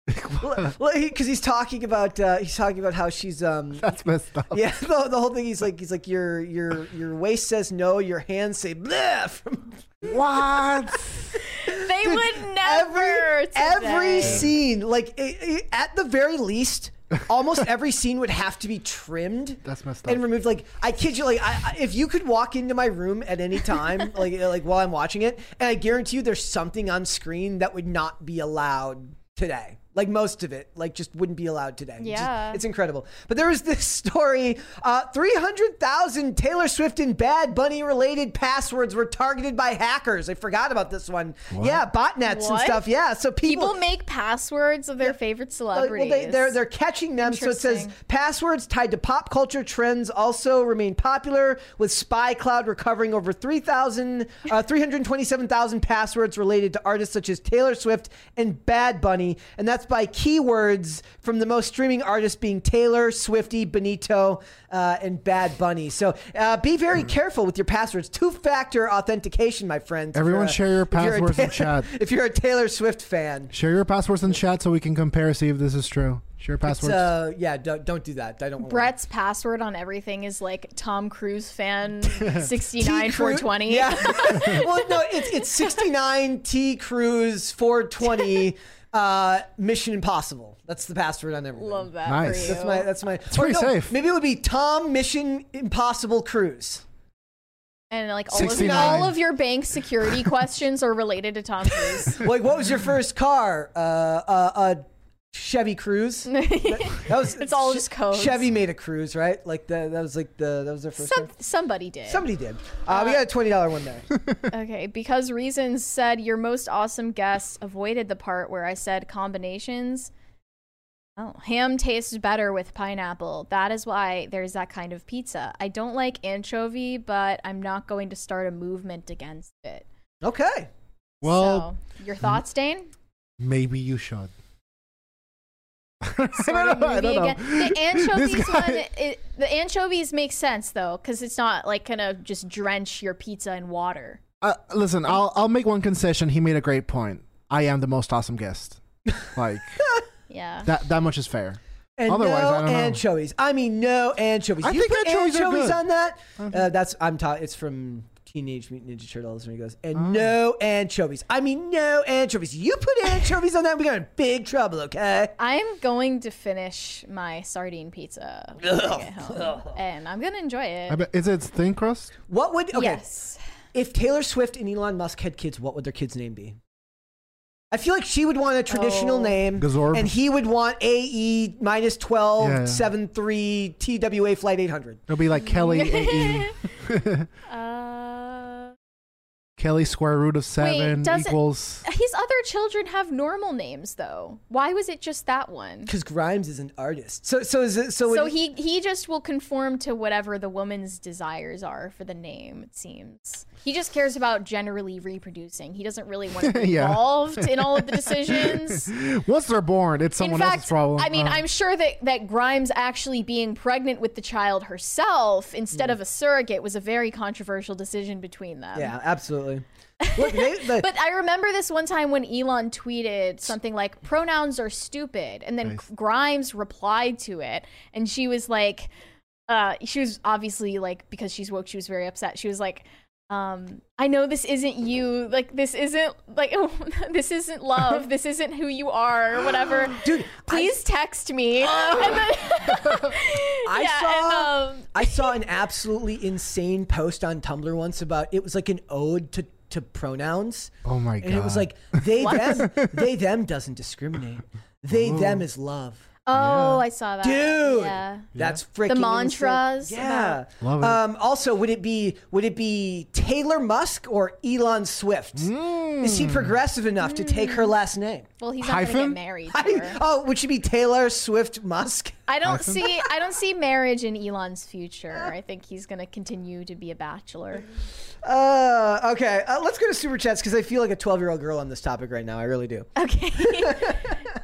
Speaker 1: because he's talking about uh, he's talking about how she's um
Speaker 3: That's messed up.
Speaker 1: yeah the, the whole thing he's like he's like your your your waist says no your hands say bleh from
Speaker 3: What?
Speaker 2: They would never.
Speaker 1: every every
Speaker 2: today.
Speaker 1: scene like i i at the very least almost every scene would have to be trimmed
Speaker 3: That's messed up.
Speaker 1: and removed like i kid you like I, I, if you could walk into my room at any time like like while i'm watching it and i guarantee you there's something on screen that would not be allowed today like most of it like just wouldn't be allowed today It's just-
Speaker 2: Yeah.
Speaker 1: it's, incredible but there was this story uh, 300000 taylor swift and bad bunny related passwords were targeted by hackers i forgot about this one yeah botnets and
Speaker 2: What?
Speaker 1: stuff yeah so people,
Speaker 2: people make passwords of their favorite
Speaker 1: like, well,
Speaker 2: celebrities.
Speaker 1: they, they're they're catching them. So it says
Speaker 2: Interesting.
Speaker 1: passwords tied to pop culture trends also remain popular. With SpyCloud recovering over 3,000, uh, 327,000 passwords related to artists such as Taylor Swift and Bad Bunny, and that's by keywords from the most streaming artists being Taylor, Swifty, Benito, uh, and Bad Bunny. So uh, be
Speaker 2: Hmm.
Speaker 1: very careful with your passwords. Two-factor authentication, my friends. if
Speaker 3: Everyone
Speaker 1: you're
Speaker 3: share your
Speaker 1: if you're a
Speaker 3: passwords in
Speaker 1: Taylor-
Speaker 3: chat.
Speaker 1: If you're a Taylor Swift fan.
Speaker 3: Share your passwords in chat so we can compare, see if this is true. Share passwords.
Speaker 1: So uh, yeah, don't, don't do that. I don't. want
Speaker 2: Brett's password on everything is like Tom Cruise fan sixty
Speaker 1: T.
Speaker 2: nine
Speaker 1: Cru-
Speaker 2: four twenty.
Speaker 1: Yeah. well, no, it's it's 69 T Cruise 420 uh, Mission Impossible. That's the password on everything.
Speaker 2: Love that.
Speaker 3: Nice.
Speaker 2: For you.
Speaker 1: That's my that's my. It's
Speaker 3: pretty safe.
Speaker 1: Maybe it would be Tom Mission Impossible Cruise.
Speaker 2: and like all of,
Speaker 3: 69.
Speaker 2: all of your bank security questions are related to Tom Cruise.
Speaker 1: Like, what was your first car? Uh, uh, uh, Chevy Cruise. That was.
Speaker 2: It's all just codes.
Speaker 1: Chevy made a cruise, right? Like the, that was like the that was their first.
Speaker 2: Some,
Speaker 1: car.
Speaker 2: somebody did.
Speaker 1: Somebody did. Uh, we got a twenty dollar one there.
Speaker 2: Okay, because reasons said your most awesome guest avoided the part where I said combinations. Oh, ham tastes better with pineapple. That is why there's that kind of pizza. I don't like anchovy, but I'm not going to start a movement against it.
Speaker 1: Okay.
Speaker 3: well,
Speaker 2: so, your thoughts, Dane?
Speaker 3: maybe you should.
Speaker 2: Sort of
Speaker 3: I
Speaker 2: movie
Speaker 3: don't know.
Speaker 2: again. The
Speaker 3: This
Speaker 2: anchovies
Speaker 3: guy-
Speaker 2: one, it, the anchovies makes sense though, because it's not like gonna just drench your pizza in water.
Speaker 3: Uh, listen, I'll I'll make one concession. He made a great point. I am the most awesome guest. Like
Speaker 2: Yeah.
Speaker 3: that that much is fair.
Speaker 1: And
Speaker 3: Otherwise,
Speaker 1: no
Speaker 3: I don't know.
Speaker 1: anchovies. I mean, no anchovies.
Speaker 3: I
Speaker 1: you
Speaker 3: think
Speaker 1: put
Speaker 3: anchovies are
Speaker 1: anchovies
Speaker 3: good. Uh-huh.
Speaker 1: on that. Uh, that's I'm taught. It's from Teenage Mutant Ninja Turtles, and he goes,
Speaker 3: Oh.
Speaker 1: and no anchovies. I mean, no anchovies. You put anchovies on that, we got in big trouble. Okay.
Speaker 2: I'm going to finish my sardine pizza when I get home, and I'm gonna enjoy it.
Speaker 3: I bet, is it thin crust?
Speaker 1: What would okay
Speaker 2: Yes.
Speaker 1: if Taylor Swift and Elon Musk had kids? What would their kid's name be? I feel like she would want a traditional
Speaker 2: Oh.
Speaker 1: name,
Speaker 3: Gazorb.
Speaker 1: and he would want AE minus
Speaker 3: Yeah, yeah.
Speaker 1: twelve seven three TWA flight eight hundred.
Speaker 3: It'll be like Kelly AE.
Speaker 2: Uh,
Speaker 3: Kelly square root of seven
Speaker 2: does it-
Speaker 3: equals.
Speaker 2: his other children have normal names though. Why was it just that one?
Speaker 1: Because Grimes is an artist, so so is it, so.
Speaker 2: So
Speaker 1: it-
Speaker 2: he he just will conform to whatever the woman's desires are for the name. It seems he just cares about generally reproducing. He doesn't really want to be
Speaker 3: Yeah.
Speaker 2: involved in all of the decisions.
Speaker 3: Once they're born, it's someone
Speaker 2: in
Speaker 3: else's
Speaker 2: fact,
Speaker 3: problem.
Speaker 2: I mean,
Speaker 3: Uh,
Speaker 2: I'm sure that that Grimes actually being pregnant with the child herself instead
Speaker 1: Mm.
Speaker 2: of a surrogate was a very controversial decision between them.
Speaker 1: Yeah, absolutely. Look, they, the,
Speaker 2: Um, But I remember this one time when Elon tweeted something like pronouns are stupid and then Grimes replied to it and she was like uh she was obviously like because she's woke she was very upset. She was like um I know this isn't you like this isn't like oh, this isn't love this isn't who you are or whatever.
Speaker 1: Dude, I-
Speaker 2: please text me. and then,
Speaker 1: I
Speaker 2: yeah,
Speaker 1: saw
Speaker 2: and, um,
Speaker 1: I saw an absolutely insane post on Tumblr once about it was like an ode to to pronouns.
Speaker 3: Oh my
Speaker 1: And it was
Speaker 3: God.
Speaker 1: like they them they them doesn't discriminate. They them is love.
Speaker 2: oh, I saw that.
Speaker 1: Dude.
Speaker 2: Yeah.
Speaker 1: That's freaking insane.
Speaker 2: mantras
Speaker 1: Yeah.
Speaker 3: Love it.
Speaker 1: Um, also would it be would it be Taylor Musk or Elon Swift? Is
Speaker 3: Hmm.
Speaker 1: he progressive enough to take
Speaker 2: Hmm.
Speaker 1: her last name?
Speaker 2: Well, he's not going to get
Speaker 3: Hyphen?
Speaker 2: married. to her.
Speaker 1: I, oh, would she be Taylor Swift Musk?
Speaker 2: I don't see I don't see marriage in Elon's future. I think he's going to continue to be a bachelor.
Speaker 1: Uh, okay, uh, let's go to super chats because I feel like a 12 year old girl on this topic right now. I really do.
Speaker 2: Okay.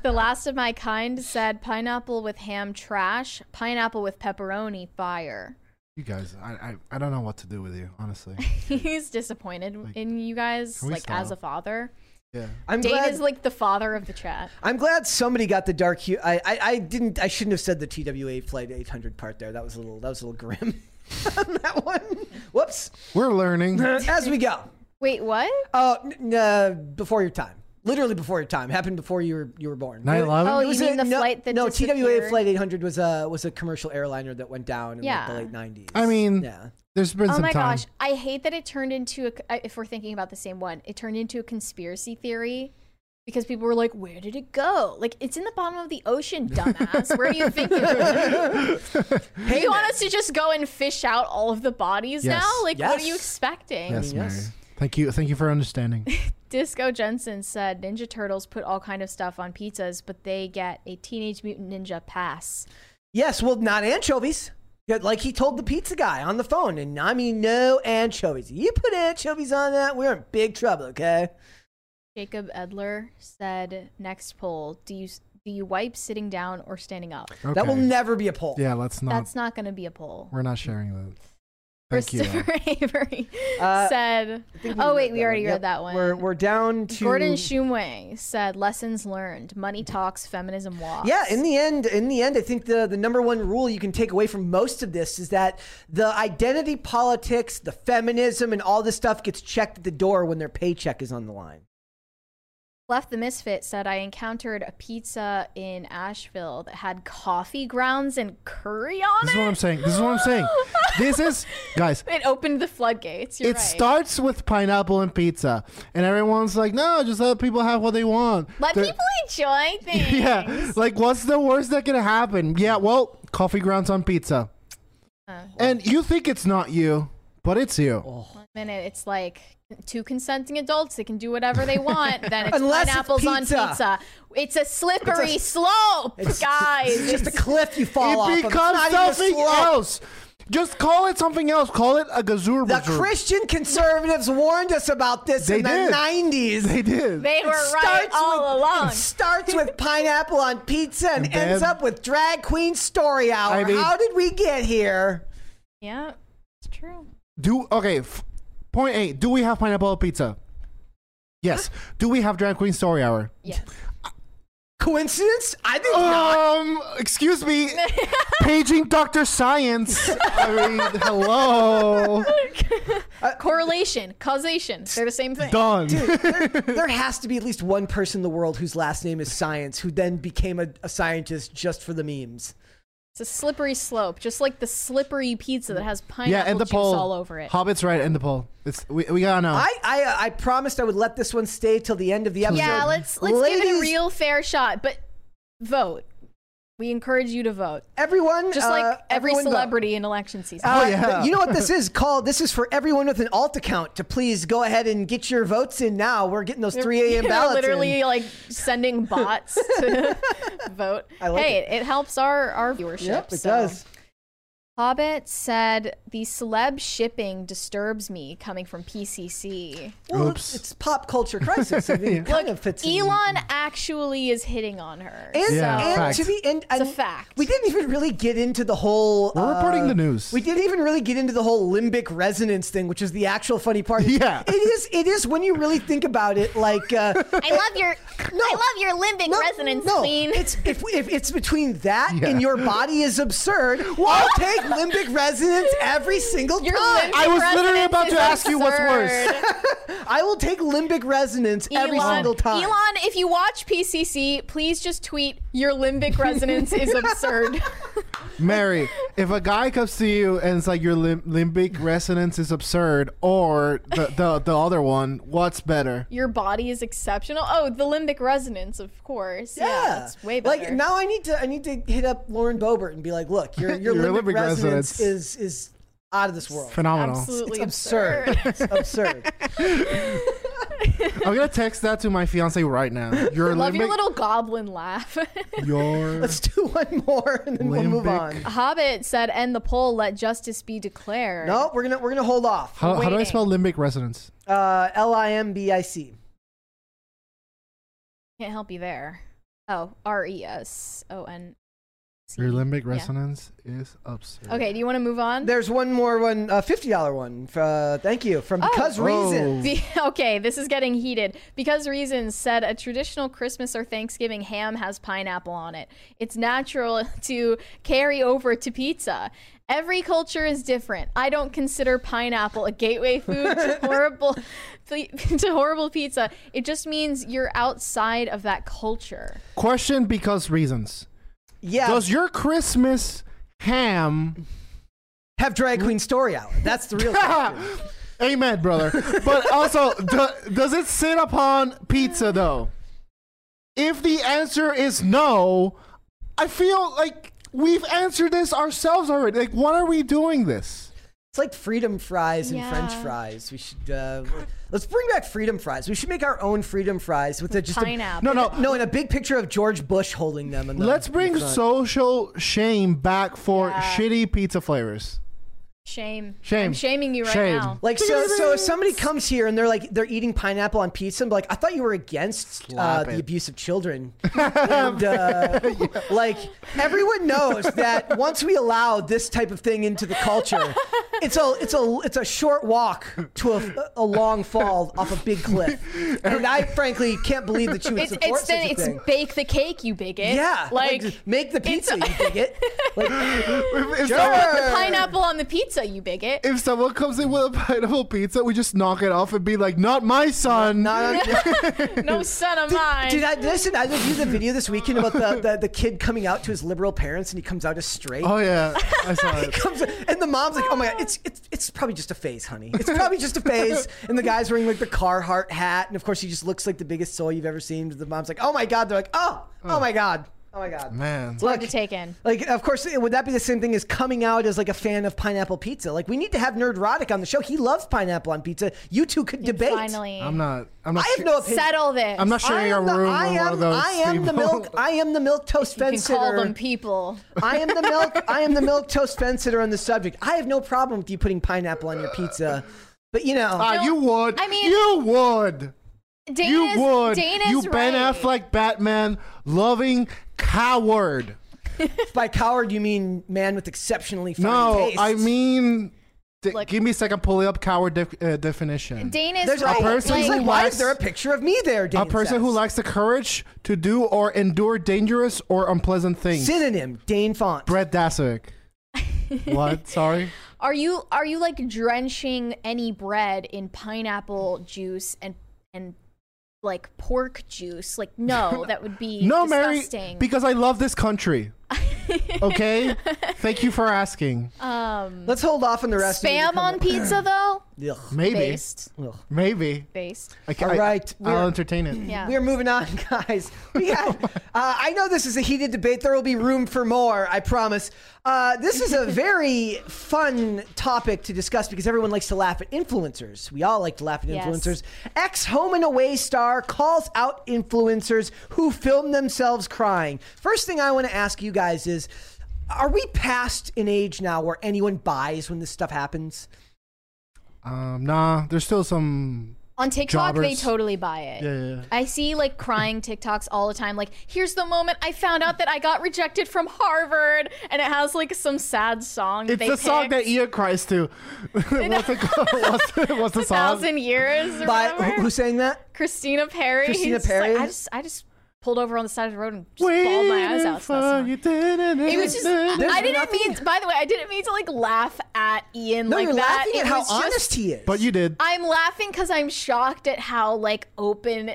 Speaker 2: the last of my kind said pineapple with ham trash, pineapple with pepperoni fire.
Speaker 3: you guys, I, I I don't know what to do with you, honestly.
Speaker 2: He's disappointed in you guys
Speaker 3: can we
Speaker 2: like as a
Speaker 3: stop?
Speaker 2: father.
Speaker 3: Yeah.
Speaker 1: I'm
Speaker 2: Dane
Speaker 1: glad.
Speaker 2: is like the father of the chat.
Speaker 1: I'm glad somebody got the dark hue. I, I I didn't. I shouldn't have said the TWA flight 800 part there. That was a little. That was a little grim. on that one. Whoops.
Speaker 3: We're learning.
Speaker 1: As we go.
Speaker 2: Wait, what?
Speaker 1: Oh, n- n- uh, before your time. Literally before your time. Happened before you were you were born.
Speaker 3: Nine eleven.
Speaker 2: Oh,
Speaker 1: It
Speaker 2: you
Speaker 1: was
Speaker 2: mean
Speaker 1: a-
Speaker 2: the
Speaker 1: no,
Speaker 2: flight that
Speaker 1: no TWA
Speaker 2: disappeared?
Speaker 1: flight 800 was a was a commercial airliner that went down in like
Speaker 2: Yeah.
Speaker 1: the late 90s.
Speaker 3: I mean,
Speaker 1: yeah.
Speaker 3: there's been
Speaker 2: Oh
Speaker 3: some
Speaker 2: my
Speaker 3: time.
Speaker 2: gosh, I hate that it turned into a I- if we're thinking about the same one, it turned into a conspiracy theory because people were like, "Where did it go?" Like, it's in the bottom of the ocean, dumbass. Where do you think? it Do you want us to just go and fish out all of the bodies
Speaker 3: Yes.
Speaker 2: now? Like, what are you
Speaker 1: Yes.
Speaker 2: expecting?
Speaker 3: Yes, Mary.
Speaker 1: yes.
Speaker 3: Thank you. Thank you for understanding.
Speaker 2: Disco Jensen said Ninja Turtles put all kind of stuff on pizzas, but they get a Teenage Mutant Ninja pass.
Speaker 1: Yes, well, not anchovies. Yeah, Like he told the pizza guy on the phone, and I mean, no anchovies. You put anchovies on that, we're in big trouble, okay?
Speaker 2: Jacob Edler said, "Next poll: Do you do you wipe sitting down or standing up?"
Speaker 3: Okay.
Speaker 1: That will never be a poll.
Speaker 3: Yeah, let's not.
Speaker 2: That's not going to be a poll.
Speaker 3: We're not sharing that. Thank you.
Speaker 2: Christopher Avery
Speaker 1: Uh,
Speaker 2: said,
Speaker 1: I think
Speaker 2: "Oh
Speaker 1: read
Speaker 2: wait,
Speaker 1: that
Speaker 2: we already
Speaker 1: one.
Speaker 2: read
Speaker 1: Yep.
Speaker 2: that one."
Speaker 1: We're, we're down to
Speaker 2: Gordon Shumway said, "Lessons learned: Money talks, feminism walks."
Speaker 1: Yeah, in the end, in the end, I think the the number one rule you can take away from most of this is that the identity politics, the feminism, and all this stuff gets checked at the door when their paycheck is on the line.
Speaker 2: Left the Misfit said, "I encountered a pizza in Asheville that had coffee grounds and curry on it."
Speaker 3: This is what I'm saying. This is what I'm saying. This is, guys.
Speaker 2: It opened the floodgates. You're
Speaker 3: it
Speaker 2: right.
Speaker 3: starts with pineapple and pizza, and everyone's like, "No, just let people have what they want."
Speaker 2: Let
Speaker 3: They're-
Speaker 2: people enjoy things.
Speaker 3: Yeah, like what's the worst that can happen? Yeah, well, coffee grounds on pizza,
Speaker 1: Uh,
Speaker 3: and you think it's not you, but it's you.
Speaker 2: One minute, it's like two consenting adults. They can do whatever they want. then it's
Speaker 1: Unless it's
Speaker 2: pineapples on
Speaker 1: pizza.
Speaker 2: pizza. It's a slippery slope, guys.
Speaker 1: It's just a cliff you fall off. of.
Speaker 3: it
Speaker 1: It's
Speaker 3: becomes
Speaker 1: not even a
Speaker 3: something
Speaker 1: slope.
Speaker 3: else. Just call it something else. Call it a gazoo.
Speaker 1: The Christian conservatives warned us about this
Speaker 3: They
Speaker 1: in
Speaker 3: did.
Speaker 1: the 90s.
Speaker 3: They did.
Speaker 2: they were right
Speaker 1: starts
Speaker 2: all
Speaker 1: with-
Speaker 2: along.
Speaker 1: It starts with pineapple on pizza and,
Speaker 3: And then-
Speaker 1: ends up with drag queen story hour.
Speaker 3: I mean-
Speaker 1: How did we get here?
Speaker 2: Yeah, it's true.
Speaker 3: Do okay. F- point eight. Do we have pineapple pizza? Yes. Do we have drag queen story hour?
Speaker 2: Yes.
Speaker 1: Coincidence? I think not.
Speaker 3: Um, excuse me, paging Doctor Science. I mean, hello,
Speaker 1: Uh,
Speaker 2: Correlation, causation, they're the same thing.
Speaker 3: done.
Speaker 1: There has to be at least one person in the world whose last name is Science who then became a, a scientist just for the memes.
Speaker 2: It's a slippery slope, just like the slippery pizza that has pineapple
Speaker 3: yeah, end the
Speaker 2: juice
Speaker 3: poll.
Speaker 2: all over it.
Speaker 3: Hobbit's right. End the poll. It's we, we gotta
Speaker 1: I,
Speaker 3: know.
Speaker 1: uh, I I promised I would let this one stay till the end of the episode.
Speaker 2: yeah, let's let's give it a
Speaker 1: Ladies,
Speaker 2: real fair shot, but vote. We encourage you to vote,
Speaker 1: Everyone,
Speaker 2: just
Speaker 1: uh,
Speaker 2: like every
Speaker 1: everyone vote.
Speaker 2: celebrity in election season.
Speaker 1: Uh,
Speaker 3: Oh, yeah.
Speaker 1: You know what this is called? This is for everyone with an alt account to please go ahead and get your votes in now. We're getting those 3 a.m.
Speaker 2: They're
Speaker 1: ballots. in.
Speaker 2: literally like sending bots to vote.
Speaker 1: I like
Speaker 2: hey, it. helps our our viewership.
Speaker 1: Yep, it
Speaker 2: so.
Speaker 1: does.
Speaker 2: Hobbit said the celeb shipping disturbs me coming from PCC.
Speaker 1: Well,
Speaker 3: Oops.
Speaker 1: it's pop culture crisis. I mean, it kind of fits in.
Speaker 2: Elon actually is hitting on her.
Speaker 1: And,
Speaker 3: Yeah,
Speaker 1: and
Speaker 3: fact.
Speaker 1: to the end,
Speaker 2: It's a
Speaker 1: and
Speaker 2: fact.
Speaker 1: We didn't even really get into the whole.
Speaker 3: We're reporting
Speaker 1: uh,
Speaker 3: the news.
Speaker 1: We didn't even really get into the whole limbic resonance thing, which is the actual funny part.
Speaker 3: Yeah.
Speaker 1: it is. It is when you really think about it, like. Uh,
Speaker 2: I love your I love your limbic
Speaker 1: no,
Speaker 2: resonance
Speaker 1: no.
Speaker 2: queen.
Speaker 1: It's if, if it's between that
Speaker 3: Yeah.
Speaker 1: and your body is absurd. I'll take limbic resonance every single
Speaker 2: your
Speaker 1: time.
Speaker 2: limbic
Speaker 3: I was literally
Speaker 2: resonance
Speaker 3: about
Speaker 2: is
Speaker 3: to ask you what's worse.
Speaker 2: absurd.
Speaker 1: I will take limbic resonance every
Speaker 2: Elon,
Speaker 1: single time.
Speaker 2: Elon, if you watch PCC, please just tweet your limbic resonance is absurd.
Speaker 3: Mary, if a guy comes to you and it's like your lim- limbic resonance is absurd, or the, the the other one, what's better?
Speaker 2: your body is exceptional. Oh, the limbic resonance, of course. Yeah, it's way better.
Speaker 1: Like now, I need to I need to hit up Lauren Boebert and be like, look, your your,
Speaker 3: Your
Speaker 1: limbic,
Speaker 3: limbic
Speaker 1: resonance,
Speaker 3: resonance.
Speaker 1: is is out of this world.
Speaker 3: Phenomenal.
Speaker 2: absolutely
Speaker 1: It's absurd.
Speaker 2: absurd.
Speaker 1: It's absurd.
Speaker 3: I'm gonna text that to my fiance right now. Your
Speaker 2: Love
Speaker 3: limbic,
Speaker 2: your little goblin laugh.
Speaker 3: your
Speaker 1: Let's do one more and then we'll move on.
Speaker 3: Limbic.
Speaker 2: Hobbit said, "End the poll. Let justice be declared."
Speaker 1: No, we're gonna we're gonna hold off.
Speaker 3: How, how do I
Speaker 2: waiting.
Speaker 3: spell limbic resonance?
Speaker 1: Uh, L I M B I C.
Speaker 2: can't help you there. Oh, R E S O N. C.
Speaker 3: Your limbic
Speaker 2: Yeah.
Speaker 3: resonance is absurd.
Speaker 2: Okay, do you want to move on?
Speaker 1: There's one more one, a fifty dollar one. Uh, thank you from
Speaker 2: Oh.
Speaker 1: because reason.
Speaker 2: Be- okay, this is getting heated. Because Reasons said a traditional Christmas or Thanksgiving ham has pineapple on it. It's natural to carry over to pizza. Every culture is different. I don't consider pineapple a gateway food to horrible to horrible pizza. It just means you're outside of that culture.
Speaker 3: Question because reasons.
Speaker 1: Yeah,
Speaker 3: Does your Christmas ham?
Speaker 1: have drag queen story hour. That's the real. question.
Speaker 3: Amen, brother. But also, do, does it sit upon pizza though? If the answer is no, I feel like we've answered this ourselves already. Like, why are we doing this?
Speaker 1: It's like freedom fries and French
Speaker 2: Yeah.
Speaker 1: fries. We should uh, let's bring back freedom fries. We should make our own freedom fries with a, just
Speaker 2: Pineapple.
Speaker 3: No, no.
Speaker 1: A, no, and a big picture of George Bush holding them. In the,
Speaker 3: Let's bring
Speaker 1: in front.
Speaker 3: social shame back for
Speaker 2: Yeah.
Speaker 3: shitty pizza flavors.
Speaker 2: Shame.
Speaker 3: Shame.
Speaker 2: I'm shaming you right
Speaker 3: Shame.
Speaker 2: now.
Speaker 1: Like so, so if somebody comes here and they're like they're eating pineapple on pizza, and like I thought you were against uh,
Speaker 3: Slap
Speaker 1: the
Speaker 3: it.
Speaker 1: abuse of children. and, uh, Like everyone knows that once we allow this type of thing into the culture, it's a it's a it's a short walk to a, a long fall off a big cliff. And I frankly can't believe that you would
Speaker 2: It's
Speaker 1: support
Speaker 2: it's,
Speaker 1: such
Speaker 2: the,
Speaker 1: a
Speaker 2: it's
Speaker 1: thing.
Speaker 2: bake the cake, you bigot.
Speaker 1: Yeah,
Speaker 2: like,
Speaker 1: make the pizza, you bigot. Like,
Speaker 3: If,
Speaker 1: Sure.
Speaker 3: someone,
Speaker 2: the pineapple on the pizza, you bigot.
Speaker 3: if someone comes in with a pineapple pizza, we just knock it off and be like, "Not my son."
Speaker 1: not on,
Speaker 2: no son of mine.
Speaker 1: Did I listen? I did view the video this weekend about the, the, the kid coming out to his liberal parents and he comes out as straight.
Speaker 3: oh yeah, I saw it.
Speaker 1: Comes- and the mom's like, "Oh my god, it's it's it's probably just a phase, honey. It's probably just a phase." And the guy's wearing like the Carhartt hat, and of course he just looks like the biggest soul you've ever seen. The mom's like, "Oh my god," they're like, "Oh, oh my god, oh my god."
Speaker 3: Man,
Speaker 2: Hard to take in.
Speaker 1: Like, of course, would that be the same thing as coming out as like a fan of pineapple pizza? Like, we need to have Nerd Roddick on the show. He loves pineapple on pizza. You two could debate.
Speaker 2: Finally,
Speaker 3: I'm not. I'm not.
Speaker 1: I have no opinion.
Speaker 2: settle this.
Speaker 3: I'm not sharing
Speaker 1: I am
Speaker 3: a
Speaker 1: the-
Speaker 3: room
Speaker 1: I
Speaker 3: with
Speaker 1: am,
Speaker 3: one of those
Speaker 1: I am the
Speaker 3: people.
Speaker 1: milk. I am the milk toast
Speaker 2: You can
Speaker 1: fence
Speaker 2: call
Speaker 1: sitter.
Speaker 2: them people.
Speaker 1: I am the milk. I am the milk toast fence sitter on the subject. I have no problem with you putting pineapple on your pizza, but you know,
Speaker 3: Ah, you would.
Speaker 2: I mean-
Speaker 3: you would.
Speaker 2: Dana
Speaker 3: you
Speaker 2: is-
Speaker 3: would.
Speaker 2: Dana
Speaker 3: you
Speaker 2: is
Speaker 3: Ben
Speaker 2: right.
Speaker 3: Affleck Batman loving coward.
Speaker 1: by coward you mean man with exceptionally fine
Speaker 3: No,
Speaker 1: taste.
Speaker 3: I mean D-
Speaker 2: Like-
Speaker 3: give me a second. Pull up coward def- uh, definition.
Speaker 2: Dane is
Speaker 1: There's
Speaker 2: right.
Speaker 3: a person
Speaker 1: He's
Speaker 2: like,
Speaker 1: like,
Speaker 3: who
Speaker 1: why is
Speaker 3: likes-
Speaker 1: there a picture of me there, Dane
Speaker 3: a person
Speaker 1: says.
Speaker 3: who lacks the courage to do or endure dangerous or unpleasant things.
Speaker 1: synonym Dane Font.
Speaker 3: Brett Dasick. what? Sorry.
Speaker 2: Are you are you like drenching any bread in pineapple juice and and like pork juice? Like no, that would be
Speaker 3: No, Mary.
Speaker 2: disgusting.
Speaker 3: Because I love this country. Okay. Thank you for asking.
Speaker 2: um,
Speaker 1: Let's hold off on the rest.
Speaker 2: spam
Speaker 1: of
Speaker 2: on pizza though.
Speaker 1: Ugh.
Speaker 3: Maybe.
Speaker 2: Based,
Speaker 1: Ugh.
Speaker 3: Maybe.
Speaker 2: based.
Speaker 3: I
Speaker 1: All
Speaker 3: I-
Speaker 1: right, we're-
Speaker 3: I'll entertain it.
Speaker 2: Yeah.
Speaker 1: We're moving on, guys. We got, uh, I know this is a heated debate. There will be room for more, I promise. Uh, this is a very fun topic to discuss because everyone likes to laugh at influencers. We all like to laugh at
Speaker 2: Yes.
Speaker 1: influencers. Ex Home and Away star calls out influencers who film themselves crying. First thing I want to ask you guys is are we past an age now where anyone buys when this stuff happens?
Speaker 3: Um, nah, there's still some.
Speaker 2: On TikTok, they
Speaker 3: Jobbers.
Speaker 2: totally buy it.
Speaker 3: Yeah, yeah, yeah.
Speaker 2: I see like crying TikToks all the time. Like, here's the moment I found out that I got rejected from Harvard, and it has like some sad song. that
Speaker 3: It's
Speaker 2: they
Speaker 3: the song that
Speaker 2: picked.
Speaker 3: Ian cries to. what's, it called? what's, what's the song?
Speaker 2: thousand years or
Speaker 1: By,
Speaker 2: whatever.
Speaker 1: who's saying that?
Speaker 2: Christina Perry.
Speaker 1: Christina
Speaker 2: He's just like,
Speaker 1: Perry?
Speaker 2: I just I just pulled over on the side of the road and just bawled my eyes out. to that song. It was just I didn't
Speaker 1: nothing-
Speaker 2: mean. By the way, I didn't mean to like laugh at Ian
Speaker 1: No,
Speaker 2: like
Speaker 1: you're
Speaker 2: that.
Speaker 1: laughing
Speaker 2: It
Speaker 1: at how
Speaker 2: was just-
Speaker 1: honest he is.
Speaker 3: But you did.
Speaker 2: I'm laughing because I'm shocked at how like open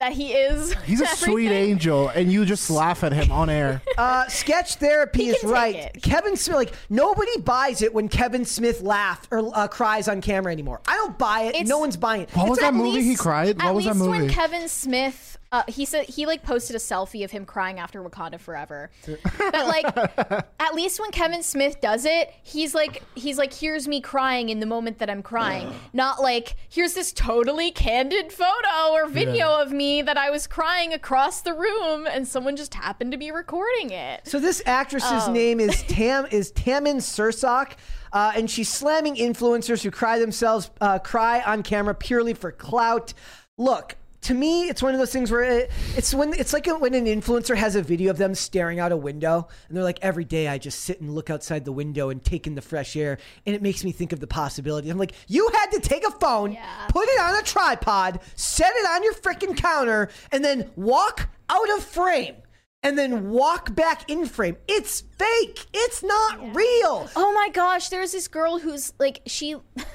Speaker 2: that he is.
Speaker 3: He's a
Speaker 2: with
Speaker 3: sweet
Speaker 2: everything.
Speaker 3: angel, and you just laugh at him on air.
Speaker 1: Uh, sketch therapy
Speaker 2: He
Speaker 1: is
Speaker 2: can take
Speaker 1: right.
Speaker 2: it.
Speaker 1: Kevin Smith, like nobody buys it when Kevin Smith laughs or uh, cries on camera anymore. I don't buy it.
Speaker 2: It's-
Speaker 1: no one's buying it.
Speaker 3: What
Speaker 1: It's
Speaker 3: was
Speaker 1: like-
Speaker 3: that movie he cried? What
Speaker 2: at
Speaker 3: was that
Speaker 2: least when
Speaker 3: movie?
Speaker 2: Kevin Smith, uh, he said he like posted a selfie of him crying after Wakanda Forever. but like, at least when Kevin Smith does it, he's like, he's like, here's me crying in the moment that I'm crying, not like here's this totally candid photo or video of me that I was crying across the room and someone just happened to be recording it.
Speaker 1: So this actress's name is Tam is Tamin Sursok, uh, and she's slamming influencers who cry themselves uh, cry on camera purely for clout. Look. To me, it's one of those things where it, it's when it's like when an influencer has a video of them staring out a window, and they're like, "Every day I just sit and look outside the window and take in the fresh air, and it makes me think of the possibility." I'm like, "You had to take a phone, put it on a tripod, set it on your freaking counter, and then walk out of frame." and then walk back in frame. It's fake. It's not real.
Speaker 2: Oh my gosh, there's this girl who's like she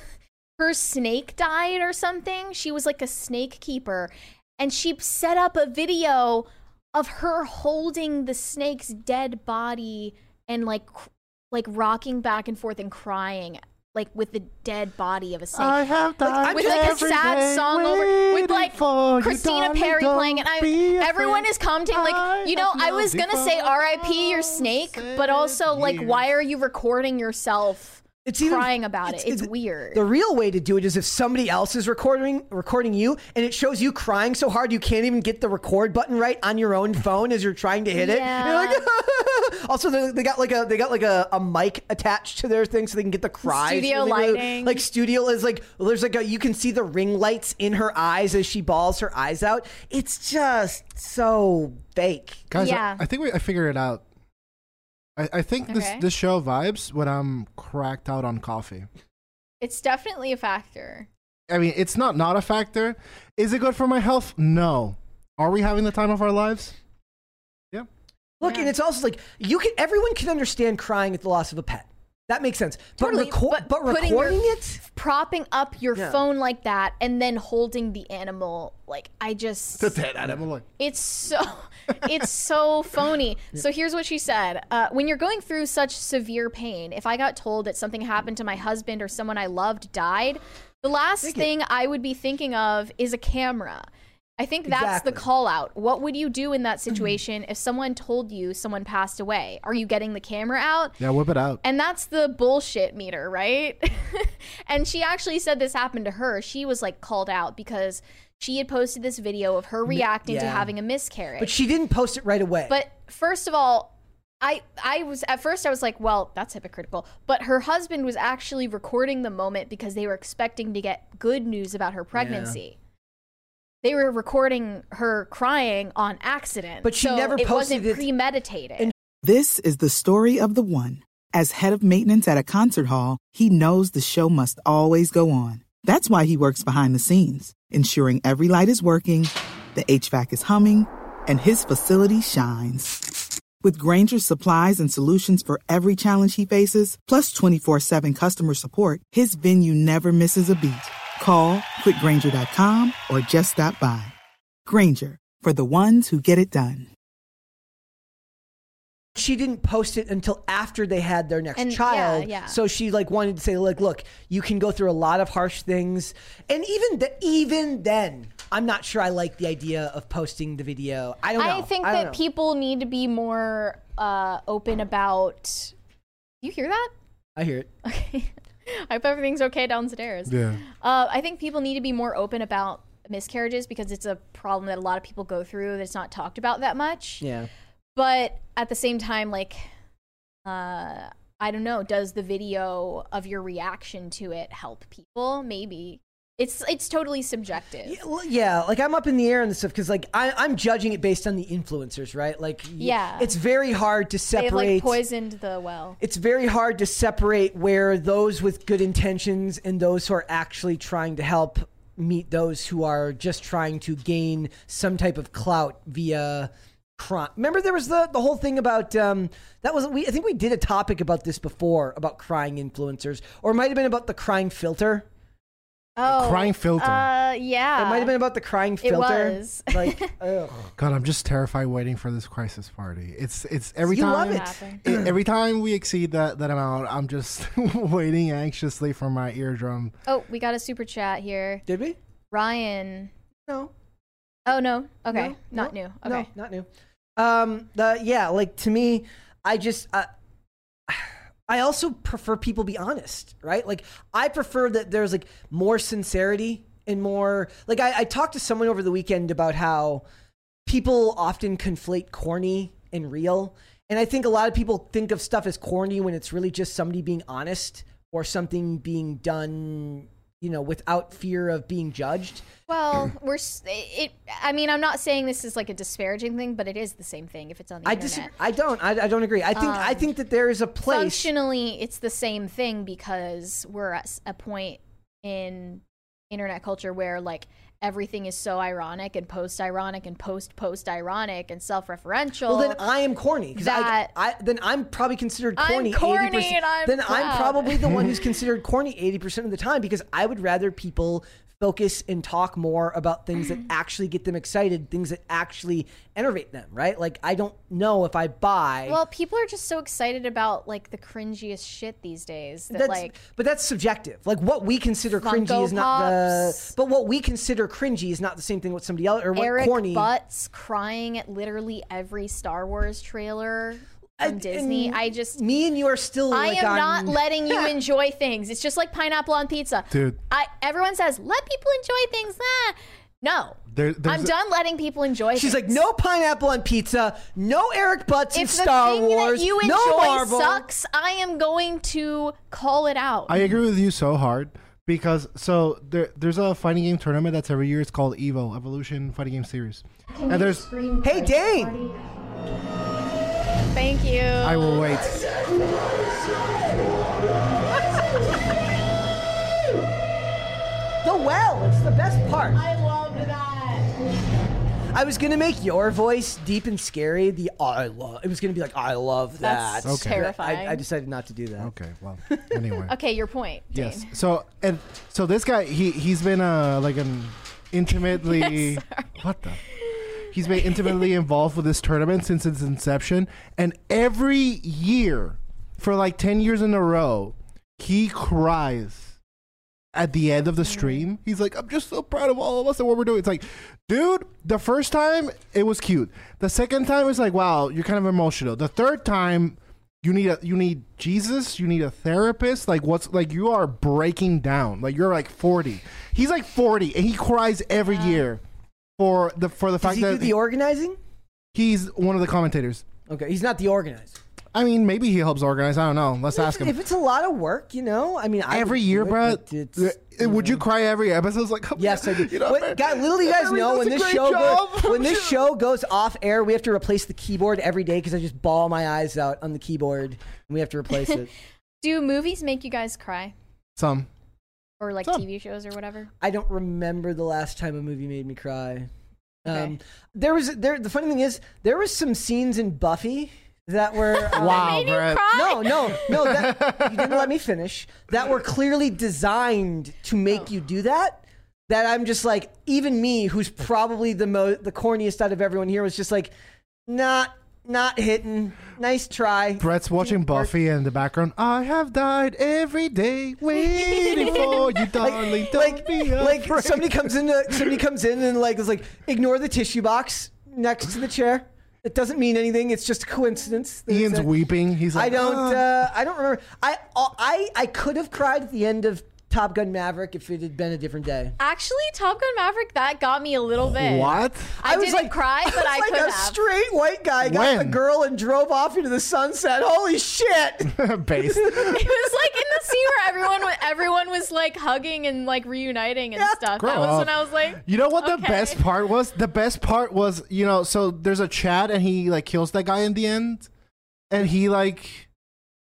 Speaker 2: her snake died or something. She was like a snake keeper and she set up a video of her holding the snake's dead body and like cr- like rocking back and forth and crying like with the dead body of a snake.
Speaker 3: I have died
Speaker 2: with like a
Speaker 3: every
Speaker 2: sad
Speaker 3: day
Speaker 2: song over with
Speaker 3: waiting
Speaker 2: like
Speaker 3: for you,
Speaker 2: Christina
Speaker 3: darling,
Speaker 2: Perry
Speaker 3: don't
Speaker 2: playing and I
Speaker 3: be
Speaker 2: everyone
Speaker 3: afraid.
Speaker 2: is commenting like you know
Speaker 3: have
Speaker 2: I was gonna say
Speaker 3: nothing
Speaker 2: R.I.P. your
Speaker 3: but
Speaker 2: snake but also like
Speaker 3: years.
Speaker 2: why are you recording yourself
Speaker 1: It's even-
Speaker 2: crying about it it's weird
Speaker 1: The real way to do it is if somebody else is recording recording you and it shows you crying so hard you can't even get the record button right on your own phone as you're trying to hit it. And you're like, also, they, they got like a they got like a, a mic attached to their thing so they can get the cries.
Speaker 2: Studio
Speaker 1: really, really-
Speaker 2: lighting.
Speaker 1: Like studio is like there's like a you can see the ring lights in her eyes as she balls her eyes out. It's just so fake.
Speaker 3: Guys, I-
Speaker 2: Yeah.
Speaker 3: I, think we, I figured it out. I, I think this
Speaker 2: Okay.
Speaker 3: this show vibes when I'm cracked out on coffee.
Speaker 2: it's definitely a factor
Speaker 3: I mean, it's not not a factor. Is it good for my health? No. Are we having the time of our lives? Yeah.
Speaker 1: Look, and it's also like you can everyone can understand crying at the loss of a pet. That makes sense.
Speaker 2: Totally,
Speaker 1: but, reco- but,
Speaker 2: putting your-
Speaker 1: recording it?
Speaker 2: propping up your
Speaker 1: Yeah.
Speaker 2: phone like that and then holding the animal like I just
Speaker 3: dead animal. Like,
Speaker 2: It's so it's so phony. So here's what she said. Uh, when you're going through such severe pain, if I got told that something happened to my husband or someone I loved died, the last thing I would be thinking of is a camera. I think that's
Speaker 1: Exactly.
Speaker 2: the call out. What would you do in that situation if someone told you someone passed away? Are you getting the camera out?
Speaker 3: yeah, whip it out.
Speaker 2: And that's the bullshit meter, right? and she actually said this happened to her. She was like called out because she had posted this video of her reacting to
Speaker 1: yeah.
Speaker 2: having a miscarriage.
Speaker 1: But she didn't post it right away.
Speaker 2: But first of all, I I was at first I was like, well, that's hypocritical. But her husband was actually recording the moment because they were expecting to get good news about her pregnancy. They were recording her crying on accident.
Speaker 1: But she
Speaker 2: so
Speaker 1: never
Speaker 2: it
Speaker 1: posted
Speaker 2: wasn't
Speaker 1: it-
Speaker 2: premeditated.
Speaker 1: and
Speaker 6: This is the story of the one. As head of maintenance at a concert hall, he knows the show must always go on. That's why he works behind the scenes, ensuring every light is working, the HVAC is humming, and his facility shines. With Granger's supplies and solutions for every challenge he faces, plus 24 7 customer support, his venue never misses a beat. Call quickgranger.com or just stop by. Granger, for the ones who get it done.
Speaker 1: she didn't post it until after they had their next
Speaker 2: And- yeah,
Speaker 1: child.
Speaker 2: yeah.
Speaker 1: So she like wanted to say like, look, you can go through a lot of harsh things, and even th- even then, I'm not sure I like the idea of posting the video. I don't know.
Speaker 2: I think
Speaker 1: don't
Speaker 2: that
Speaker 1: know.
Speaker 2: people need to be more uh, open about. You hear that?
Speaker 1: I hear it.
Speaker 2: Okay. I hope everything's okay downstairs.
Speaker 3: Yeah.
Speaker 2: Uh, I think people need to be more open about miscarriages because it's a problem that a lot of people go through that's not talked about that much.
Speaker 1: Yeah.
Speaker 2: But at the same time, like, uh, I don't know, does the video of your reaction to it help people? Maybe. It's it's totally subjective.
Speaker 1: Yeah, l- yeah, like I'm up in the air and stuff because like I, I'm judging it based on the influencers, right? Like, y-
Speaker 2: Yeah.
Speaker 1: it's very hard to
Speaker 2: They've
Speaker 1: separate.
Speaker 2: like poisoned the well.
Speaker 1: it's very hard to separate where those with good intentions and those who are actually trying to help meet those who are just trying to gain some type of clout via crime. Remember, there was the, the whole thing about um, that was we. I think we did a topic about this before about crying influencers, or it might have been about the crying filter.
Speaker 2: Oh,
Speaker 3: crying filter.
Speaker 2: Uh, yeah.
Speaker 1: It might have been about the crying
Speaker 2: It
Speaker 1: filter.
Speaker 2: was.
Speaker 1: Like, ugh.
Speaker 3: God, I'm just terrified waiting for this crisis party. It's it's every
Speaker 1: You
Speaker 3: time
Speaker 1: love it.
Speaker 2: Happen.
Speaker 3: e- every time we exceed that that amount, I'm just waiting anxiously for my eardrum.
Speaker 2: Oh, we got a super chat here.
Speaker 1: did we?
Speaker 2: Ryan.
Speaker 1: No.
Speaker 2: Oh no. Okay,
Speaker 1: No,
Speaker 2: not
Speaker 1: no,
Speaker 2: new. Okay.
Speaker 1: No, not new. Um, the yeah, like to me, I just uh, I also prefer people be honest, right? Like I prefer that there's like more sincerity and more like I, I talked to someone over the weekend about how people often conflate corny and real. And I think a lot of people think of stuff as corny when it's really just somebody being honest or something being done, you know, without fear of being judged.
Speaker 2: Well, we're s- it. I mean, I'm not saying this is like a disparaging thing, but it is the same thing if it's on the
Speaker 1: I
Speaker 2: internet.
Speaker 1: disagree. I don't. I, I don't agree. I think. I think that there is a place.
Speaker 2: Functionally, it's the same thing because we're at s- a point in internet culture where like everything is so ironic and post ironic and post post ironic and self referential.
Speaker 1: Well, then I am corny. 'cause I,
Speaker 2: That-
Speaker 1: I then I'm probably considered
Speaker 2: I'm
Speaker 1: corny.
Speaker 2: corny
Speaker 1: 80%.
Speaker 2: and I'm
Speaker 1: then I'm
Speaker 2: proud.
Speaker 1: probably the one who's considered corny eighty percent of the time because I would rather people focus and talk more about things that actually get them excited, things that actually enervate them. Right? Like I don't know if I buy.
Speaker 2: well, people are just so excited about like the cringiest shit these days that
Speaker 1: that's,
Speaker 2: like
Speaker 1: but that's subjective. Like what we consider
Speaker 2: Funko
Speaker 1: cringy is not the.
Speaker 2: Pops.
Speaker 1: But what we consider cringy is not the same thing with somebody else or what
Speaker 2: Eric
Speaker 1: corny.
Speaker 2: Butts crying at literally every Star Wars trailer
Speaker 1: I-
Speaker 2: from Disney.
Speaker 1: and
Speaker 2: I just
Speaker 1: me and you are still.
Speaker 2: I
Speaker 1: like
Speaker 2: am
Speaker 1: on-
Speaker 2: not letting you enjoy things. It's just like pineapple on pizza.
Speaker 3: Dude.
Speaker 2: I everyone says, let people enjoy things. Ah. No.
Speaker 3: There- there's
Speaker 2: I'm
Speaker 3: a-
Speaker 2: done letting people enjoy
Speaker 1: She's
Speaker 2: things.
Speaker 1: like, no pineapple on pizza, no Eric Butts in
Speaker 2: if the
Speaker 1: Star
Speaker 2: thing
Speaker 1: Wars,
Speaker 2: that you enjoy
Speaker 1: no Marvel.
Speaker 2: sucks, I am going to call it out.
Speaker 3: I agree with you so hard because so there there's a fighting game tournament that's every year. It's called Evo Evolution Fighting Game Series, and there's
Speaker 1: Hey, Dane,
Speaker 2: Thank you.
Speaker 3: I will wait.
Speaker 1: the well, it's the best part. I love that. I was gonna make your voice deep and scary. The I love. It was gonna be like I love that.
Speaker 2: That's Okay. terrifying.
Speaker 1: I, I decided not to do that.
Speaker 3: Okay, well, anyway.
Speaker 2: okay, your point.
Speaker 3: Yes.
Speaker 2: Dane.
Speaker 3: So and so this guy he he's been uh like an intimately what the he's been intimately involved with this tournament since its inception and every year for like 10 years in a row he cries at the end of
Speaker 1: Mm.
Speaker 3: the stream he's like i'm just so proud of all of us and what we're doing it's like dude the first time it was cute the second time it's like wow you're kind of emotional the third time you need a you need jesus you need a therapist like what's like you are breaking down like you're like 40 he's like 40 and he cries every year for the for the
Speaker 1: Does
Speaker 3: fact
Speaker 1: he do
Speaker 3: that
Speaker 1: the organizing?
Speaker 3: he's one of the commentators
Speaker 1: Okay, he's not the organizer.
Speaker 3: I mean, maybe he helps organize. I don't know. Let's ask
Speaker 1: if,
Speaker 3: him.
Speaker 1: if it's a lot of work, you know, I mean, I
Speaker 3: every
Speaker 1: would
Speaker 3: year,
Speaker 1: do it,
Speaker 3: Brad,
Speaker 1: but it's-
Speaker 3: th- would you cry every episode? It's like, come
Speaker 1: Yes, I
Speaker 3: on,
Speaker 1: do.
Speaker 3: you know, man.
Speaker 1: What, God, little you guys
Speaker 3: Everybody
Speaker 1: know
Speaker 3: does
Speaker 1: when
Speaker 3: a
Speaker 1: this
Speaker 3: great
Speaker 1: show
Speaker 3: job.
Speaker 1: goes, when this show goes off air, we have to replace the keyboard every day because I just ball my eyes out on the keyboard, and we have to replace it.
Speaker 2: Do movies make you guys cry?
Speaker 3: Some.
Speaker 2: Or like
Speaker 3: Some.
Speaker 2: TV shows or whatever?
Speaker 1: I don't remember the last time a movie made me cry. Um,
Speaker 2: Okay.
Speaker 1: there was there. The funny thing is, there was some scenes in Buffy that were um,
Speaker 3: Wow,
Speaker 2: Made you
Speaker 3: Brett.
Speaker 2: cry?
Speaker 1: No, no, no. That, you didn't let me finish. That were clearly designed to make you do that. That I'm just like, even me, who's probably the mo- the corniest out of everyone here, was just like, not not hitting. Nice try.
Speaker 3: Brett's watching Buffy in the background. I have died every day waiting for you, darling. Don't
Speaker 1: like,
Speaker 3: be
Speaker 1: like
Speaker 3: afraid.
Speaker 1: somebody comes in, somebody comes in and like is like, ignore the tissue box next to the chair. It doesn't mean anything. It's just a coincidence. that it's
Speaker 3: Ian's
Speaker 1: there.
Speaker 3: weeping. He's
Speaker 1: I
Speaker 3: like,
Speaker 1: don't.
Speaker 3: "Ah."
Speaker 1: Uh, I don't remember. I uh, I I could have cried at the end of Top Gun Maverick if it had been a different day.
Speaker 2: Actually, Top Gun Maverick, that got me a little bit.
Speaker 3: What?
Speaker 2: I, didn't cry, but I,
Speaker 1: was
Speaker 2: could
Speaker 1: like a
Speaker 2: have.
Speaker 1: straight white guy got the
Speaker 3: When?
Speaker 1: girl and drove off into the sunset. Holy shit!
Speaker 3: Based.
Speaker 2: it was like in the scene where everyone wa- everyone was like hugging and like reuniting and stuff.
Speaker 3: Grow
Speaker 2: that was
Speaker 3: up.
Speaker 2: when I was like,
Speaker 3: You know what the
Speaker 2: okay.
Speaker 3: best part was? The best part was, you know, so there's a Chad and he like kills that guy in the end, and he like.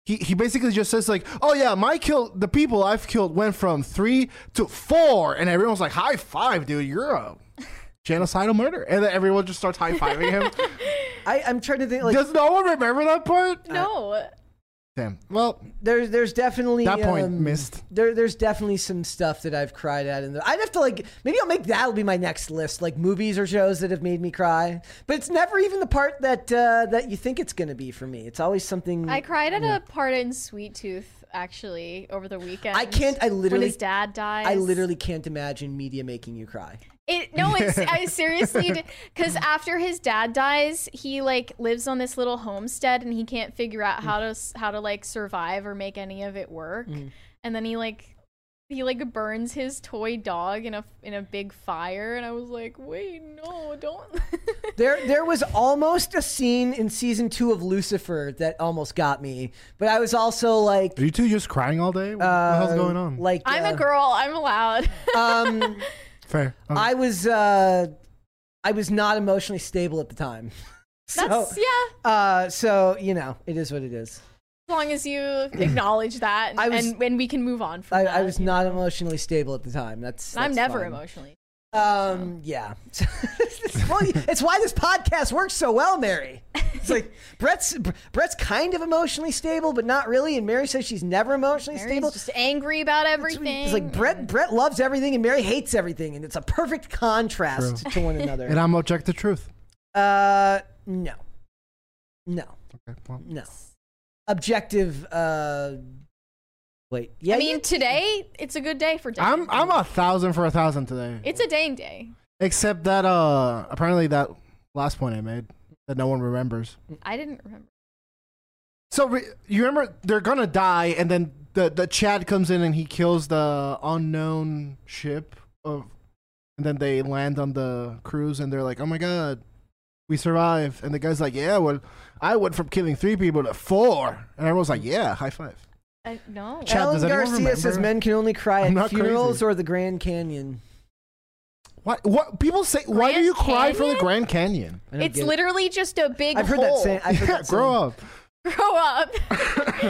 Speaker 3: He, he basically just says like, oh yeah, my kill the people I've killed went from three to four, and everyone's like, high five, dude, you're a genocidal murder, and then everyone just starts high fiving him.
Speaker 1: I, I'm trying to think. Like,
Speaker 3: Does no one remember that part?
Speaker 2: No,
Speaker 3: Damn. Well,
Speaker 1: there's there's definitely
Speaker 3: That point
Speaker 1: um,
Speaker 3: missed.
Speaker 1: There there's definitely some stuff that I've cried at, and I'd have to like maybe I'll make that'll be my next list, like movies or shows that have made me cry. But it's never even the part that uh, that you think it's gonna be for me. It's always something
Speaker 2: I cried at a part in Sweet Tooth actually over the weekend.
Speaker 1: I can't. I
Speaker 2: when
Speaker 1: literally
Speaker 2: his dad dies.
Speaker 1: I literally can't imagine media making you cry.
Speaker 2: It no, it's I seriously because after his dad dies, he like lives on this little homestead and he can't figure out how to s- how to like survive or make any of it work.
Speaker 1: Mm.
Speaker 2: And then he like he like burns his toy dog in a in a big fire, and I was like, wait, no, don't.
Speaker 1: There, there was almost a scene in season two of Lucifer that almost got me, but I was also like,
Speaker 3: are you two just crying all day? What
Speaker 1: uh,
Speaker 3: the hell's going on?
Speaker 1: Like
Speaker 2: I'm
Speaker 1: uh,
Speaker 2: a girl. I'm allowed.
Speaker 1: Um,
Speaker 3: Fair. Okay.
Speaker 1: I was, uh, I was not emotionally stable at the time. So,
Speaker 2: That's yeah.
Speaker 1: uh, so you know, it is what it is.
Speaker 2: As long as you acknowledge that, and
Speaker 1: I was-
Speaker 2: and, and we can move on from
Speaker 1: I,
Speaker 2: that.
Speaker 1: I was
Speaker 2: you
Speaker 1: not
Speaker 2: know?
Speaker 1: emotionally stable at the time. That's, that's
Speaker 2: I'm never
Speaker 1: fine.
Speaker 2: emotionally.
Speaker 1: Um, yeah. well, it's why this podcast works so well, Mary. It's like Brett's Br- Brett's kind of emotionally stable, but not really. And Mary says she's never emotionally
Speaker 2: Mary's
Speaker 1: stable.
Speaker 2: just angry about everything.
Speaker 1: It's like Brett Brett loves everything and Mary hates everything, and it's a perfect contrast to one
Speaker 3: and
Speaker 1: another.
Speaker 3: I'm objective truth.
Speaker 1: uh, no, no,
Speaker 3: Okay. Well,
Speaker 1: no. Objective. Uh, wait. Yeah.
Speaker 2: I mean,
Speaker 1: yeah.
Speaker 2: today it's a good day for Dane.
Speaker 3: I'm I'm a thousand for a thousand today.
Speaker 2: It's a Dane day.
Speaker 3: Except that uh apparently that last point I made that no one remembers.
Speaker 2: I didn't remember.
Speaker 3: So re- you remember they're gonna die, and then the the Chad comes in and he kills the unknown ship of, and then they land on the cruise and they're like, oh my god, we survived. And the guy's like, yeah, well, I went from killing three people to four, and everyone's like, yeah, high five.
Speaker 2: I, no.
Speaker 3: Chad,
Speaker 1: Alan
Speaker 3: does anyone
Speaker 1: Garcia says
Speaker 3: remember?
Speaker 1: men can only cry
Speaker 3: I'm
Speaker 1: at
Speaker 3: not
Speaker 1: funerals
Speaker 3: crazy.
Speaker 1: or the Grand Canyon.
Speaker 3: What what people say? why do
Speaker 2: Grand
Speaker 3: you cry for the
Speaker 2: Canyon?
Speaker 3: Grand Canyon?
Speaker 1: I don't
Speaker 2: It's
Speaker 1: get it.
Speaker 2: literally just a big
Speaker 1: I've heard that
Speaker 2: hole.
Speaker 1: saying. I've heard that saying.
Speaker 3: Grow up.
Speaker 2: Grow up.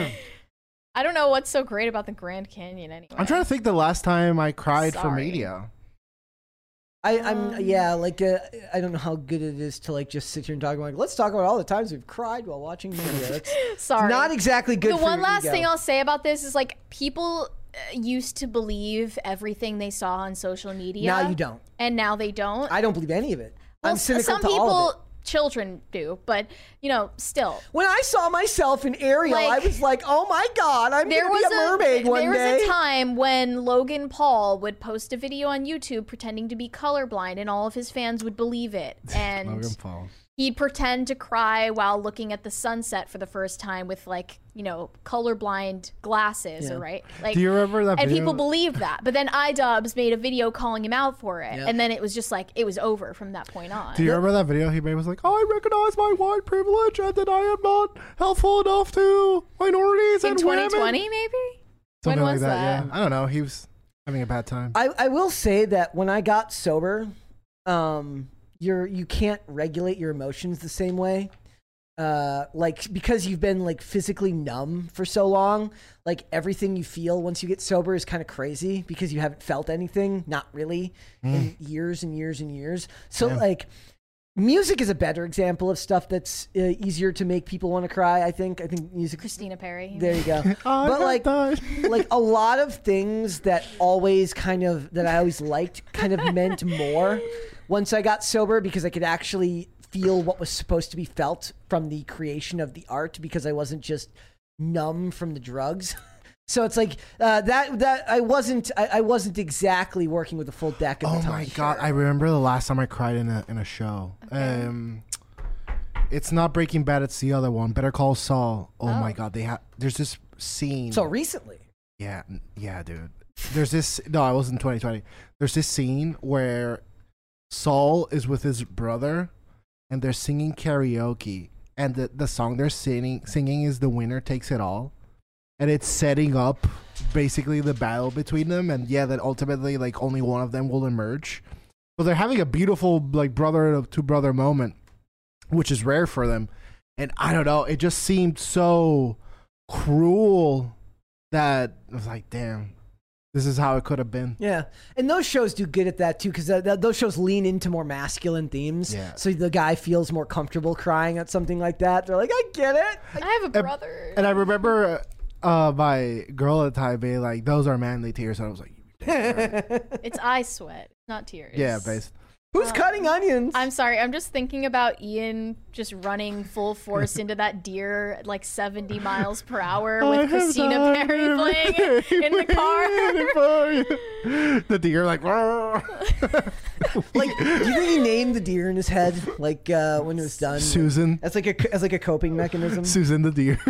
Speaker 2: I don't know what's so great about the Grand Canyon anyway.
Speaker 3: I'm trying to think the last time I cried for
Speaker 2: Sorry.
Speaker 3: media.
Speaker 1: I, I'm
Speaker 2: Um,
Speaker 1: yeah, like uh, I don't know how good it is to like just sit here and talk about. Like, let's talk about all the times we've cried while watching media. That's
Speaker 2: Sorry.
Speaker 1: not exactly good.
Speaker 2: the
Speaker 1: for
Speaker 2: one
Speaker 1: your
Speaker 2: last
Speaker 1: ego.
Speaker 2: thing I'll say about this is like people uh, used to believe everything they saw on social media.
Speaker 1: Now you don't.
Speaker 2: And now they don't.
Speaker 1: I don't believe any of it.
Speaker 2: Well,
Speaker 1: I'm
Speaker 2: s-
Speaker 1: cynical
Speaker 2: some
Speaker 1: to
Speaker 2: people,
Speaker 1: all of it.
Speaker 2: children do, but you know, still.
Speaker 1: When I saw myself in Ariel,
Speaker 2: Like-
Speaker 1: I was like, "Oh my god, I'm
Speaker 2: there
Speaker 1: gonna
Speaker 2: was
Speaker 1: be a mermaid one
Speaker 2: there
Speaker 1: day."
Speaker 2: was a time when Logan Paul would post a video on YouTube pretending to be colorblind, and all of his fans would believe it. And
Speaker 3: Logan Paul.
Speaker 2: he'd pretend to cry while looking at the sunset for the first time with like you know colorblind glasses or right like
Speaker 3: Do you remember that
Speaker 2: and
Speaker 3: video?
Speaker 2: people believed that but then idubbbz made a video calling him out for it and then it was just like it was over from that point on
Speaker 3: Do you remember that video he made? Was like, I recognize my white privilege and that I am not helpful enough to minorities
Speaker 2: in
Speaker 3: and
Speaker 2: 2020
Speaker 3: women.
Speaker 2: maybe when
Speaker 3: Something like
Speaker 2: was
Speaker 3: that,
Speaker 2: that,
Speaker 3: Yeah, I don't know. He was having a bad time.
Speaker 1: I, I will say that when I got sober, um, you're you can't regulate your emotions the same way. Uh, like because you've been like physically numb for so long, like everything you feel once you get sober is kind of crazy because you haven't felt anything, not really, in years and years and years. So like music is a better example of stuff that's uh, easier to make people want to cry. I think I think music.
Speaker 2: christina perry
Speaker 1: There you go.
Speaker 3: I
Speaker 1: but like
Speaker 3: recognize-
Speaker 1: like a lot of things that always kind of that I always liked kind of meant more once I got sober because I could actually feel what was supposed to be felt from the creation of the art because I wasn't just numb from the drugs. So it's like uh, that that I wasn't I, I wasn't exactly working with a full deck. At
Speaker 3: Oh
Speaker 1: the time.
Speaker 3: my god! I remember the last time I cried in a in a show. Um, it's not Breaking Bad. It's the other one, Better Call Saul. Oh, my god! They have there's this scene.
Speaker 1: So recently,
Speaker 3: Yeah, n- yeah, dude. There's this. No, I was in 2020. There's this scene where Saul is with his brother, and they're singing karaoke, and the the song they're singing singing is "The Winner Takes It All," and it's setting up basically the battle between them, and yeah, that ultimately like only one of them will emerge. But they're having a beautiful like brother to brother moment, which is rare for them. And I don't know, it just seemed so cruel that I was like, damn, this is how it could have been.
Speaker 1: Yeah, and those shows do good at that too, because th- th- those shows lean into more masculine themes.
Speaker 3: Yeah.
Speaker 1: So the guy feels more comfortable crying at something like that. They're like, I get it.
Speaker 2: i have a brother
Speaker 3: And I remember uh, my girl at the time being like, those are manly tears. And I was like,
Speaker 2: it's eye sweat not tears
Speaker 3: yeah, based.
Speaker 1: Who's cutting onions?
Speaker 2: I'm sorry. I'm just thinking about Ian just running full force into that deer at like 70 miles per hour
Speaker 3: Oh,
Speaker 2: with Christina Perry playing in the car.
Speaker 3: car. the deer like, "Rrr."
Speaker 1: like, do you think he named the deer in his head? Like uh, when it was done,
Speaker 3: Susan.
Speaker 1: That's like a as like a coping mechanism.
Speaker 3: Susan the deer.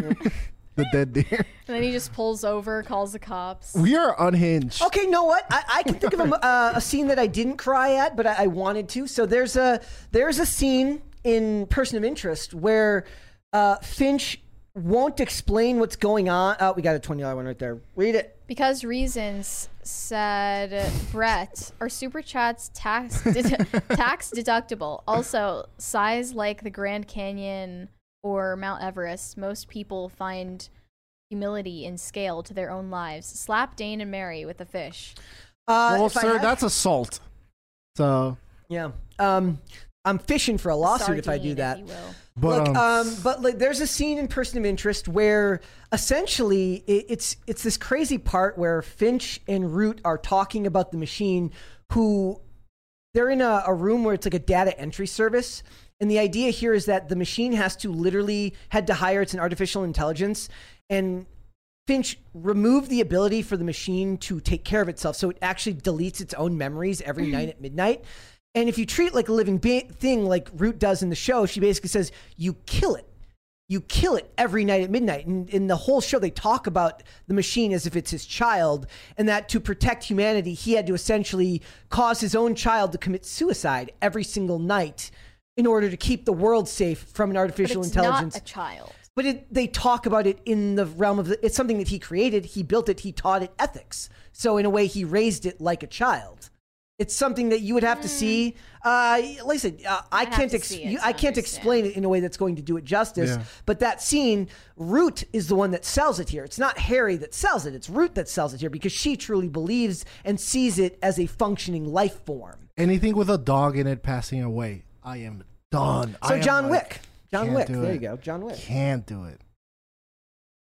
Speaker 3: the dead deer.
Speaker 2: And then he just pulls over, calls the cops.
Speaker 3: We are unhinged.
Speaker 1: Okay, know what? I, I can think of a, mo- uh, a scene that I didn't cry at, but I, I wanted to. So there's a there's a scene in Person of Interest where uh, Finch won't explain what's going on. Oh, we got a twenty dollar one right there. Read it.
Speaker 2: Because reasons, said Brett, are super chats tax de- tax deductible? Also, size like the Grand Canyon or Mount Everest, most people find humility in scale to their own lives. Slap Dane and Mary with a fish.
Speaker 1: Uh,
Speaker 3: well,
Speaker 1: if I
Speaker 3: sir,
Speaker 1: had-
Speaker 3: that's assault. So,
Speaker 1: yeah. Um, I'm fishing for a lawsuit if I do
Speaker 2: Sardine,
Speaker 1: that.
Speaker 2: you will.
Speaker 3: but
Speaker 1: Look,
Speaker 3: um,
Speaker 1: um, but like, there's a scene in Person of Interest where essentially it, it's it's this crazy part where Finch and Root are talking about the machine, who they're in a, a room where it's like a data entry service, and the idea here is that the machine has to literally had to hire it's an artificial intelligence, and Finch removed the ability for the machine to take care of itself, so it actually deletes its own memories every
Speaker 2: Mm.
Speaker 1: night at midnight. And if you treat it like a living be- thing, like Root does in the show, she basically says you kill it, you kill it every night at midnight. And in the whole show, they talk about the machine as if it's his child, and that to protect humanity, he had to essentially cause his own child to commit suicide every single night in order to keep the world safe from an
Speaker 2: But
Speaker 1: artificial
Speaker 2: it's
Speaker 1: intelligence
Speaker 2: not a child.
Speaker 1: but it, they talk about it in the realm of the, it's something that he created he built it he taught it ethics so in a way he raised it like a child it's something that you would have to see uh, like I said, uh, I
Speaker 2: Hmm. have
Speaker 1: can't
Speaker 2: to
Speaker 1: ex-
Speaker 2: see it
Speaker 1: you,
Speaker 2: to
Speaker 1: I can't
Speaker 2: understand.
Speaker 1: explain it in a way that's going to do it justice
Speaker 3: Yeah.
Speaker 1: but that scene root is the one that sells it here it's not harry that sells it it's root that sells it here because she truly believes and sees it as a functioning life form
Speaker 3: anything with a dog in it passing away, I am done. I
Speaker 1: so
Speaker 3: am
Speaker 1: john
Speaker 3: like,
Speaker 1: wick john
Speaker 3: can't
Speaker 1: wick
Speaker 3: do
Speaker 1: there
Speaker 3: it.
Speaker 1: you go john wick
Speaker 3: Can't do it.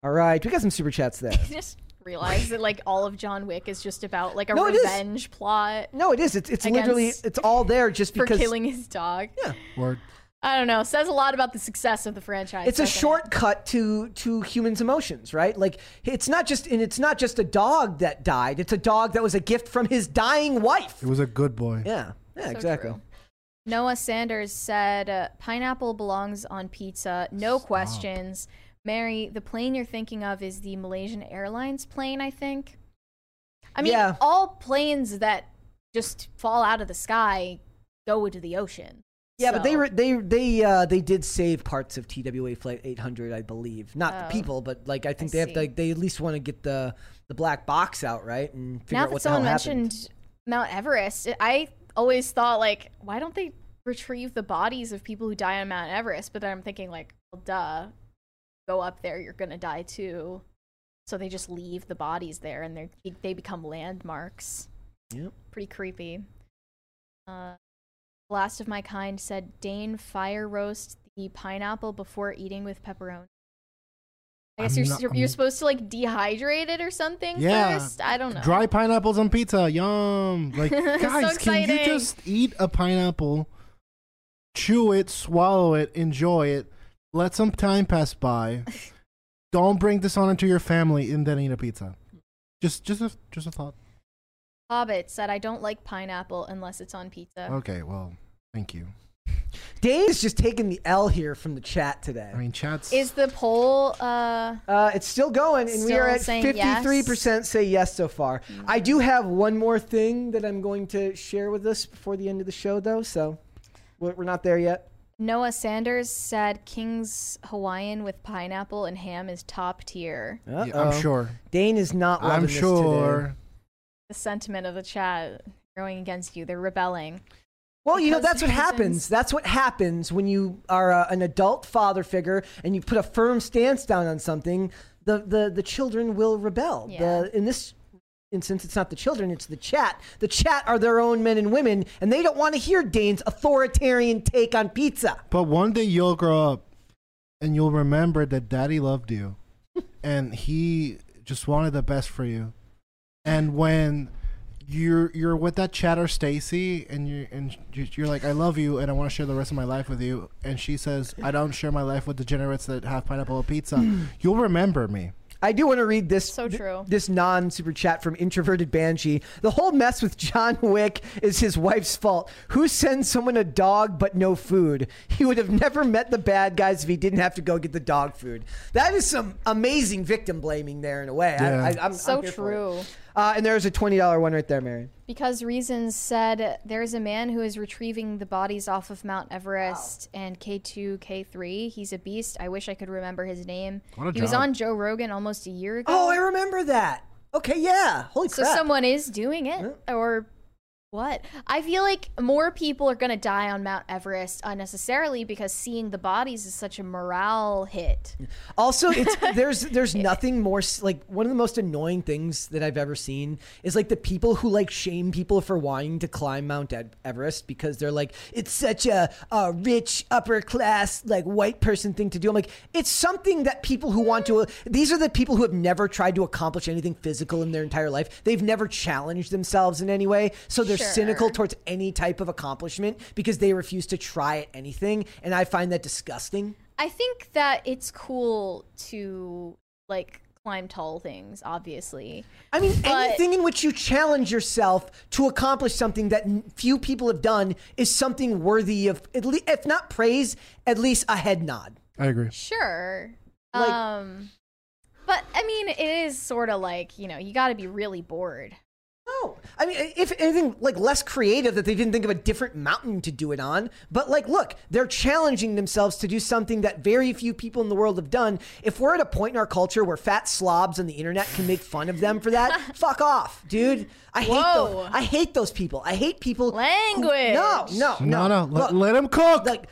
Speaker 1: all right we got some super chats there
Speaker 2: I just realized that like all of John Wick is just about like a
Speaker 1: No, it is.
Speaker 2: revenge plot
Speaker 1: no it is it's, it's literally
Speaker 2: Against-
Speaker 1: it's all there just
Speaker 2: for
Speaker 1: because
Speaker 2: killing his dog.
Speaker 1: Yeah.
Speaker 3: Word.
Speaker 2: I don't know. Says a lot about the success of the franchise.
Speaker 1: it's a
Speaker 2: doesn't it?
Speaker 1: shortcut to to humans' emotions, right? Like it's not just and it's not just a dog that died. It's a dog that was a gift from his dying wife.
Speaker 3: It was a good boy.
Speaker 1: Yeah, yeah,
Speaker 2: So
Speaker 1: exactly.
Speaker 2: true. Noah Sanders said, uh, "Pineapple belongs on pizza. No questions." Mary, the plane you're thinking of is the Malaysian Airlines plane, I think. I mean,
Speaker 1: Yeah.
Speaker 2: all planes that just fall out of the sky go into the ocean.
Speaker 1: Yeah, but they
Speaker 2: So-
Speaker 1: were they they uh, they did save parts of TWA Flight 800, I believe. Not the
Speaker 2: Oh.
Speaker 1: people, but like I think
Speaker 2: I
Speaker 1: they have
Speaker 2: see.
Speaker 1: like they at least want to get the the black box out right and figure
Speaker 2: now
Speaker 1: out
Speaker 2: that
Speaker 1: what the hell
Speaker 2: someone
Speaker 1: happened.
Speaker 2: mentioned Mount Everest, it- I always thought like, why don't they retrieve the bodies of people who die on Mount Everest? But then I'm thinking like, well, duh, go up there, you're gonna die too. So they just leave the bodies there, and they they become landmarks.
Speaker 1: Yep.
Speaker 2: Pretty creepy. Uh, last of my kind said Dane fire roast the pineapple before eating with pepperoni. I guess
Speaker 3: I'm
Speaker 2: you're
Speaker 3: not-
Speaker 2: you're
Speaker 3: I'm-
Speaker 2: supposed to like dehydrate it or something
Speaker 3: Yeah.
Speaker 2: first. I don't know.
Speaker 3: Dry pineapples on pizza, yum! Like
Speaker 2: So
Speaker 3: guys, can you
Speaker 2: exciting.
Speaker 3: just eat a pineapple, chew it, swallow it, enjoy it, let some time pass by. Don't bring dishonor to your family and then eat a pizza. Just, just a, just a thought.
Speaker 2: Hobbit said, I don't like pineapple unless it's on pizza.
Speaker 3: Okay, well, thank you.
Speaker 1: Dave is just taking the L here from the chat today.
Speaker 3: I mean, chat's
Speaker 2: Is the poll, uh,
Speaker 1: Uh, it's still going, and we
Speaker 2: Still
Speaker 1: are at
Speaker 2: saying yes.
Speaker 1: 53% say yes so far. I do have one more thing that I'm going to share with us before the end of the show, though, so we're we're not there yet.
Speaker 2: Noah Sanders said, King's Hawaiian with pineapple and ham is top tier.
Speaker 3: yeah,
Speaker 1: Uh-oh.
Speaker 3: I'm sure.
Speaker 1: Dane is not loving
Speaker 3: I'm
Speaker 1: this today.
Speaker 3: sure.
Speaker 2: The sentiment of the chat going against you. They're rebelling.
Speaker 1: Well, you know,
Speaker 2: Because
Speaker 1: that's what
Speaker 2: it
Speaker 1: happens.
Speaker 2: happens.
Speaker 1: That's what happens when you are uh, an adult father figure and you put a firm stance down on something, the, the, the children will rebel.
Speaker 2: Yeah.
Speaker 1: The, in this instance, it's not the children, it's the chat. The chat are their own men and women, and they don't want to hear Dane's authoritarian take on pizza.
Speaker 3: But one day you'll grow up and you'll remember that daddy loved you and he just wanted the best for you. And when you're you're with that chatter Stacy and you are and you- you're like I love you and I want to share the rest of my life with you and she says I don't share my life with degenerates that have pineapple pizza. you'll remember me.
Speaker 1: I do want to read this.
Speaker 2: So true.
Speaker 1: This non super chat from introverted banshee. The whole mess with John Wick is his wife's fault. Who sends someone a dog but no food? He would have never met the bad guys if he didn't have to go get the dog food. That is some amazing victim blaming there in a way.
Speaker 3: Yeah.
Speaker 1: I, I, I'm
Speaker 2: So
Speaker 1: I'm here for it.
Speaker 2: true.
Speaker 1: Uh, and there's a twenty dollar one right there, Mary.
Speaker 2: Because Reasons said, there's a man who is retrieving the bodies off of Mount Everest and K2, K3. He's a beast. I wish I could remember his name.
Speaker 3: What a
Speaker 2: he was
Speaker 3: job.
Speaker 2: on Joe Rogan almost a year ago.
Speaker 1: Oh, I remember that. Okay, yeah. Holy
Speaker 2: So
Speaker 1: crap!
Speaker 2: someone is doing it, or what? I feel like more people are going to die on Mount Everest unnecessarily because seeing the bodies is such a morale hit.
Speaker 1: Also, it's there's there's nothing more s- like one of the most annoying things that I've ever seen is like the people who like shame people for wanting to climb Mount Ed- Everest because they're like it's such a, a rich upper class like white person thing to do. I'm like it's something that people who want to these are the people who have never tried to accomplish anything physical in their entire life. They've never challenged themselves in any way, so they're cynical
Speaker 2: Sure.
Speaker 1: towards any type of accomplishment because they refuse to try at anything, and I find that disgusting.
Speaker 2: I think that it's cool to like climb tall things, obviously.
Speaker 1: I mean,
Speaker 2: But-
Speaker 1: anything in which you challenge yourself to accomplish something that n- few people have done is something worthy of, at le- if not praise, at least a head nod.
Speaker 3: I agree.
Speaker 2: Sure.
Speaker 1: Like-
Speaker 2: um but I mean, it is sort of like, you know, you got to be really bored.
Speaker 1: No, I mean, if anything, like less creative that they didn't think of a different mountain to do it on. But like, look, they're challenging themselves to do something that very few people in the world have done. If we're at a point in our culture where fat slobs on the internet can make fun of them for that, fuck off, dude. I hate
Speaker 2: Whoa.
Speaker 1: those. I hate those people. I hate people. who-
Speaker 2: Language.
Speaker 1: no, no, no,
Speaker 3: No, no,
Speaker 1: Look,
Speaker 3: let, let him cook.
Speaker 1: like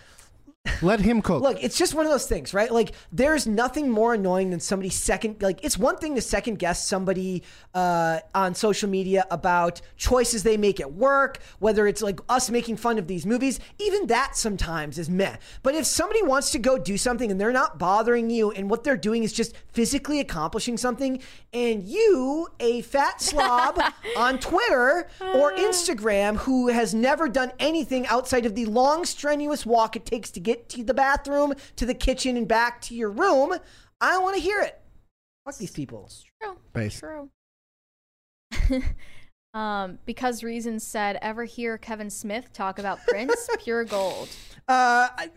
Speaker 3: let him cook.
Speaker 1: Look, it's just one of those things, right? Like, there's nothing more annoying than somebody second. Like, it's one thing to second guess somebody uh, on social media about choices they make at work, whether it's like us making fun of these movies. Even that sometimes is meh. But if somebody wants to go do something and they're not bothering you, and what they're doing is just physically accomplishing something, and you, a fat slob on Twitter or Instagram who has never done anything outside of the long, strenuous walk it takes to get to the bathroom, to the kitchen, and back to your room, I don't want to hear it. Fuck these people.
Speaker 2: True.
Speaker 3: Base.
Speaker 2: True. Um, because Reason said, ever hear Kevin Smith talk about Prince? Pure gold.
Speaker 1: Uh, I,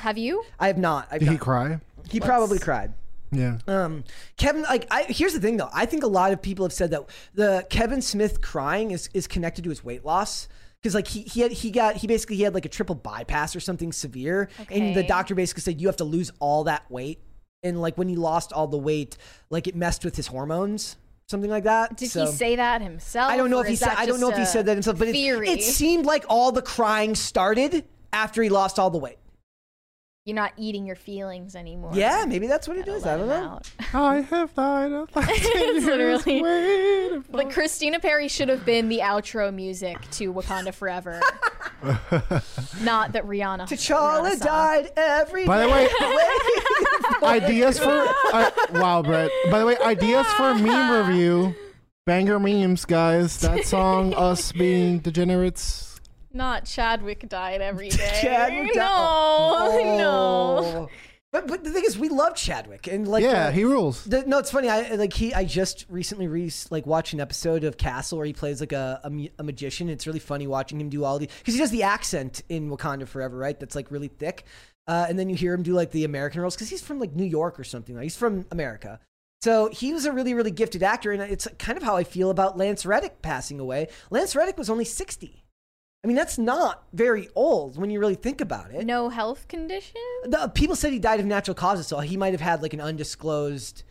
Speaker 2: Have you?
Speaker 1: I have not. I've
Speaker 3: Did
Speaker 1: not.
Speaker 3: he cry?
Speaker 1: He probably cried.
Speaker 3: Yeah.
Speaker 1: Um, Kevin, like, I, here's the thing though. I think a lot of people have said that the Kevin Smith crying is, is connected to his weight loss. Cause like he, he had, he got, he basically had like a triple bypass or something severe. And the
Speaker 2: Okay.
Speaker 1: doctor basically said, you have to lose all that weight. And like when he lost all the weight, like it messed with his hormones, something like that.
Speaker 2: Did
Speaker 1: So-
Speaker 2: he say that himself?
Speaker 1: I don't know
Speaker 2: or
Speaker 1: if he
Speaker 2: is
Speaker 1: said,
Speaker 2: that
Speaker 1: I don't
Speaker 2: just
Speaker 1: know if he
Speaker 2: a
Speaker 1: said that himself, but it,
Speaker 2: theory.
Speaker 1: it seemed like all the crying started after he lost all the weight.
Speaker 2: You're not eating your feelings anymore.
Speaker 1: Yeah, maybe that's what it
Speaker 2: Gotta
Speaker 1: is.
Speaker 2: let
Speaker 1: I don't
Speaker 2: them
Speaker 1: know.
Speaker 2: out.
Speaker 3: I have died of
Speaker 2: It's literally-
Speaker 3: literally.
Speaker 2: But Christina Perry should have been the outro music to Wakanda Forever. Not that Rihanna. Rihanna
Speaker 1: T'Challa
Speaker 2: song.
Speaker 1: died every
Speaker 3: By the way,
Speaker 1: day.
Speaker 3: ideas for uh, wow, Brett. By the way, ideas for meme review, banger memes, guys. That song, us being degenerates.
Speaker 2: Not Chadwick died every day.
Speaker 1: Chadwick
Speaker 2: No,
Speaker 1: died-
Speaker 2: no.
Speaker 1: Oh. But, but the thing is, we love Chadwick, and like
Speaker 3: Yeah,
Speaker 1: the-
Speaker 3: he rules.
Speaker 1: the- no, it's funny. I like he. I just recently re like watched an episode of Castle where he plays like a a, mu- a magician. It's really funny watching him do all the because he does the accent in Wakanda Forever, right? That's like really thick, uh, and then you hear him do like the American roles because he's from like New York or something. Like he's from America. So he was a really, really gifted actor, and it's kind of how I feel about Lance Reddick passing away. Lance Reddick was only sixty. I mean, that's not very old when you really think about it.
Speaker 2: No health condition.
Speaker 1: The, people said he died of natural causes, so he might have had like an undisclosed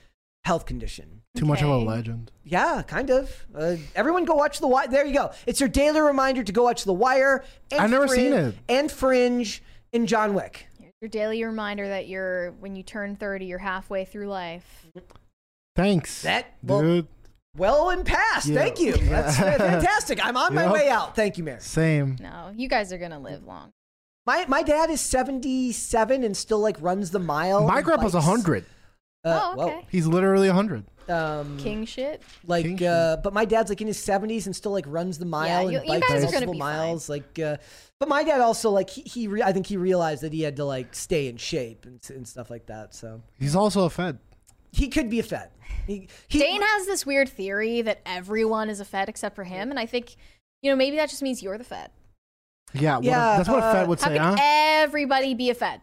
Speaker 1: health condition.
Speaker 3: Too much of a
Speaker 2: Okay.
Speaker 3: legend.
Speaker 1: Yeah, kind of. Uh, everyone, go watch The Wire. There you go. It's your daily reminder to go watch The Wire. And
Speaker 3: I've never
Speaker 1: Frin-
Speaker 3: seen it.
Speaker 1: And Fringe and John Wick.
Speaker 2: Your daily reminder that you're when you turn thirty, you're halfway through life.
Speaker 1: Mm-hmm.
Speaker 3: Thanks,
Speaker 1: That- well-
Speaker 3: dude.
Speaker 1: Well and past.
Speaker 3: Yeah.
Speaker 1: Thank you.
Speaker 3: Yeah.
Speaker 1: That's fantastic. I'm on my
Speaker 3: Yup.
Speaker 1: way out. Thank you, Mary.
Speaker 3: Same.
Speaker 2: No, you guys are gonna live long.
Speaker 1: My my dad is 77 and still like runs the mile.
Speaker 3: My
Speaker 1: and
Speaker 3: grandpa's
Speaker 1: bikes.
Speaker 3: hundred.
Speaker 1: Uh,
Speaker 2: oh, okay.
Speaker 3: He's literally hundred.
Speaker 1: Whoa. Um,
Speaker 2: King shit.
Speaker 1: like
Speaker 3: King
Speaker 1: uh but my dad's like in his 70s and still like runs the mile
Speaker 2: you-
Speaker 1: and
Speaker 2: you
Speaker 1: bikes
Speaker 3: guys are
Speaker 1: multiple
Speaker 2: gonna be
Speaker 1: miles like uh but my dad also like he, he re- i think he realized that he had to like stay in shape and, s- and stuff like that so
Speaker 3: He's also a Fed.
Speaker 1: he could be a fed he, he
Speaker 2: Dane has this weird theory that everyone is a Fed except for him, and I think, you know, maybe that just means you're the Fed.
Speaker 3: Yeah, what a-
Speaker 1: Yeah,
Speaker 3: that's what a
Speaker 1: uh,
Speaker 3: Fed would
Speaker 2: How
Speaker 3: say,
Speaker 2: can
Speaker 3: huh?
Speaker 2: everybody be a Fed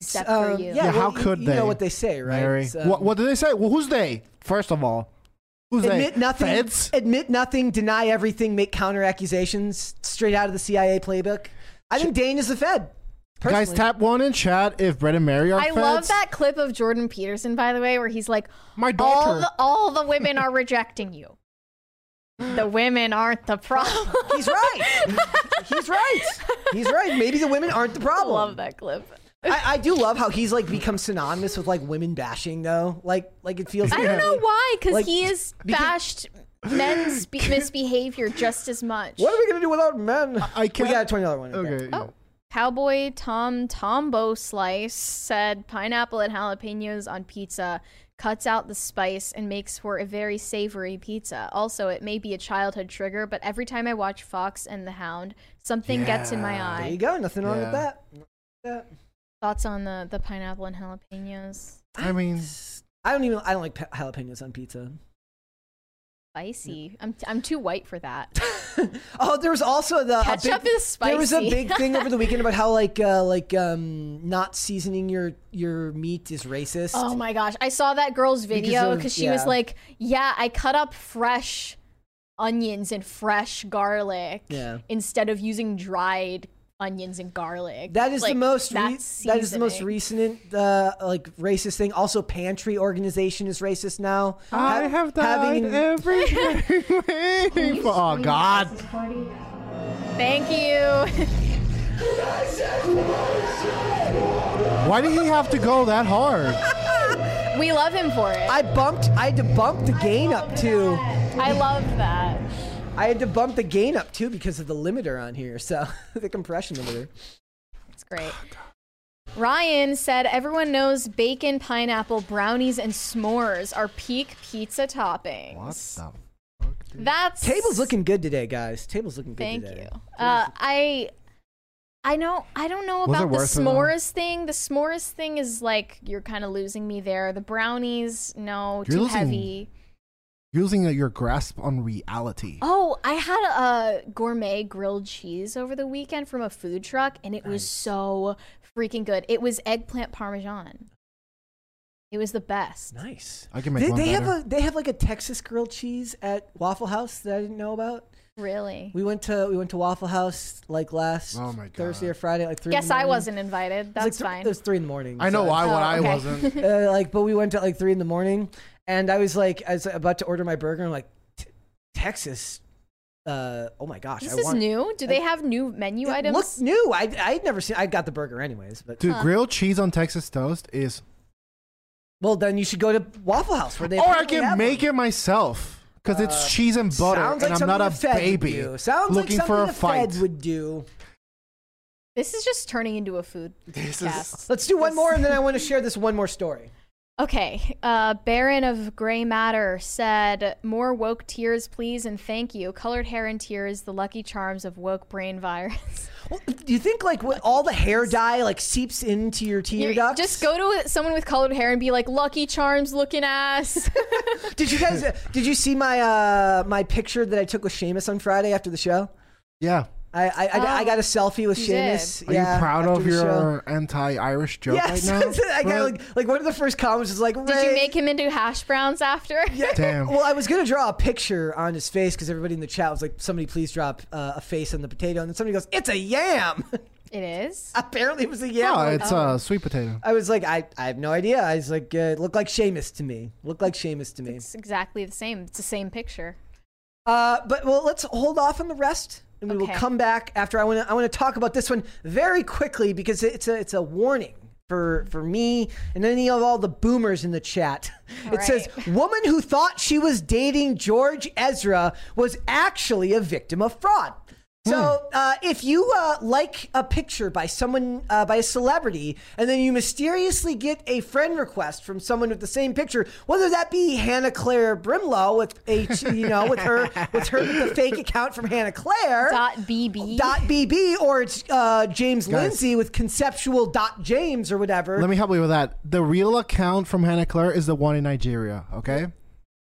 Speaker 2: except
Speaker 1: um,
Speaker 2: for you?
Speaker 1: yeah,
Speaker 3: Yeah, how
Speaker 1: well, you-
Speaker 3: could
Speaker 1: you
Speaker 3: they?
Speaker 1: know what they say right
Speaker 3: Mary.
Speaker 1: It's, um,
Speaker 3: what, what do they say? Well, who's they? First of all, who's
Speaker 1: admit
Speaker 3: they?
Speaker 1: nothing
Speaker 3: Feds?
Speaker 1: admit nothing deny everything make counter accusations straight out of the cia playbook i think dane is the fed
Speaker 3: Guys,
Speaker 1: personally.
Speaker 3: tap one in chat if Brett and Mary are
Speaker 2: I
Speaker 3: feds.
Speaker 2: love that clip of Jordan Peterson, by the way, where he's like,
Speaker 3: My
Speaker 2: all
Speaker 3: daughter.
Speaker 2: the, all the women are rejecting you. The women aren't the problem.
Speaker 1: he's right he's right he's right maybe the women aren't the
Speaker 2: I
Speaker 1: problem
Speaker 2: love that clip.
Speaker 1: I, I do love how he's like become synonymous with like women bashing though. Like like it feels.
Speaker 2: I don't know why, because
Speaker 1: Like,
Speaker 2: he has
Speaker 1: because-
Speaker 2: bashed men's be- misbehavior just as much.
Speaker 1: What are we gonna do without men?
Speaker 3: I can't-
Speaker 1: We got a twenty dollar one.
Speaker 3: Okay.
Speaker 2: Oh. Cowboy Tom Tombo Slice said pineapple and jalapenos on pizza cuts out the spice and makes for a very savory pizza. Also, it may be a childhood trigger, but every time I watch Fox and the Hound, something gets in my
Speaker 3: Yeah.
Speaker 1: There
Speaker 2: eye.
Speaker 1: you go. Nothing wrong with
Speaker 3: Yeah.
Speaker 1: that. that.
Speaker 2: Thoughts on the the pineapple and jalapenos?
Speaker 3: I mean,
Speaker 1: I don't even. I don't like pa- jalapenos on pizza.
Speaker 2: Spicy. I'm I'm too white for that.
Speaker 1: Oh, there was also the a
Speaker 2: Ketchup
Speaker 1: big-
Speaker 2: is
Speaker 1: There was a
Speaker 2: spicy.
Speaker 1: big thing over the weekend about how like uh, like um not seasoning your your meat is racist.
Speaker 2: Oh my gosh, I saw that girl's video
Speaker 1: of-
Speaker 2: because she was
Speaker 1: yeah.
Speaker 2: like, "Yeah, I cut up fresh onions and fresh garlic
Speaker 1: Yeah.
Speaker 2: instead of using dried onions and garlic."
Speaker 1: That is
Speaker 2: Like,
Speaker 1: the most re-
Speaker 2: that's
Speaker 1: that is the most
Speaker 2: seasoning.
Speaker 1: recent uh, like racist thing. Also, pantry organization is racist now.
Speaker 3: I
Speaker 1: Ha-
Speaker 3: have died
Speaker 1: having-
Speaker 3: everything. oh, God.
Speaker 2: Thank you.
Speaker 3: Why did he have to go that hard?
Speaker 2: we love him for it. I,
Speaker 1: I bumped. I had to bump the gain up too.
Speaker 2: love that.
Speaker 1: I had to bump the gain up too because of the limiter on here. So the compression limiter.
Speaker 2: It's great. Ryan said, "Everyone knows bacon, pineapple, brownies, and s'mores are peak pizza toppings."
Speaker 3: What the?
Speaker 2: That's
Speaker 1: Table's looking good today, guys. Table's looking good
Speaker 2: Thank
Speaker 1: today.
Speaker 2: you. Uh, I I know I don't know
Speaker 3: Was it
Speaker 2: about the
Speaker 3: worth it, though?
Speaker 2: s'mores thing. The s'mores thing is like you're kind of losing me there. The brownies, no,
Speaker 3: You're
Speaker 2: too
Speaker 3: losing-
Speaker 2: heavy.
Speaker 3: Using uh, your grasp on reality.
Speaker 2: Oh, I had a gourmet grilled cheese over the weekend from a food truck, and it was so freaking good. It was eggplant parmesan. It was the best.
Speaker 4: Nice.
Speaker 3: I can make
Speaker 1: They,
Speaker 3: one
Speaker 1: they have
Speaker 3: better.
Speaker 1: a they have like a Texas grilled cheese at Waffle House that I didn't know about.
Speaker 2: Really.
Speaker 1: We went to we went to Waffle House like last
Speaker 3: Oh my
Speaker 1: Thursday
Speaker 3: God.
Speaker 1: or Friday like three. in
Speaker 2: Guess
Speaker 1: the
Speaker 2: I
Speaker 1: morning.
Speaker 2: wasn't invited.
Speaker 1: It was, like,
Speaker 2: That's
Speaker 1: th-
Speaker 2: fine.
Speaker 1: It was three in the morning.
Speaker 3: I know
Speaker 1: so-
Speaker 3: why
Speaker 2: Oh,
Speaker 3: when I
Speaker 2: okay.
Speaker 3: wasn't.
Speaker 1: uh, like, but we went at like three in the morning, and I was like, I was about to order my burger, and I'm like, "T- Texas, uh, oh my gosh,
Speaker 2: this
Speaker 1: I
Speaker 2: is
Speaker 1: want,
Speaker 2: new. Do they have new menu
Speaker 1: It
Speaker 2: items?
Speaker 1: looked new. I I had never seen. I got the burger anyways, but
Speaker 3: Dude, grilled cheese on Texas toast is.
Speaker 1: well, then you should go to Waffle House where they.
Speaker 3: Or I
Speaker 1: apparently
Speaker 3: can
Speaker 1: have
Speaker 3: make
Speaker 1: one.
Speaker 3: it myself because it's cheese and butter,
Speaker 1: Sounds like
Speaker 3: and I'm not a
Speaker 1: something the Fed would
Speaker 3: baby
Speaker 1: do. Sounds
Speaker 3: looking
Speaker 1: like
Speaker 3: for
Speaker 1: something
Speaker 3: a
Speaker 1: the
Speaker 3: fight.
Speaker 1: Fed would do.
Speaker 2: This is just turning into a food cast.
Speaker 1: Let's do one more, and then I want to share this one more story.
Speaker 2: Okay. Uh, Baron of Gray Matter said, "More woke tears, please, and thank you. Colored hair and tears, the lucky charms of woke brain virus."
Speaker 1: Well, do you think like what all the hair dye like seeps into your tear
Speaker 2: You-
Speaker 1: ducts?
Speaker 2: Just go to someone with colored hair and be like, "Lucky charms, looking ass."
Speaker 1: Did you guys? did you see my uh my picture that I took with Seamus on Friday after the show?
Speaker 3: Yeah.
Speaker 1: I I, I, I
Speaker 2: Oh,
Speaker 1: got a selfie with
Speaker 2: you
Speaker 1: Seamus.
Speaker 3: Are
Speaker 1: yeah,
Speaker 3: you proud
Speaker 1: after
Speaker 3: of
Speaker 1: the show.
Speaker 3: your anti-Irish joke
Speaker 1: Yes,
Speaker 3: right now?
Speaker 1: I got
Speaker 3: Well,
Speaker 1: like, like one of the first comments was like,
Speaker 2: Did you
Speaker 1: "Ray."
Speaker 2: make him into hash browns after? Yeah.
Speaker 3: Damn.
Speaker 1: Well, I was gonna draw a picture on his face because everybody in the chat was like, "Somebody please drop uh, a face on the potato," and then somebody goes, "It's a yam."
Speaker 2: It is.
Speaker 1: Apparently, it was a yam.
Speaker 3: no, it's uh, sweet potato.
Speaker 1: I was like, I, I have no idea. I was like, uh, it looked like Seamus to me. Looked like Seamus to me.
Speaker 2: It's exactly the same. It's the same picture.
Speaker 1: Uh, but well, let's hold off on the rest, and we will
Speaker 2: Okay.
Speaker 1: come back after. I want to I want to talk about this one very quickly because it's a it's a warning for for me and any of all the boomers in the chat. it says
Speaker 2: right.
Speaker 1: woman who thought she was dating George Ezra was actually a victim of fraud. So, uh, if you uh, like a picture by someone, uh, by a celebrity, and then you mysteriously get a friend request from someone with the same picture, whether that be Hannah Claire Brimlow with a, you know, with her, with her with the fake account from Hannah Claire
Speaker 2: Dot BB.
Speaker 1: dot BB, or it's uh, James
Speaker 3: Guys.
Speaker 1: Lindsay with conceptual dot James or whatever.
Speaker 3: Let me help you with that. The real account from Hannah Claire is the one in Nigeria. Okay.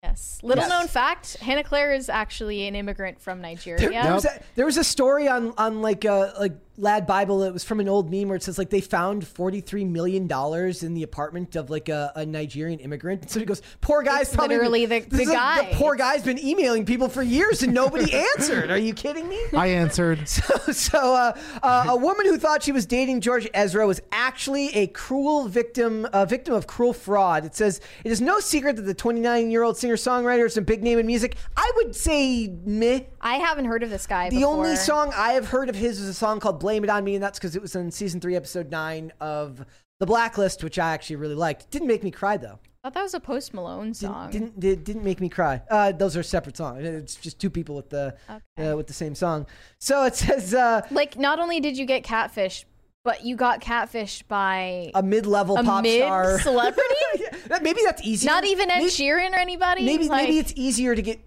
Speaker 2: Yes. Little known fact: Hannah Claire is actually an immigrant from Nigeria.
Speaker 1: There, there was a, there was a story on on like a like Lad Bible. It was from an old meme where it says like they found forty three million dollars in the apartment of like a, a Nigerian immigrant. So he goes, poor guy's
Speaker 2: It's
Speaker 1: probably
Speaker 2: literally the-
Speaker 1: this
Speaker 2: the
Speaker 1: is like
Speaker 2: guy."
Speaker 1: The poor guy's been emailing people for years and nobody answered. Are you kidding me?
Speaker 3: I answered.
Speaker 1: so uh, uh, a woman who thought she was dating George Ezra was actually a cruel victim, a victim of cruel fraud. It says it is no secret that the 29-year-old singer-songwriter is a big name in music. I would say meh.
Speaker 2: I haven't heard of this guy.
Speaker 1: The
Speaker 2: before.
Speaker 1: only song I have heard of his is a song called "Blame It on Me," and that's because it was in season three, episode nine of The Blacklist, which I actually really liked. Didn't make me cry though.
Speaker 2: I thought that was a Post Malone song.
Speaker 1: Didn't did, didn't make me cry. Uh, those are separate songs. It's just two people with the uh, with the same song. So it says. Uh,
Speaker 2: like, not only did you get catfished, but you got catfished by
Speaker 1: a mid-level
Speaker 2: A
Speaker 1: pop
Speaker 2: mid
Speaker 1: star
Speaker 2: celebrity?
Speaker 1: Yeah, that- maybe that's easier.
Speaker 2: not even Ed
Speaker 1: maybe,
Speaker 2: Sheeran or anybody.
Speaker 1: Maybe
Speaker 2: like,
Speaker 1: maybe it's easier to get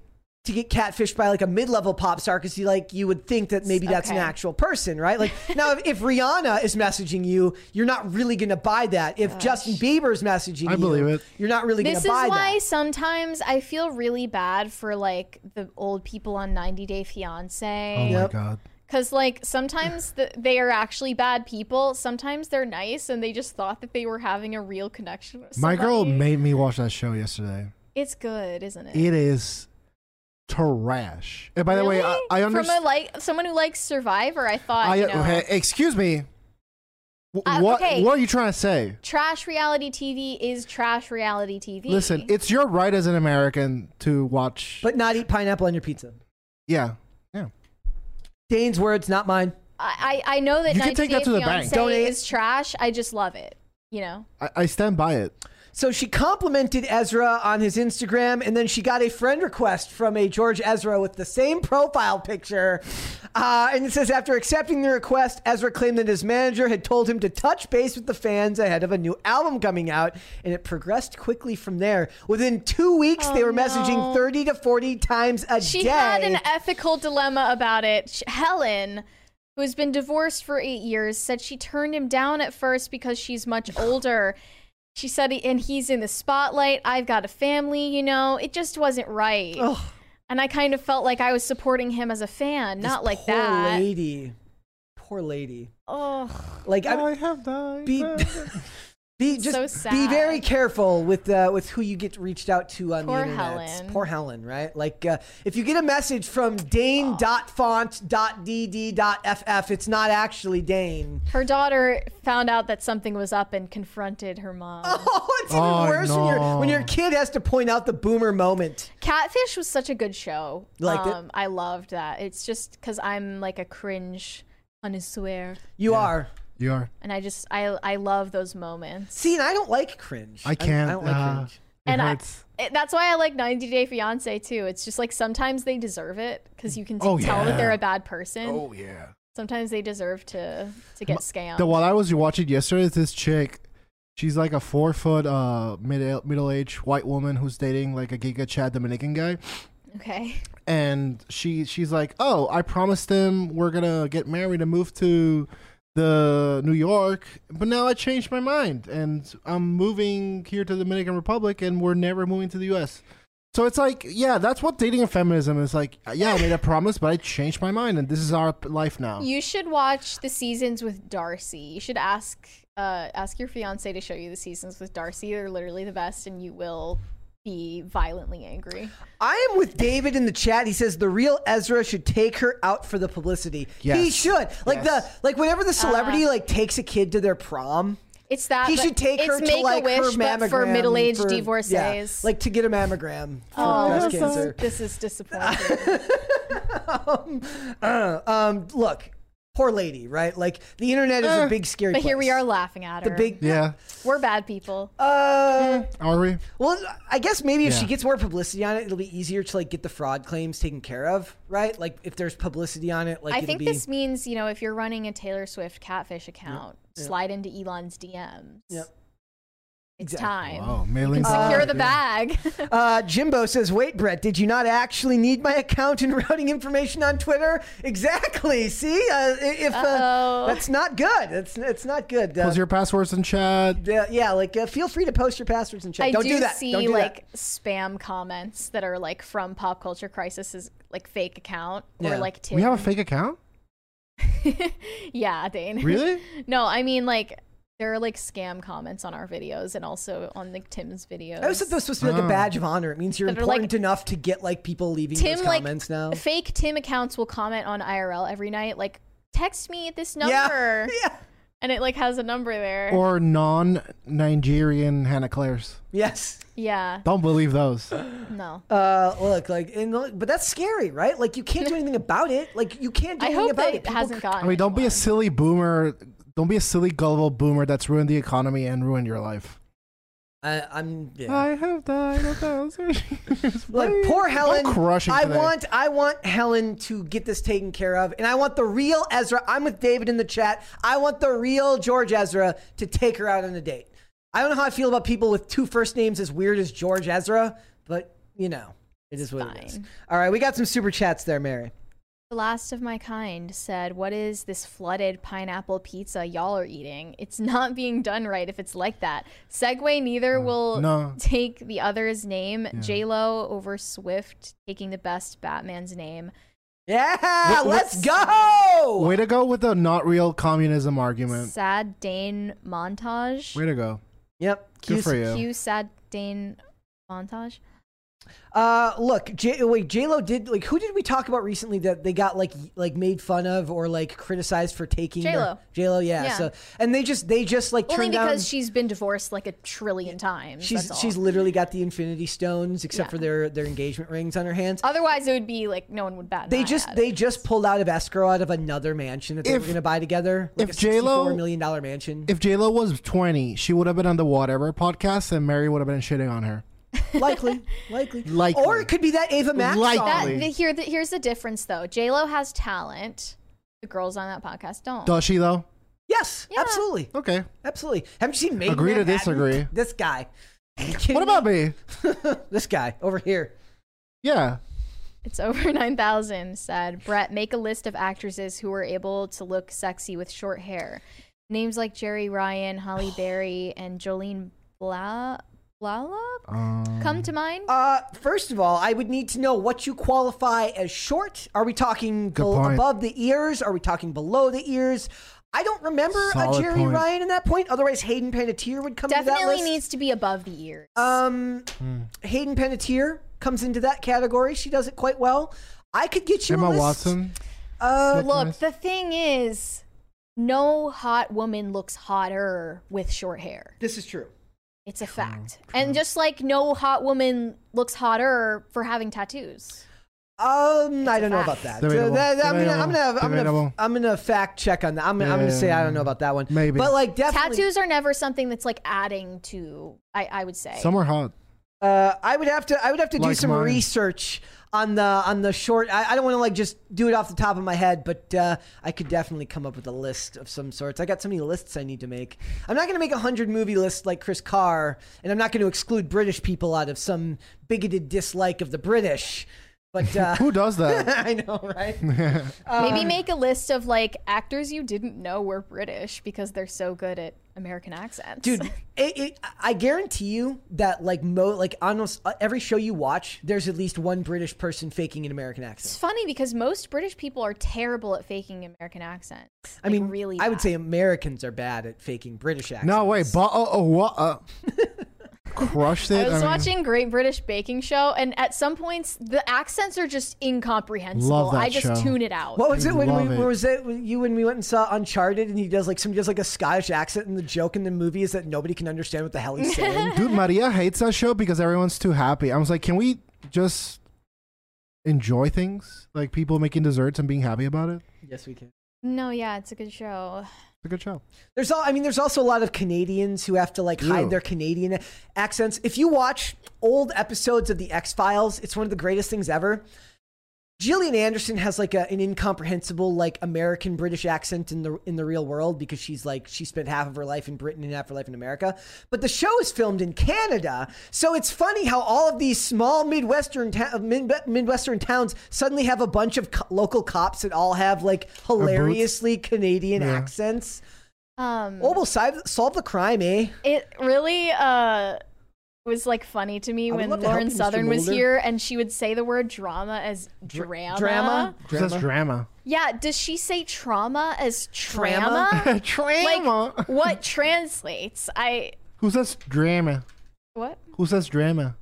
Speaker 1: to get catfished by like a mid-level pop star because you like you would think that maybe that's an
Speaker 2: Okay.
Speaker 1: actual person, right? Like now, if, if Rihanna is messaging you, you're not really going to buy that. If Justin Bieber is messaging
Speaker 3: I
Speaker 1: you,
Speaker 3: believe it.
Speaker 1: you're not really going
Speaker 2: This
Speaker 1: to
Speaker 2: is
Speaker 1: buy
Speaker 2: why
Speaker 1: that.
Speaker 2: sometimes I feel really bad for like the old people on 90 Day
Speaker 3: Oh
Speaker 2: Fiance.
Speaker 3: my
Speaker 1: Yep.
Speaker 3: god.
Speaker 2: Because like sometimes the, they are actually bad people. Sometimes they're nice and they just thought that they were having a real connection with
Speaker 3: My girl
Speaker 2: somebody.
Speaker 3: made me watch that show yesterday.
Speaker 2: It's good, isn't it?
Speaker 3: It is trash. And by the way, I,
Speaker 2: Really?
Speaker 3: I
Speaker 2: From a
Speaker 3: understand.
Speaker 2: like someone who likes Survivor, I thought you know,
Speaker 3: excuse me. Wh-
Speaker 2: Uh,
Speaker 3: what
Speaker 2: okay.
Speaker 3: What are you trying to say?
Speaker 2: trash reality TV is trash reality TV.
Speaker 3: Listen, it's your right as an American to watch.
Speaker 1: But not eat pineapple on your pizza.
Speaker 3: yeah, yeah.
Speaker 1: Dane's words, not mine.
Speaker 2: I, I I know that
Speaker 3: You
Speaker 2: 90
Speaker 3: can take
Speaker 2: Day
Speaker 3: that to the
Speaker 2: Fiancé
Speaker 3: bank.
Speaker 1: Donate.
Speaker 2: is trash. I just love it. You know,
Speaker 3: I, I stand by it.
Speaker 1: So she complimented Ezra on his Instagram, and then she got a friend request from a George Ezra with the same profile picture. Uh, and it says after accepting the request, Ezra claimed that his manager had told him to touch base with the fans ahead of a new album coming out, and it progressed quickly from there. Within two weeks, they were messaging
Speaker 2: Oh, no.
Speaker 1: thirty to forty times a
Speaker 2: she
Speaker 1: day.
Speaker 2: had an ethical dilemma about it. Sh Helen, who has been divorced for eight years, said she turned him down at first because she's much older. She said, and he's in the spotlight. I've got a family, you know. It just wasn't right.
Speaker 1: Ugh.
Speaker 2: And I kind of felt like I was supporting him as a fan,
Speaker 1: This
Speaker 2: not like
Speaker 1: poor
Speaker 2: that.
Speaker 1: lady. Poor lady.
Speaker 2: Oh,
Speaker 1: Like
Speaker 3: I,
Speaker 1: I'm,
Speaker 3: have died.
Speaker 1: be be just
Speaker 2: so
Speaker 1: be
Speaker 2: sad.
Speaker 1: very careful with uh, with who you get reached out to on
Speaker 2: Poor
Speaker 1: the internet. It's
Speaker 2: Helen.
Speaker 1: Poor Helen, right? Like uh, if you get a message from Dane.font.dd.ff, it's not actually Dane.
Speaker 2: her daughter found out that something was up and confronted her mom.
Speaker 1: Oh, it's even
Speaker 3: Oh,
Speaker 1: worse when your when your
Speaker 3: no.
Speaker 1: kid has to point out the boomer moment.
Speaker 2: Catfish was such a good show. Um,
Speaker 1: You liked it?
Speaker 2: I loved that. It's just because I'm like a cringe connoisseur,
Speaker 1: You are.
Speaker 3: you are.
Speaker 2: and I just I I love those moments.
Speaker 1: See, and I don't like cringe.
Speaker 3: I can't.
Speaker 1: I, don't like
Speaker 3: uh,
Speaker 1: cringe.
Speaker 3: It
Speaker 2: and
Speaker 3: hurts.
Speaker 2: I, it- that's why I like 90 Day Fiance too. It's just like sometimes they deserve it because you can t-
Speaker 3: Oh,
Speaker 2: tell
Speaker 3: yeah.
Speaker 2: that they're a bad person.
Speaker 3: oh yeah.
Speaker 2: Sometimes they deserve to to get scammed.
Speaker 3: The while I was watching yesterday, this chick, she's like a four foot uh middle middle aged white woman who's dating like a Giga Chad Dominican guy,
Speaker 2: okay.
Speaker 3: and she she's like, oh, I promised him we're gonna get married and move to the New York, but now I changed my mind and I'm moving here to the Dominican Republic and we're never moving to the U.S. So it's like, yeah, that's what dating and feminism is like. Yeah, I made a promise, but I changed my mind, and this is our life
Speaker 1: Oh.
Speaker 3: now.
Speaker 2: You should watch the seasons with Darcy. You should ask uh, ask your fiance to show you the seasons with Darcy. They're literally the best, and you will be violently angry.
Speaker 1: I am with David in the chat. He says the real Ezra should take her out for the publicity. He
Speaker 3: Yes.
Speaker 1: should. Like the like whenever the
Speaker 2: Uh.
Speaker 1: celebrity like takes a kid to their prom.
Speaker 2: It's that
Speaker 1: He
Speaker 2: but
Speaker 1: should take
Speaker 2: it's
Speaker 1: her to
Speaker 2: make
Speaker 1: like
Speaker 2: a wish
Speaker 1: her mammogram
Speaker 2: but for middle aged
Speaker 1: for-
Speaker 2: divorcees. Oh,
Speaker 1: yeah, like to get a mammogram for breast
Speaker 2: this
Speaker 1: cancer.
Speaker 2: is, this is disappointing.
Speaker 1: Uh, um, look, poor lady, right? Like the internet is a big scary.
Speaker 2: but here we
Speaker 1: place.
Speaker 2: are laughing at her.
Speaker 1: The big.
Speaker 3: yeah,
Speaker 2: We're bad people.
Speaker 1: Uh,
Speaker 2: Mm-hmm.
Speaker 3: are we?
Speaker 1: well, I guess maybe if she
Speaker 3: Yeah.
Speaker 1: gets more publicity on it, it'll be easier to like get the fraud claims taken care of, right? Like if there's publicity on it, like
Speaker 2: I
Speaker 1: it'll
Speaker 2: think
Speaker 1: be,
Speaker 2: this means you know if you're running a Taylor Swift catfish account, slide into Elon's DMs.
Speaker 1: Yep.
Speaker 2: It's
Speaker 1: Exactly.
Speaker 2: time.
Speaker 3: Oh, mailing.
Speaker 2: Secure
Speaker 3: Uh,
Speaker 2: the bag.
Speaker 1: Uh, Jimbo says, "Wait, Brett, did you not actually need my account and routing information on Twitter?" Exactly. See, uh, i- if uh,
Speaker 2: Uh-oh.
Speaker 1: that's not good, it's it's not good. Uh,
Speaker 3: Post your passwords in chat.
Speaker 1: yeah, yeah, like uh, feel free to post your passwords and chat.
Speaker 2: I
Speaker 1: Don't
Speaker 2: do,
Speaker 1: do that.
Speaker 2: see
Speaker 1: Don't do that.
Speaker 2: like spam comments that are like from Pop Culture Crisis's like fake account
Speaker 1: Yeah.
Speaker 2: or like Tim.
Speaker 3: We have a fake account?
Speaker 2: yeah, Dane.
Speaker 3: Really?
Speaker 2: no, I mean like there are like scam comments on our videos and also on like Tim's videos.
Speaker 1: I always thought this was supposed to be like a
Speaker 3: Oh.
Speaker 1: badge of honor. It means you're
Speaker 2: That are, like-
Speaker 1: important enough to get like people leaving
Speaker 2: Tim
Speaker 1: those
Speaker 2: like
Speaker 1: comments now.
Speaker 2: fake Tim accounts will comment on IRL every night like text me at this number
Speaker 1: Yeah, yeah,
Speaker 2: and it like has a number there.
Speaker 3: Or non Nigerian Hannah Claire's.
Speaker 1: yes.
Speaker 2: yeah.
Speaker 3: Don't believe those.
Speaker 2: No.
Speaker 1: Uh, look, like, and look, but that's scary, right? Like, you can't do anything about it. Like, you can't do
Speaker 2: I
Speaker 1: anything
Speaker 2: hope
Speaker 1: about
Speaker 2: that
Speaker 1: it.
Speaker 2: it
Speaker 1: People
Speaker 2: hasn't gotten
Speaker 3: I mean, don't be a
Speaker 2: anyone.
Speaker 3: silly boomer. Don't be a silly, gullible boomer that's ruined the economy and ruined your life.
Speaker 1: I, I'm. Yeah.
Speaker 3: have died a thousand years.
Speaker 1: Like poor Helen.
Speaker 3: I'm crushing
Speaker 1: I
Speaker 3: today.
Speaker 1: want I want Helen to get this taken care of, and I want the real Ezra. I'm with David in the chat. I want the real George Ezra to take her out on a date. I don't know how I feel about people with two first names as weird as George Ezra, but you know, it is what it is.
Speaker 2: Fine.
Speaker 1: All right, we got some super chats there, Mary.
Speaker 2: The last of my kind said, What is this flooded pineapple pizza y'all are eating? It's not being done right if it's like that. Segway neither will
Speaker 3: Uh, no.
Speaker 2: take the other's name, JLo over Swift taking the best Batman's name.
Speaker 1: Yeah,
Speaker 3: Wait, wait.
Speaker 1: let's go.
Speaker 3: Way to go with the not real communism argument.
Speaker 2: Sad Dane montage.
Speaker 3: Way to go.
Speaker 1: Yep.
Speaker 3: Good
Speaker 1: Cue
Speaker 3: for you.
Speaker 2: Cue Sad Dane montage.
Speaker 1: Uh, look, J- wait, J Lo did like who did we talk about recently that they got like y- like made fun of or like criticized for taking
Speaker 2: J-Lo.
Speaker 1: J Lo, yeah,
Speaker 2: Yeah.
Speaker 1: So and they just they just like
Speaker 2: Only
Speaker 1: turned down.
Speaker 2: because she's been divorced like a trillion times.
Speaker 1: she's
Speaker 2: that's all.
Speaker 1: she's literally got the Infinity Stones except
Speaker 2: Yeah. Oh
Speaker 1: for their their engagement rings on her hands.
Speaker 2: Otherwise, it would be like no one would bat. an
Speaker 1: They
Speaker 2: eye
Speaker 1: just
Speaker 2: at
Speaker 1: they
Speaker 2: it.
Speaker 1: just pulled out of escrow out of another mansion that they were
Speaker 3: If-
Speaker 1: going to buy together. Like
Speaker 3: if
Speaker 1: a
Speaker 3: J-Lo-
Speaker 1: $64 million dollar mansion,
Speaker 3: If JLo was 20, she would have been on the Whatever podcast and Mary would have been shitting on her.
Speaker 1: likely, likely,
Speaker 3: Likely.
Speaker 1: or it could be that Ava Max.
Speaker 3: Likely.
Speaker 2: That,
Speaker 1: song.
Speaker 3: Totally.
Speaker 2: the, here, the, here's the difference, though. J Lo has talent. The girls on that podcast don't.
Speaker 3: Does she, though?
Speaker 1: yes,
Speaker 2: Yeah.
Speaker 1: absolutely,
Speaker 3: Okay.
Speaker 1: absolutely. Haven't you seen? Maid
Speaker 3: Agree to
Speaker 1: Manhattan?
Speaker 3: disagree.
Speaker 1: This guy. Are you kidding
Speaker 3: What about
Speaker 1: me?
Speaker 3: me?
Speaker 1: this guy over here?
Speaker 3: Yeah.
Speaker 2: It's over nine thousand. Said Brett, make a list of actresses who were able to look sexy with short hair. Names like Jerry Ryan, Holly Berry, and Jolene Bla Blala
Speaker 3: Um,
Speaker 2: come to mind?
Speaker 1: Uh, first of all, I would need to know what you qualify as short. Are we talking
Speaker 3: Good
Speaker 1: bel-
Speaker 3: point.
Speaker 1: above the ears? Are we talking below the ears? I don't remember a
Speaker 3: Solid
Speaker 1: Jerry
Speaker 3: point.
Speaker 1: Ryan in that point. Otherwise, Hayden Panettiere would come into that
Speaker 2: Definitely
Speaker 1: list.
Speaker 2: needs to be above the ears.
Speaker 1: um,
Speaker 3: Hmm.
Speaker 1: Hayden Panettiere comes into that category. She does it quite well. I could get you a
Speaker 3: Emma
Speaker 1: list.
Speaker 3: Watson.
Speaker 1: Uh,
Speaker 2: Look, the thing is, no hot woman looks hotter with short hair.
Speaker 1: this is true.
Speaker 2: It's a fact. And just like no hot woman looks hotter for having tattoos.
Speaker 1: Um, I
Speaker 2: a
Speaker 1: don't know about that.
Speaker 2: fact.
Speaker 1: So
Speaker 3: Debatable.
Speaker 1: that- I'm gonna, I'm
Speaker 3: Debatable.
Speaker 1: gonna, I'm gonna,
Speaker 3: Debatable.
Speaker 1: I'm gonna fact check on that. I'm, I'm gonna
Speaker 3: Yeah.
Speaker 1: say I don't know about that one.
Speaker 3: Maybe.
Speaker 1: but like definitely.
Speaker 2: Tattoos are never something that's like adding to, I, I would say.
Speaker 3: Some are hot.
Speaker 1: Uh, I would have to. I would have to do
Speaker 3: Like
Speaker 1: some
Speaker 3: mine.
Speaker 1: research on the on the short. I, I don't want to like just do it off the top of my head, but uh, I could definitely come up with a list of some sorts. I got so many lists I need to make. I'm not going to make a hundred movie list like Chris Carr, and I'm not going to exclude British people out of some bigoted dislike of the British. But uh,
Speaker 3: Who does that?
Speaker 1: I know, right? Uh,
Speaker 2: Maybe make a list of like actors you didn't know were British because they're so good at American accents.
Speaker 1: dude it, it, i guarantee you that like mo like almost uh, every show you watch there's at least one british person faking an american
Speaker 2: It's
Speaker 1: accent
Speaker 2: funny because most British people are terrible at faking American accents.
Speaker 1: i mean
Speaker 2: really
Speaker 1: i would
Speaker 2: bad.
Speaker 1: say americans are bad at faking british accents
Speaker 3: no, wait. But oh, oh, what? Uh, crushed it.
Speaker 2: I was
Speaker 3: mean,
Speaker 2: watching Great British Baking Show, and at some points the accents are just incomprehensible.
Speaker 3: Love that
Speaker 2: I just
Speaker 3: show.
Speaker 2: tune it out.
Speaker 1: what was it when
Speaker 3: Love
Speaker 1: we
Speaker 3: it.
Speaker 1: when was it when you when we went and saw Uncharted and he does like some just like a Scottish accent and the joke in the movie is that nobody can understand what the hell he's saying.
Speaker 3: Dude, Maria hates that show because everyone's too happy. I was like, can we just enjoy things? Like people making desserts and being happy about it?
Speaker 1: yes, we can.
Speaker 2: No, yeah, it's a good show.
Speaker 3: It's a good show.
Speaker 1: There's all I mean there's also a lot of Canadians who have to like hide
Speaker 3: Ew.
Speaker 1: their Canadian accents. If you watch old episodes of the X-Files, it's one of the greatest things ever. Gillian Anderson has like a, an incomprehensible like American British accent in the in the real world because she's like she spent half of her life in Britain and half her life in America. But the show is filmed in Canada, so it's funny how all of these small midwestern ta- mid- midwestern towns suddenly have a bunch of co- local cops that all have like hilariously Canadian
Speaker 3: Yeah.
Speaker 1: accents.
Speaker 2: Um,
Speaker 1: Oh, we'll solve, solve the crime, eh?
Speaker 2: it really uh, was like funny to me
Speaker 1: I would
Speaker 2: when
Speaker 1: love to help
Speaker 2: Lauren
Speaker 1: you, Mr.
Speaker 2: Southern was
Speaker 1: Mulder.
Speaker 2: here, and she would say the word drama as drama.
Speaker 1: Drama.
Speaker 3: It says drama.
Speaker 2: Yeah, does she say trauma as
Speaker 1: Trama?
Speaker 2: trauma?
Speaker 3: Drama.
Speaker 2: Like what translates? I
Speaker 3: Who says drama?
Speaker 2: what
Speaker 3: Who says drama?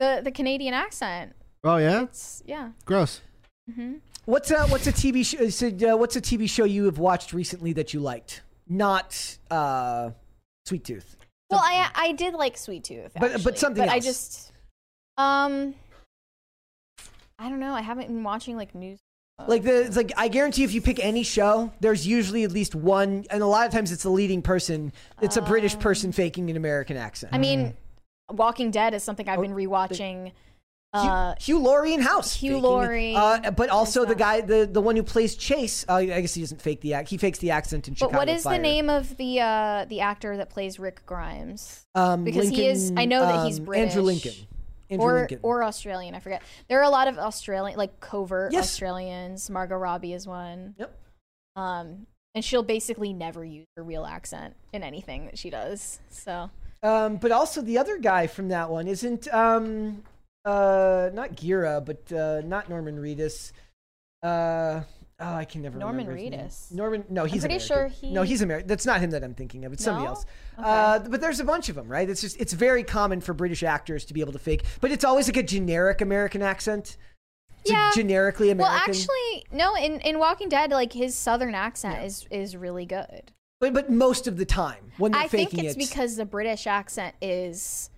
Speaker 2: the the Canadian accent?
Speaker 3: Oh yeah,
Speaker 2: It's yeah. Mm-hmm.
Speaker 3: gross.
Speaker 1: What's a what's a TV show? so, uh, what's a TV show you have watched recently that you liked? Not uh, Sweet Tooth.
Speaker 2: Well, I I did like Sweet Tooth,
Speaker 1: But- but
Speaker 2: actually,
Speaker 1: something
Speaker 2: I
Speaker 1: else.
Speaker 2: just um, I don't know. I haven't been watching like news.
Speaker 1: Like the it's like I guarantee if you pick any show, there's usually at least one, and a lot of times it's the leading person. It's a British person faking an American accent.
Speaker 2: Um, I mean,
Speaker 1: Mm.
Speaker 2: Walking Dead is something
Speaker 1: Oh,
Speaker 2: I've been rewatching.
Speaker 1: Hugh,
Speaker 2: Uh,
Speaker 1: Hugh Laurie in House.
Speaker 2: Hugh
Speaker 1: faking-
Speaker 2: Laurie
Speaker 1: uh, but also the
Speaker 2: and
Speaker 1: guy, the the one who plays Chase. Uh, I guess he doesn't fake the act. He fakes the accent in Chicago.
Speaker 2: but what is
Speaker 1: Fire.
Speaker 2: the name of the uh the actor that plays Rick Grimes?
Speaker 1: Um,
Speaker 2: Because he is- I know that he's
Speaker 1: Andrew
Speaker 2: British.
Speaker 1: Lincoln. Andrew
Speaker 2: or
Speaker 1: Lincoln.
Speaker 2: or Australian, I forget. There are a lot of Australian, like covert
Speaker 1: Yes.
Speaker 2: Australians. Margot Robbie is one.
Speaker 1: Yep.
Speaker 2: Um, and she'll basically never use her real accent in anything that she does. So
Speaker 1: Um, but also the other guy from that one isn't um, uh, not Gira, but uh, not Norman Reedus. Uh, oh, I can never
Speaker 2: Norman
Speaker 1: remember his name.
Speaker 2: Reedus.
Speaker 1: Norman, no, he's
Speaker 2: pretty
Speaker 1: American.
Speaker 2: sure he-
Speaker 1: No, he's American. That's not him that I'm thinking of. It's somebody
Speaker 2: No?
Speaker 1: else.
Speaker 2: Okay.
Speaker 1: Uh, but there's a bunch of them, right? It's just it's very common for British actors to be able to fake, but it's always like a generic American accent. It's a
Speaker 2: Yeah.
Speaker 1: generically American.
Speaker 2: well, actually, no. In in Walking Dead, like his southern accent is is really good.
Speaker 1: but, but most of the time when they're
Speaker 2: I think
Speaker 1: faking
Speaker 2: it's
Speaker 1: it,
Speaker 2: because the British accent is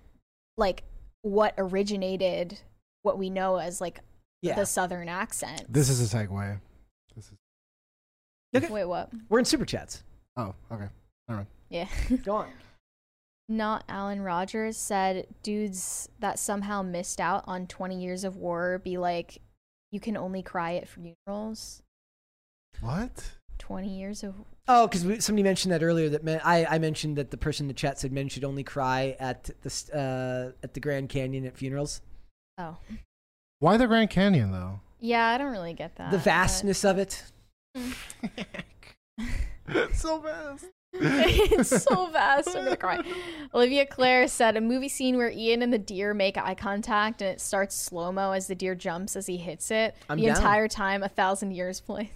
Speaker 2: like what originated what we know as like
Speaker 1: yeah.
Speaker 2: the southern accent.
Speaker 3: This is a segue. This is
Speaker 1: Okay.
Speaker 2: Wait, what?
Speaker 1: We're in super chats.
Speaker 3: oh okay. All right.
Speaker 2: Yeah.
Speaker 1: Go on.
Speaker 2: not Alan Rogers said dudes that somehow missed out on 20 years of war be like you can only cry at funerals.
Speaker 3: What?
Speaker 2: 20 years of
Speaker 1: Oh, because somebody mentioned that earlier. That men, I, I mentioned that the person in the chat said men should only cry at the s- uh, at the Grand Canyon at funerals.
Speaker 2: oh.
Speaker 3: Why the Grand Canyon though?
Speaker 2: Yeah, I don't really get that.
Speaker 1: the
Speaker 2: but-
Speaker 1: vastness of it.
Speaker 3: so fast.
Speaker 2: it's so fast. I'm gonna cry. Olivia Claire said a movie scene where Ian and the deer make eye contact, and it starts slow mo as the deer jumps as he hits it.
Speaker 1: I'm
Speaker 2: the
Speaker 1: down.
Speaker 2: entire time, a thousand years plays.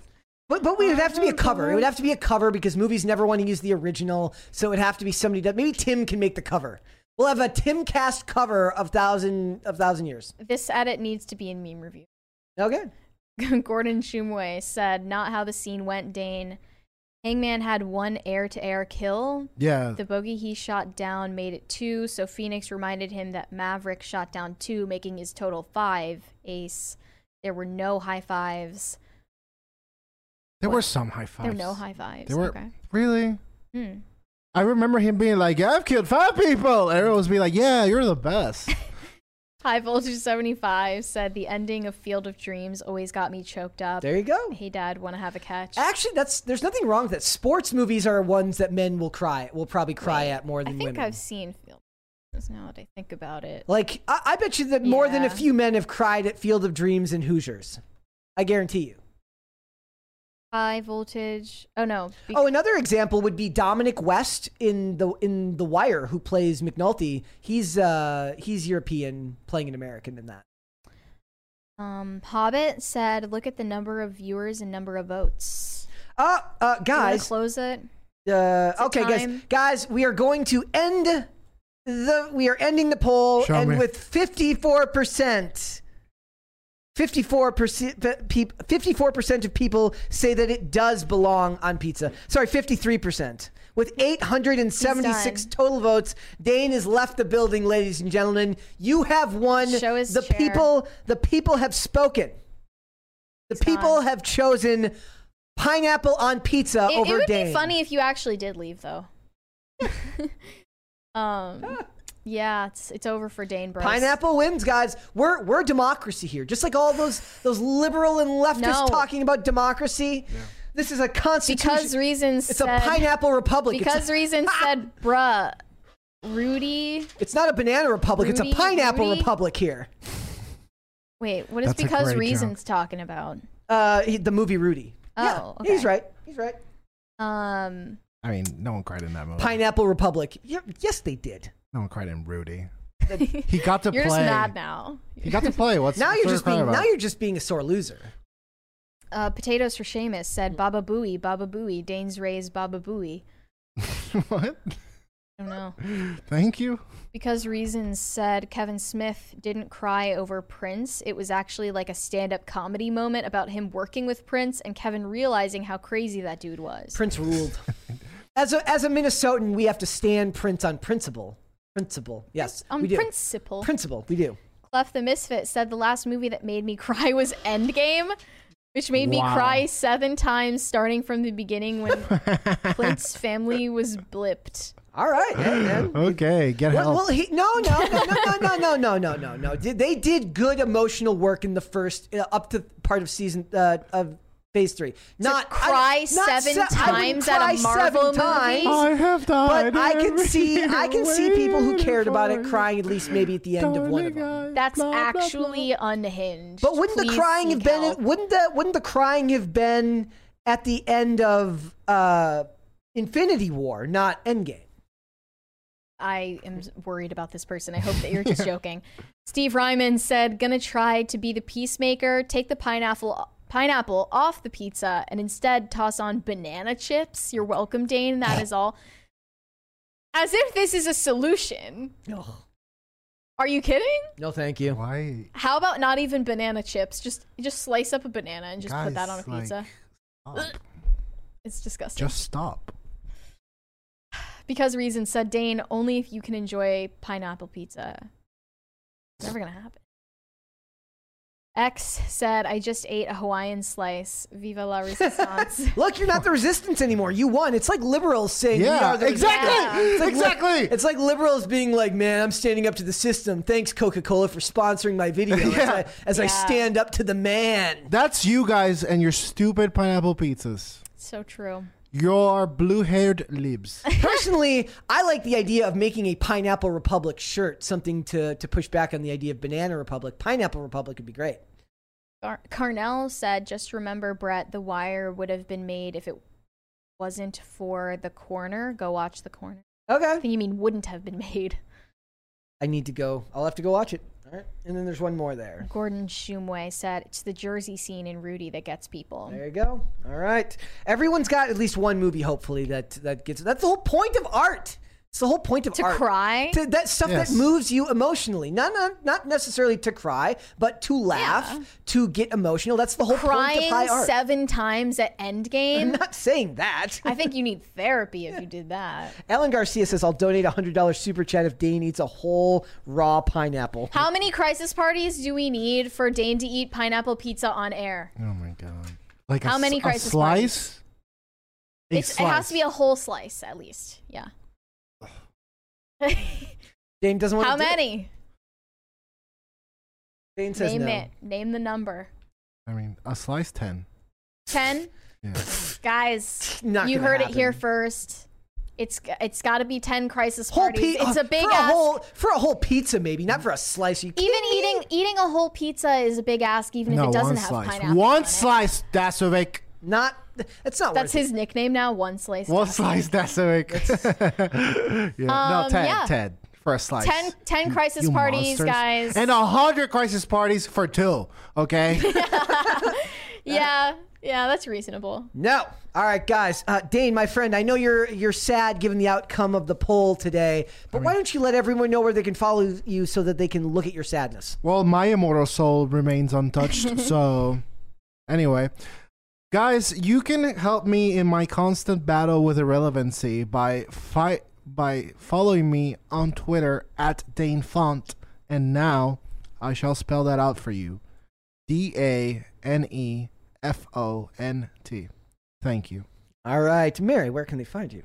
Speaker 1: But but we would have to be a cover. It would have to be a cover because movies never want to use the original, so it would have to be somebody that maybe Tim can make the cover. We'll have a Tim cast cover of thousand of thousand years.
Speaker 2: This edit needs to be in meme review.
Speaker 1: Okay.
Speaker 2: Gordon Shumway said, "Not how the scene went, Dane. Hangman had one air-to-air kill.
Speaker 1: Uh.
Speaker 3: Yeah.
Speaker 2: The bogey he shot down made it two. So Phoenix reminded him that Maverick shot down two, making his total five. Ace. There were no high fives.
Speaker 3: there were some high
Speaker 2: There
Speaker 3: fives.
Speaker 2: were no high fives.
Speaker 3: There were
Speaker 2: Okay.
Speaker 3: really.
Speaker 2: Hmm.
Speaker 3: I remember him being like, "I've killed five people." And everyone was being like, "Yeah, you're the best."
Speaker 2: High voltage seventy-five said the ending of Field of Dreams always got me choked up.
Speaker 1: There you go.
Speaker 2: Hey, Dad, want to have a catch?
Speaker 1: Actually, that's there's nothing wrong with that. Sports movies are ones that men will cry will probably cry at more
Speaker 2: I
Speaker 1: than
Speaker 2: think
Speaker 1: women.
Speaker 2: I've seen Field. of Dreams Now that I think about it,
Speaker 1: Like I, I bet you that more than a
Speaker 2: Yeah.
Speaker 1: few men have cried at Field of Dreams and Hoosiers. I guarantee you.
Speaker 2: high voltage. Oh no. Be-
Speaker 1: Oh, another example would be Dominic West in the in The Wire, who plays McNulty. He's uh he's European, playing an American in that.
Speaker 2: Um, Hobbit said, "Look at the number of viewers and number of votes."
Speaker 1: Uh, uh
Speaker 2: Do you wanna
Speaker 1: guys,
Speaker 2: close it.
Speaker 1: uh,
Speaker 2: it
Speaker 1: okay, guys,
Speaker 2: time?
Speaker 1: guys, we are going to end the we are ending the poll,
Speaker 3: Show
Speaker 1: and
Speaker 3: me.
Speaker 1: with fifty four percent. 54% 54% of people say that it does belong on pizza. Sorry, 53%. With 876
Speaker 2: He's done.
Speaker 1: total votes, Dane has left the building, ladies and gentlemen. You have won.
Speaker 2: Show his
Speaker 1: the
Speaker 2: chair.
Speaker 1: people the people have spoken. The
Speaker 2: He's
Speaker 1: people
Speaker 2: gone.
Speaker 1: have chosen pineapple on pizza
Speaker 2: It, it
Speaker 1: over
Speaker 2: would
Speaker 1: Dane.
Speaker 2: be funny if you actually did leave, though. um, yeah, it's it's over for Dane Bros.
Speaker 1: Ah. Pineapple wins, guys. We're we're democracy here, just like all those those liberal and leftists
Speaker 2: No.
Speaker 1: talking about democracy. This is a constitution.
Speaker 2: because reasons.
Speaker 1: it's
Speaker 2: said,
Speaker 1: a pineapple republic. It's a- Ah!
Speaker 2: Because reasons said, "Bruh, Rudy."
Speaker 1: it's not a banana republic. it's
Speaker 2: Rudy-
Speaker 1: a pineapple
Speaker 2: Rudy?
Speaker 1: republic here.
Speaker 2: Wait, what is
Speaker 3: That's a
Speaker 2: because
Speaker 3: great
Speaker 2: reasons talking about?
Speaker 1: Uh, he- the movie Rudy. yeah,
Speaker 2: Oh, okay.
Speaker 1: he's right. He's right.
Speaker 2: Um,
Speaker 3: I mean, no one cried in that movie.
Speaker 1: Pineapple republic. Yeah, yes, they did.
Speaker 3: no one cried in Rudy. he got to
Speaker 2: you're
Speaker 3: play.
Speaker 2: just mad now.
Speaker 3: He got to play. What's
Speaker 1: now
Speaker 3: what's
Speaker 1: you're
Speaker 3: there
Speaker 1: just
Speaker 3: to cry
Speaker 1: being
Speaker 3: about?
Speaker 1: now you're just being a sore loser.
Speaker 2: Uh, potatoes for Seamus said, "Baba Booey, Baba Booey, Dane's raised Baba Booey."
Speaker 3: what?
Speaker 2: I don't know.
Speaker 3: Thank you.
Speaker 2: Because Reasons said Kevin Smith didn't cry over Prince. It was actually like a stand up comedy moment about him working with Prince and Kevin realizing how crazy that dude was.
Speaker 1: Prince ruled. as a as a Minnesotan, we have to stand Prince on principle. Principle. Yes,
Speaker 2: On
Speaker 1: we do.
Speaker 2: principle.
Speaker 1: Principle. We do.
Speaker 2: Clef the Misfit said the last movie that made me cry was Endgame, which made me
Speaker 3: Wow.
Speaker 2: cry seven times starting from the beginning when Clint's family was blipped.
Speaker 1: All right, hey, man.
Speaker 3: Okay, get
Speaker 1: Well,
Speaker 3: help.
Speaker 1: well, he, no, no, no, no, no, no, no, no, no, no, no. Did, they did good emotional work in the first uh, up to part of season uh, of phase three. Not
Speaker 2: cry seven
Speaker 1: I wouldn't
Speaker 2: times at a
Speaker 1: cry
Speaker 2: Marvel
Speaker 1: seven times,
Speaker 2: movie?
Speaker 3: I have died.
Speaker 1: but I can
Speaker 3: every
Speaker 1: see I can see people who
Speaker 3: waiting
Speaker 1: cared about
Speaker 3: for
Speaker 1: it
Speaker 3: you.
Speaker 1: crying at least maybe at the end of one of
Speaker 3: Darling,
Speaker 1: them.
Speaker 3: I-
Speaker 2: That's
Speaker 3: blah, blah, blah.
Speaker 2: actually unhinged.
Speaker 1: But wouldn't the
Speaker 2: Please
Speaker 1: crying have
Speaker 2: seek
Speaker 1: been?
Speaker 2: help.
Speaker 1: Wouldn't the wouldn't the crying have been at the end of uh, Infinity War, not Endgame?
Speaker 2: I am worried about this person. I hope that you're just joking. Steve Ryman said, "Gonna try to be the peacemaker. Take the pineapple pineapple off the pizza and instead toss on banana chips. You're welcome, Dane. That is all." As if this is a solution.
Speaker 1: No,
Speaker 2: Are you kidding?
Speaker 1: no, thank you.
Speaker 3: Why?
Speaker 2: How about not even banana chips? Just just slice up a banana and just put that on
Speaker 3: guys,
Speaker 2: a pizza.
Speaker 3: like, stop.
Speaker 2: it's disgusting.
Speaker 3: Just stop.
Speaker 2: because reason said Dane only if you can enjoy pineapple pizza. It's never gonna happen. X said, "I just ate a Hawaiian slice. Viva la resistance."
Speaker 1: Look, you're not the resistance anymore. You won. It's like liberals saying, we
Speaker 3: Yeah,
Speaker 1: are the
Speaker 3: exactly,
Speaker 1: resistance. It's like li-
Speaker 3: exactly.
Speaker 1: it's like liberals being like, man, I'm standing up to the system. Thanks, Coca Cola, for sponsoring my video as,
Speaker 3: Yeah.
Speaker 1: I, as I
Speaker 2: Yeah.
Speaker 1: stand up to the man.
Speaker 3: That's you guys and your stupid pineapple pizzas.
Speaker 2: so true.
Speaker 3: Your blue-haired libs.
Speaker 1: Personally, I like the idea of making a Pineapple Republic shirt, something to, to push back on the idea of Banana Republic. Pineapple Republic would be great.
Speaker 2: Car- Carnell said, "Just remember, Brett, The Wire would have been made if it wasn't for the corner, go watch the corner. I
Speaker 1: Okay.
Speaker 2: think you mean wouldn't have been made.
Speaker 1: I need to go. I'll have to go watch it. All right. And then there's one more there.
Speaker 2: Gordon Shumway said it's the Jersey scene in Rudy that gets people.
Speaker 1: There you go. All right. Everyone's got at least one movie, hopefully, that that gets. That's the whole point of art. It's the whole point of
Speaker 2: To
Speaker 1: art.
Speaker 2: cry?
Speaker 1: To, that stuff
Speaker 3: Yes.
Speaker 1: that moves you emotionally. Not, not not necessarily to cry, but to laugh, to get emotional. That's the whole point
Speaker 2: Crying
Speaker 1: of high art.
Speaker 2: seven times at
Speaker 1: I'm
Speaker 2: Endgame.
Speaker 1: not saying that.
Speaker 2: I think you need therapy if you did that.
Speaker 1: Alan Garcia says, "I'll donate a hundred dollars super chat if Dane eats a whole raw pineapple."
Speaker 2: How many crisis parties do we need for Dane to eat pineapple pizza on air?
Speaker 3: Oh my god! Like a
Speaker 2: How
Speaker 3: s-
Speaker 2: many
Speaker 3: a
Speaker 2: crisis
Speaker 3: slice? A
Speaker 2: It's, it has to be
Speaker 3: slice.
Speaker 2: a whole slice at least. Yeah.
Speaker 1: Dane doesn't want
Speaker 2: How
Speaker 1: to. do it.
Speaker 2: many?
Speaker 1: Dane says
Speaker 2: Name
Speaker 1: no.
Speaker 2: it. Name the number.
Speaker 3: I mean, a slice ten.
Speaker 2: Ten.
Speaker 3: Yeah.
Speaker 2: Guys,
Speaker 1: Not
Speaker 2: you
Speaker 1: gonna
Speaker 2: heard it here
Speaker 1: happen.
Speaker 2: first. It's it's got to be ten crisis
Speaker 1: Whole
Speaker 2: parties.
Speaker 1: pi-
Speaker 2: it's
Speaker 1: uh,
Speaker 2: a big
Speaker 1: for
Speaker 2: ass.
Speaker 1: a whole for a whole pizza, maybe not for a slice. Are you
Speaker 2: even
Speaker 1: kidding me?
Speaker 2: eating eating a whole pizza is a big ask, even if
Speaker 3: no,
Speaker 2: it doesn't
Speaker 3: one
Speaker 2: have
Speaker 3: slice.
Speaker 2: pineapple. on
Speaker 3: one
Speaker 2: it.
Speaker 3: slice, Dasovic.
Speaker 1: not that's not
Speaker 2: That's
Speaker 1: worth
Speaker 2: his nickname now. One slice. Dasovic.
Speaker 3: One slice, Dasovic. yeah. no,
Speaker 2: Um,
Speaker 3: Ted.
Speaker 2: yeah.
Speaker 3: Ted for a slice.
Speaker 2: Ten, ten crisis
Speaker 3: You
Speaker 2: parties,
Speaker 3: monsters.
Speaker 2: guys.
Speaker 3: and a hundred crisis parties for two. Okay.
Speaker 2: yeah, yeah, that's reasonable.
Speaker 1: it. No. All right, guys. Uh, Dane, my friend, I know you're you're sad given the outcome of the poll today, but why don't you let everyone know where they can follow you so that they can look at your sadness?
Speaker 3: Well, my immortal soul remains untouched, so. Anyway. Guys, you can help me in my constant battle with irrelevancy by fi- by following me on Twitter at Dane Font, and now I shall spell that out for you: D A N E F O N T. Thank you.
Speaker 1: All right, Mary, where can they find you?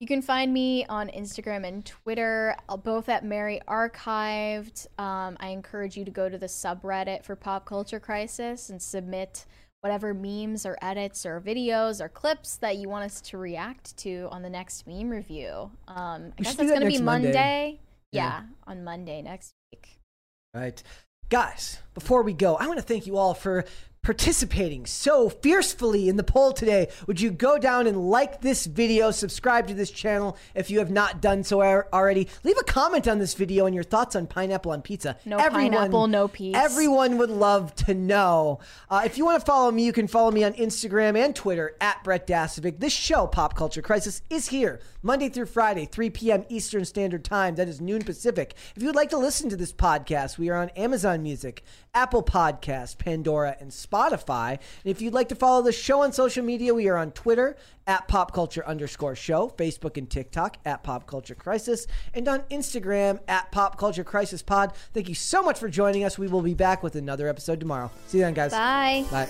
Speaker 2: You can find me on Instagram and Twitter, uh, both at Mary Archived. Um, I encourage you to go to the subreddit for Pop Culture Crisis and submit whatever memes or edits or videos or clips that you want us to react to on the next meme review. Um, I
Speaker 1: We
Speaker 2: guess
Speaker 1: should do
Speaker 2: that's
Speaker 1: that
Speaker 2: going to be
Speaker 1: next Monday.
Speaker 2: Monday.
Speaker 1: Yeah.
Speaker 2: Yeah, on Monday next week.
Speaker 1: All right. Guys, before we go, I want to thank you all for participating so fiercely in the poll today. Would you go down and like this video, subscribe to this channel if you have not done so ar- already? Leave a comment on this video and your thoughts on pineapple on pizza.
Speaker 2: No pineapple, no peas.
Speaker 1: Everyone would love to know. Uh, if you want to follow me, you can follow me on Instagram and Twitter at Brett Dasovic. This show, Pop Culture Crisis, is here Monday through Friday, 3 p.m. Eastern Standard Time. That is noon Pacific. If you would like to listen to this podcast, we are on Amazon Music, Apple Podcast, Pandora, and Spotify. And if you'd like to follow the show on social media, we are on Twitter at Pop Culture underscore show, Facebook and TikTok at Pop Culture Crisis, and on Instagram at Pop Culture Crisis Pod. Thank you so much for joining us. We will be back with another episode tomorrow. See you then, guys.
Speaker 2: Bye.
Speaker 1: Bye.